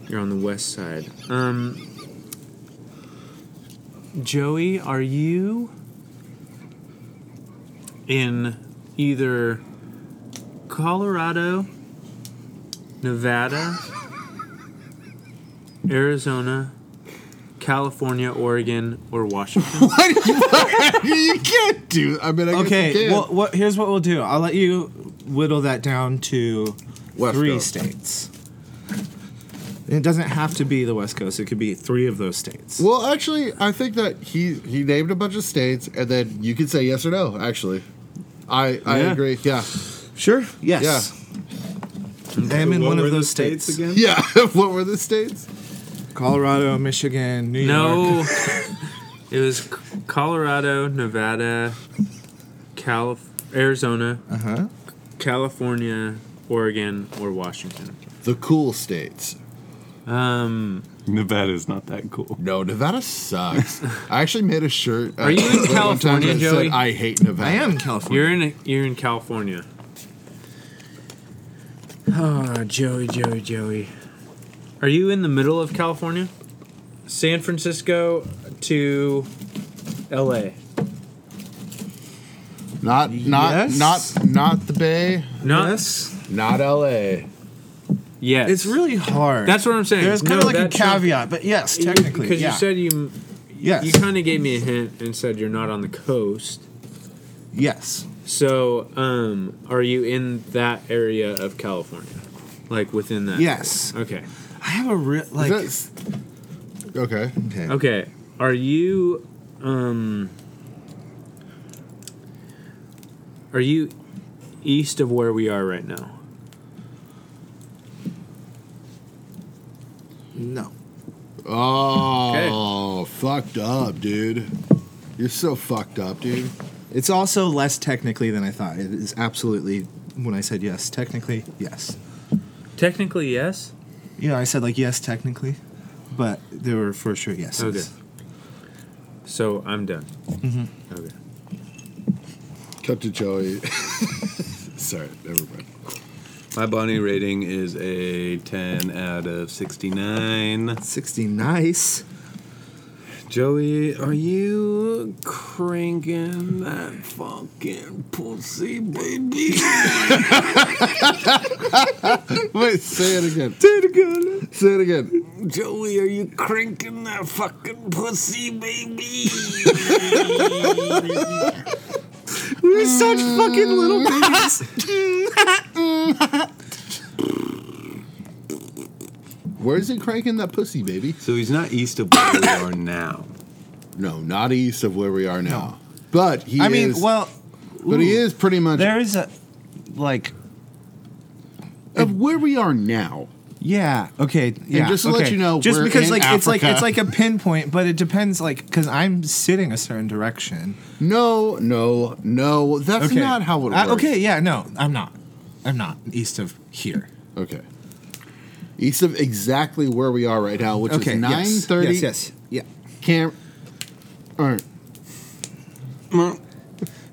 S1: You're on the west side. Um, Joey, are you in either Colorado, Nevada, Arizona, California, Oregon, or Washington?
S2: you can't do. I mean, I guess you
S4: Okay.
S2: can.
S4: Well, what, here's what we'll do. I'll let you whittle that down to
S2: West
S4: three
S2: Coast.
S4: states. It doesn't have to be the West Coast. It could be three of those states.
S2: Well, actually, I think that he he named a bunch of states, and then you could say yes or no. Actually, I I
S1: Yeah.
S2: agree. Yeah,
S4: Sure. Yes. I am in one of those states.
S15: again.
S2: yeah. <laughs> what were the states?
S4: Colorado, Michigan, New York.
S1: No,
S4: <laughs>
S1: it was C- Colorado, Nevada, Calif- Arizona,
S4: Uh huh.
S1: California, Oregon, or Washington.
S2: The cool states.
S1: Um,
S15: Nevada's not that cool.
S2: No, Nevada sucks.
S1: <laughs>
S2: I actually made a shirt. uh,
S1: Are you in
S2: one time
S1: California,
S2: that
S1: Joey?
S2: Said, I hate Nevada.
S4: I am in California.
S1: you're in you're in California. Ah, Joey, Joey, Joey. Are you in the middle of California? San Francisco to L.A.
S2: Not not
S4: Yes.
S2: not not the Bay.
S1: Not
S4: yes.
S2: Not L.A.
S1: yes.
S4: It's really hard.
S1: that's what I'm saying.
S4: There's kind of
S1: No,
S4: like a
S1: that's not-
S4: caveat, but yes, technically.
S1: because
S4: yeah.
S1: you said you
S4: yes.
S1: You kind of gave me a hint and said you're not on the coast.
S4: yes.
S1: So, um, are you in that area of California? Like within that?
S4: Yes.
S1: Okay.
S4: I have a real like.
S2: That's- okay.
S1: Okay. Are you, um, are you east of where we are right now?
S4: No.
S2: Oh, fucked up, dude. You're so fucked up, dude.
S4: It's also less technically than I thought. It is absolutely when I said yes, technically yes.
S1: Technically, yes.
S4: You know, I said like yes, technically, but there were for sure yeses.
S1: Okay. So I'm done. Okay.
S2: Cut to Joey. <laughs> Sorry, never mind.
S3: My Bonnie rating is a 10 out of 69.
S2: 60 nice.
S3: Joey, are you cranking that fucking pussy, baby?
S2: Wait, say it again. Say it again. Say it again.
S3: Joey, are you cranking that fucking pussy, baby?
S16: We're such fucking little
S2: Mm.
S16: babies.
S2: Where is he cranking that pussy, baby?
S3: So he's not east of where we are now.
S2: No, not east of where we are now. But he
S4: I mean,
S2: is-
S4: well,
S2: But he is pretty much
S4: there is a like
S2: of where we are now.
S4: Yeah. Okay. Yeah.
S2: just to let
S4: okay.
S2: you know,
S4: just
S2: we're
S4: because
S2: in
S4: like it's like
S2: Africa.
S4: it's like a pinpoint, but it depends. Like, because I'm sitting a certain direction.
S2: No, no, no. That's
S4: Okay.
S2: not how it works.
S4: Uh, okay. Yeah. No, I'm not. I'm not east of here.
S2: Okay. East of exactly where we are right now, which
S4: Okay, yes,
S2: is nine thirty.
S4: yes, yes,
S2: Yeah. Camp. All right.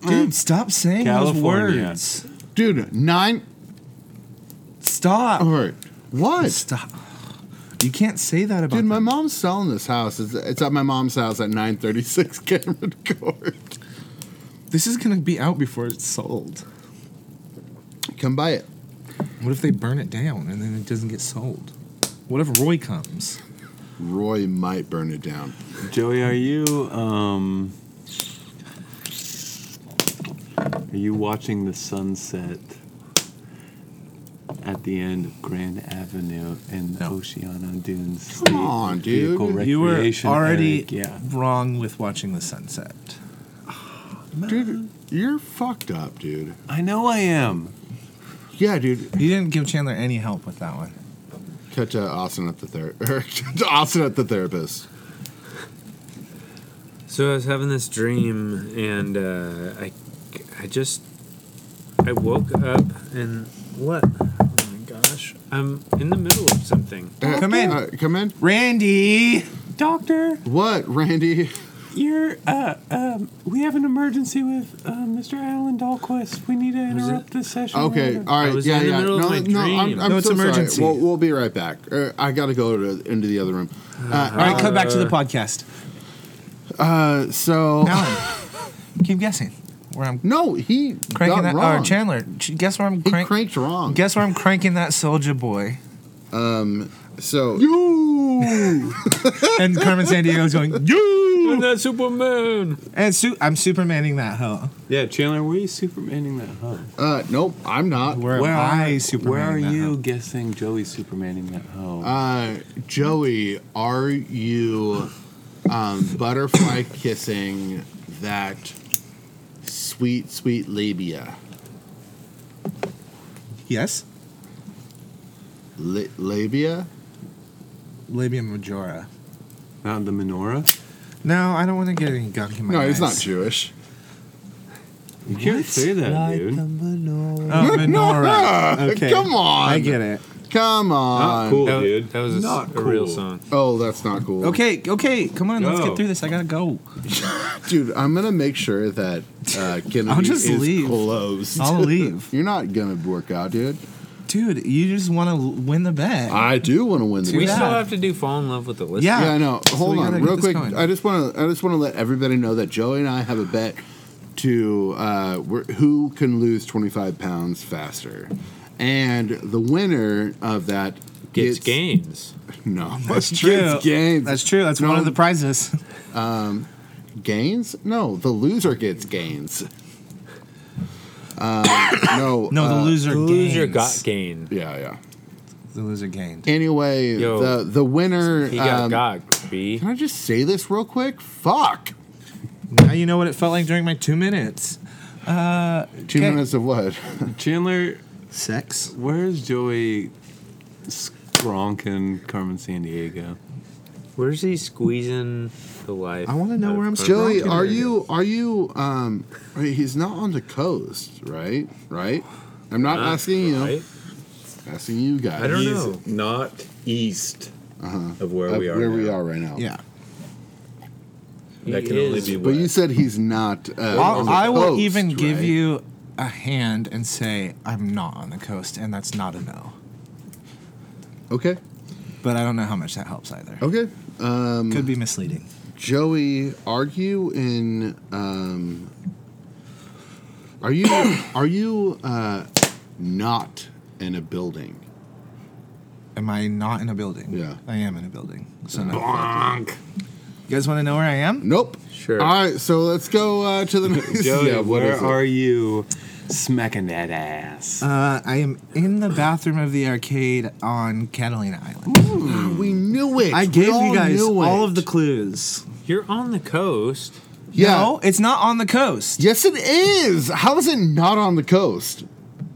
S4: Dude, stop saying
S17: California.
S4: those words.
S2: Dude, nine.
S4: Stop.
S2: All right. What?
S4: Stop. You can't say that about.
S2: Dude, my mom's selling this house. It's, it's at my mom's house at 936 <laughs> Cameron Court.
S4: This is gonna be out before it's sold.
S2: Come buy it.
S4: What if they burn it down and then it doesn't get sold? What if Roy comes?
S2: Roy might burn it down.
S3: Joey, are you um are you watching the sunset at the end of Grand Avenue in Oceana Dunes? State
S2: on, dude.
S3: Vehicle
S4: You were
S3: Recreation
S4: already
S3: Area? yeah.
S4: wrong with watching the sunset.
S2: Dude, you're fucked up, dude.
S3: I know I am.
S2: Yeah, dude.
S4: You didn't give Chandler any help with that one.
S2: Cut to Austin at the therapist. <laughs> Austin at the therapist.
S1: So I was having this dream, and uh, I, I just, I woke up and what? Oh my gosh! I'm in the middle of something.
S2: Uh,
S4: Come in.
S2: uh, come in.
S4: Randy!
S18: Doctor,
S2: What, Randy?
S4: <laughs>
S18: you're, uh, um, we have an emergency with, uh, Mr. Alan Dahlquist. We need to interrupt this session.
S2: Okay, all right,
S1: I was
S2: yeah,
S1: in the
S2: yeah.
S1: middle of
S2: no,
S1: my
S2: no, I'm,
S1: dream.
S2: I'm
S4: No, it's
S2: so sorry.
S4: emergency.
S2: We'll, we'll be right back. Uh, I got to go to, into the other room.
S4: All right,
S2: Uh,
S4: come back to the podcast.
S2: uh, so
S4: Alan, keep guessing where I'm
S2: no, he
S4: cranking
S2: got
S4: that. uh,
S2: wrong.
S4: Or Chandler, ch- guess where I'm
S2: he
S4: cranking.
S2: cranked wrong.
S4: guess where I'm cranking that soldier boy.
S2: so
S4: You and Carmen Sandiego's going
S1: I'm
S4: you
S1: not Superman.
S4: and su- I'm Supermaning that hoe.
S3: Yeah, Chandler, where are you supermaning that hoe?
S2: uh, nope, I'm not.
S4: Where, am I Supermaning
S3: where are
S4: that
S3: you
S4: hoe?
S3: guessing Joey supermaning that hoe?
S2: Uh, Joey, are you um, butterfly kissing that sweet, sweet labia?
S4: Yes,
S2: La- labia?
S4: labia majora.
S3: Not the menorah?
S4: No, I don't want to get any gunk in my
S2: No,
S4: eyes.
S2: he's not Jewish.
S3: You can't say that, dude.
S4: Oh, <laughs> menorah.
S2: <laughs>
S4: Okay,
S2: Come on.
S4: I get it.
S2: Come on.
S3: Not cool,
S1: That,
S3: dude.
S1: that was a, s-
S3: Not
S1: a real
S3: cool.
S1: song.
S2: Oh, that's not cool.
S4: Okay, okay, come on, let's
S3: No.
S4: get through this. I gotta go.
S2: Dude, I'm gonna make sure that uh,
S4: <laughs>
S2: Kennedy
S4: I'll just
S2: is
S4: leave.
S2: closed.
S4: I'll leave.
S2: <laughs> You're not gonna work out, dude.
S4: Dude, you just want to win the bet.
S2: I do want to win
S1: We
S2: the.
S4: Yeah.
S1: still have to do "Fall in Love with the List."
S4: Yeah.
S2: Yeah, I know.
S4: So
S2: Hold
S4: we gotta
S2: on,
S4: get
S2: real
S4: this
S2: quick.
S4: going.
S2: I just want to. I just want to let everybody know that Joey and I have a bet to uh, we're, who can lose 25 pounds faster, and the winner of that
S1: gets gains.
S2: No, <laughs>
S4: That's true.
S2: Gets gains.
S4: That's true. That's
S2: No.
S4: one of the prizes. <laughs>
S2: gains. No, the loser gets gains. Uh, <coughs> no,
S4: <coughs> No, the
S2: uh,
S4: loser gained.
S1: Loser got gained.
S2: Yeah, yeah.
S4: The loser gained.
S2: Anyway,
S1: Yo.
S2: the the winner.
S1: He got
S2: um,
S1: got B.
S2: Can I just say this real quick? Fuck.
S4: Now you know what it felt like during my two minutes. Uh,
S2: Two
S4: okay.
S2: minutes of what?
S3: Chandler,
S4: Sex.
S3: where's Joey skronking Carmen San Diego?
S1: Where's he squeezing the life?
S4: I wanna know
S1: of
S4: where I'm
S1: Carmen
S2: Joey,
S1: San
S2: are
S1: Diego?
S2: you are you um? I mean, he's not on the coast, right? Right. I'm not
S1: Huh?
S2: asking you.
S1: Right?
S2: Asking you guys.
S1: I don't know.
S3: Not east
S2: Uh-huh.
S3: of where
S2: Of where we are right now.
S4: Yeah.
S1: He is.
S2: But you said he's not. Uh,
S4: I'll,
S2: on the
S4: I will
S2: coast,
S4: even give
S2: right?
S4: you a hand and say, I'm not on the coast, and that's not a no.
S2: Okay.
S4: But I don't know how much that helps either.
S2: Okay. Um,
S4: Could be misleading.
S2: Joey, are you in? Um, are you <coughs> are you uh, not in a building?
S4: Am I not in a building?
S2: Yeah,
S4: I am in a building. So no.
S2: Bonk.
S4: You guys want to know where I am?
S2: Nope.
S1: Sure.
S2: All right, so let's go uh, to the next.
S19: <laughs> Joey,
S2: yeah, what
S19: where
S2: is it?
S19: are you smacking that ass?
S4: Uh, I am in the bathroom of the arcade on Catalina Island.
S2: Hmm, we knew it.
S4: I
S2: We
S4: gave
S2: all
S4: you guys
S2: knew
S4: all
S2: it.
S4: of the clues.
S1: You're on the coast.
S2: Yeah.
S4: No, it's not on the coast.
S2: Yes, it is. How is it not on the coast? <laughs>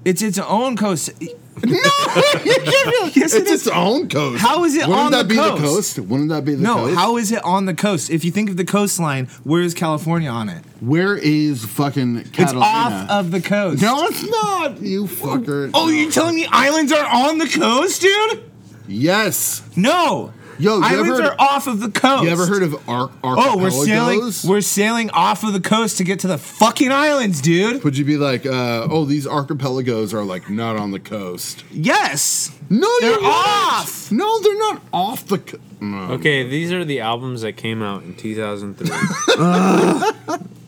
S4: It's its own coast.
S2: No, <laughs> yes, it's
S4: it
S2: its
S4: is.
S2: own coast.
S4: How is it
S2: Wouldn't
S4: on
S2: that
S4: the
S2: be
S4: coast?
S2: the coast? Wouldn't that be the
S4: no,
S2: coast?
S4: how is it on the coast? If you think of the coastline, where is California on it?
S2: Where is fucking Catalina?
S4: It's off of the coast.
S2: no, it's not. You fucker.
S4: Oh, you're telling me islands are on the coast, dude?
S2: Yes.
S4: No.
S2: Yo, you
S4: islands
S2: ever heard-
S4: are off of the coast.
S2: You ever heard of Ar-
S4: Oh, we're sailing.
S2: archipelagos?
S4: We're sailing off of the coast to get to the fucking islands, dude.
S2: Would you be like, uh, oh, these archipelagos are like not on the coast?
S4: Yes.
S2: No,
S4: They're
S2: you're
S4: off.
S2: No, they're not off the. Co- no.
S1: Okay, these are the albums that came out in 2003. <laughs>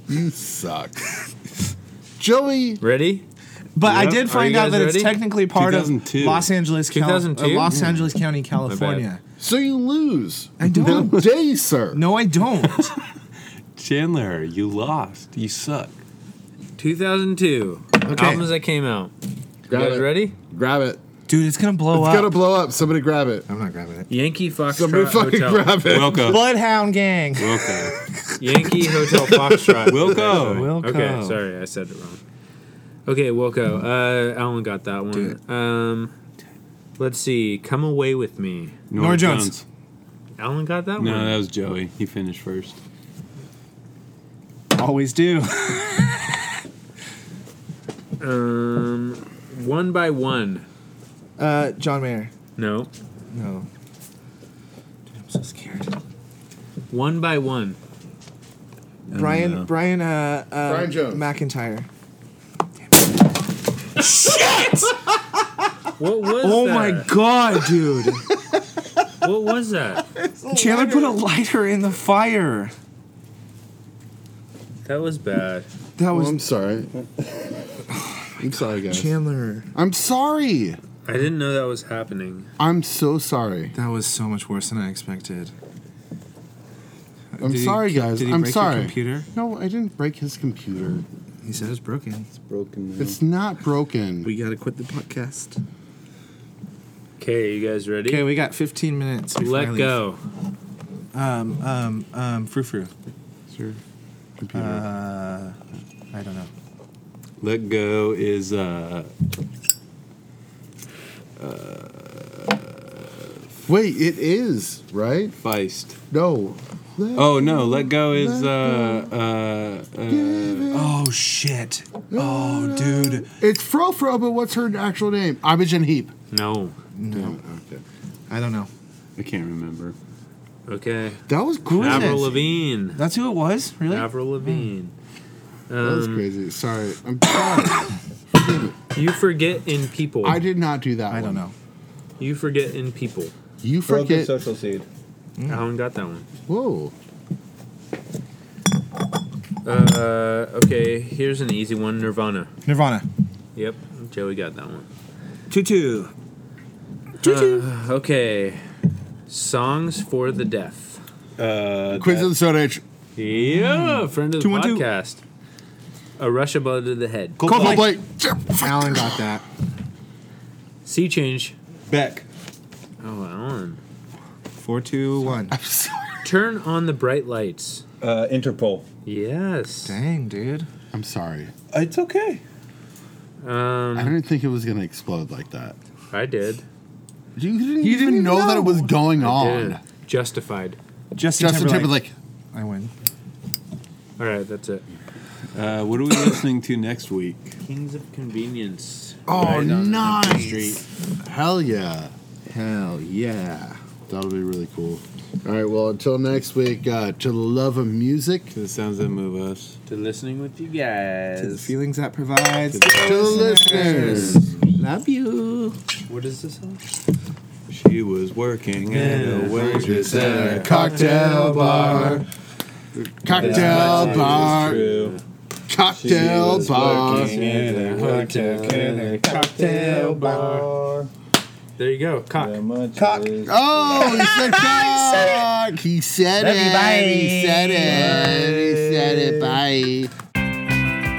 S2: you suck,
S4: <laughs>
S2: Joey.
S1: Ready?
S4: But I
S1: Yep.
S4: did
S1: Are
S4: find
S1: you
S4: out
S1: guys
S4: that it's
S1: ready?
S4: technically part of
S3: 2002.
S4: Los Angeles, Cal- uh,
S1: 2002?
S4: Los
S1: Yeah.
S4: Angeles County, California.
S2: So you lose.
S4: I don't.
S2: How dare you, sir?
S4: No, I don't.
S1: <laughs>
S3: Chandler, you lost. You suck.
S1: 2002. Albums that came out. You
S2: Got
S1: guys
S2: it.
S1: ready?
S2: Grab it.
S4: Dude, it's gonna blow
S2: It's
S4: up.
S2: gonna blow up. Somebody grab it.
S4: I'm not grabbing it.
S1: Yankee Foxtrot
S2: Somebody fucking
S1: Hotel.
S2: grab
S4: <laughs>
S2: it.
S3: Wilco.
S4: Uh, Bloodhound Gang.
S2: <laughs>
S3: Wilco.
S1: Yankee Hotel Foxtrot.
S3: Wilco.
S1: Sorry.
S4: Wilco.
S1: Okay, sorry, I said it wrong. Okay, Wilco. Uh, Alan got that one. Um, let's see. Come away with me.
S4: Nora Jones.
S1: Alan got that
S3: No,
S1: one.
S3: that was Joey. He finished first.
S4: Always do.
S1: Um, one by one.
S4: Uh, John Mayer.
S1: No,
S4: No. Dude, I'm so scared.
S1: one by one.
S4: Brian. Brian. Uh, uh,
S2: Brian Jones.
S4: McIntyre.
S1: What was?
S4: Oh
S1: that?
S4: my god, <laughs> dude!
S1: What was that?
S4: Chandler put a lighter in the fire.
S1: That was bad.
S4: That
S2: Oh,
S4: was
S2: I'm sorry.
S4: <laughs>
S2: I'm sorry, guys.
S4: Chandler.
S2: I'm sorry.
S1: I didn't know that was happening.
S2: I'm so sorry.
S4: That was so much worse than I expected. Did
S2: I'm
S4: he-
S2: sorry, guys.
S4: Did he
S2: I'm
S4: break
S2: sorry.
S4: Your computer?
S2: No, I didn't break his computer.
S4: He said it's broken.
S3: Broken.
S2: It's not broken.
S4: We gotta quit the podcast.
S1: Okay, you guys ready?
S4: Okay, we got 15 minutes. before I
S1: Let
S4: leave.
S1: go.
S4: Um, um, um, frou frou.
S2: Computer.
S4: Uh, I don't know.
S3: Let go is uh,
S2: Wait, it is right.
S3: Feist.
S2: No. Let-
S3: Oh no, let go is uh, uh, uh,
S4: Oh shit. Oh, dude.
S2: It's Fro Fro, but what's her actual name? Imogen Heap.
S1: No.
S2: No. Okay.
S4: I don't know.
S3: I can't remember.
S1: Okay.
S2: That was great.
S1: Avril Lavigne.
S4: That's who it was. Really?
S1: Avril Lavigne.
S2: That was
S1: Um,
S2: crazy. Sorry. I'm sorry.
S1: you forget in people.
S2: I did not do that.
S4: I don't
S2: one.
S4: know.
S1: You forget in people.
S2: You forget.
S19: social seed.
S3: Mm.
S1: Alan got that one.
S2: Whoa.
S1: Uh, okay, here's an easy one Nirvana.
S4: Nirvana.
S1: Yep, Joey got that one.
S4: Tutu.
S1: Uh, okay, songs for the deaf.
S19: Uh,
S2: Quiz of the Stone Age.
S1: Yeah, friend of the
S4: 212.
S1: podcast. Hmm. A rush above to the head.
S2: Cold Cold Blake.
S4: Alan got that.
S1: Sea change.
S19: Beck.
S1: Oh, Alan.
S4: Four, two, one.
S1: Turn on the bright lights.
S19: Uh, Interpol.
S1: Yes.
S4: Dang, dude.
S2: I'm sorry.
S19: It's okay.
S2: I
S1: Um,
S2: didn't think it was gonna explode like that.
S1: I did.
S2: You didn't even know, that it was going on.
S1: Did. Justified.
S4: Justin,
S2: Justin
S4: Timberlake.
S2: Timberlake.
S4: I win.
S1: All right, that's it.
S3: Uh, what are we listening to next week?
S1: Kings of Convenience.
S2: Oh,
S1: Right on Upton
S2: nice.
S1: Street.
S2: Hell yeah.
S4: Hell yeah.
S2: That'll be really cool. All right. Well, until next week, uh, to the love of music, to
S3: the sounds that move us,
S4: to listening with you guys,
S20: to the feelings that provides,
S2: to the listeners.
S20: Love you.
S4: What is this song?
S3: She was working at a waitress at a cocktail bar.
S2: Cocktail bar. Cocktail bar.
S4: cocktail bar. There you go. Cock.
S2: Cock. Oh, he said cock. He said
S4: Love you,
S2: it.
S4: bye.
S2: He said it. He said it. Bye.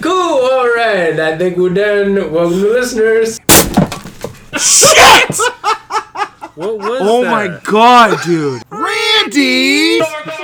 S1: Cool. All right. I think we're done. Welcome to listeners. Shit!
S4: what was
S21: Oh
S4: Oh
S21: my god, dude.
S2: Randy!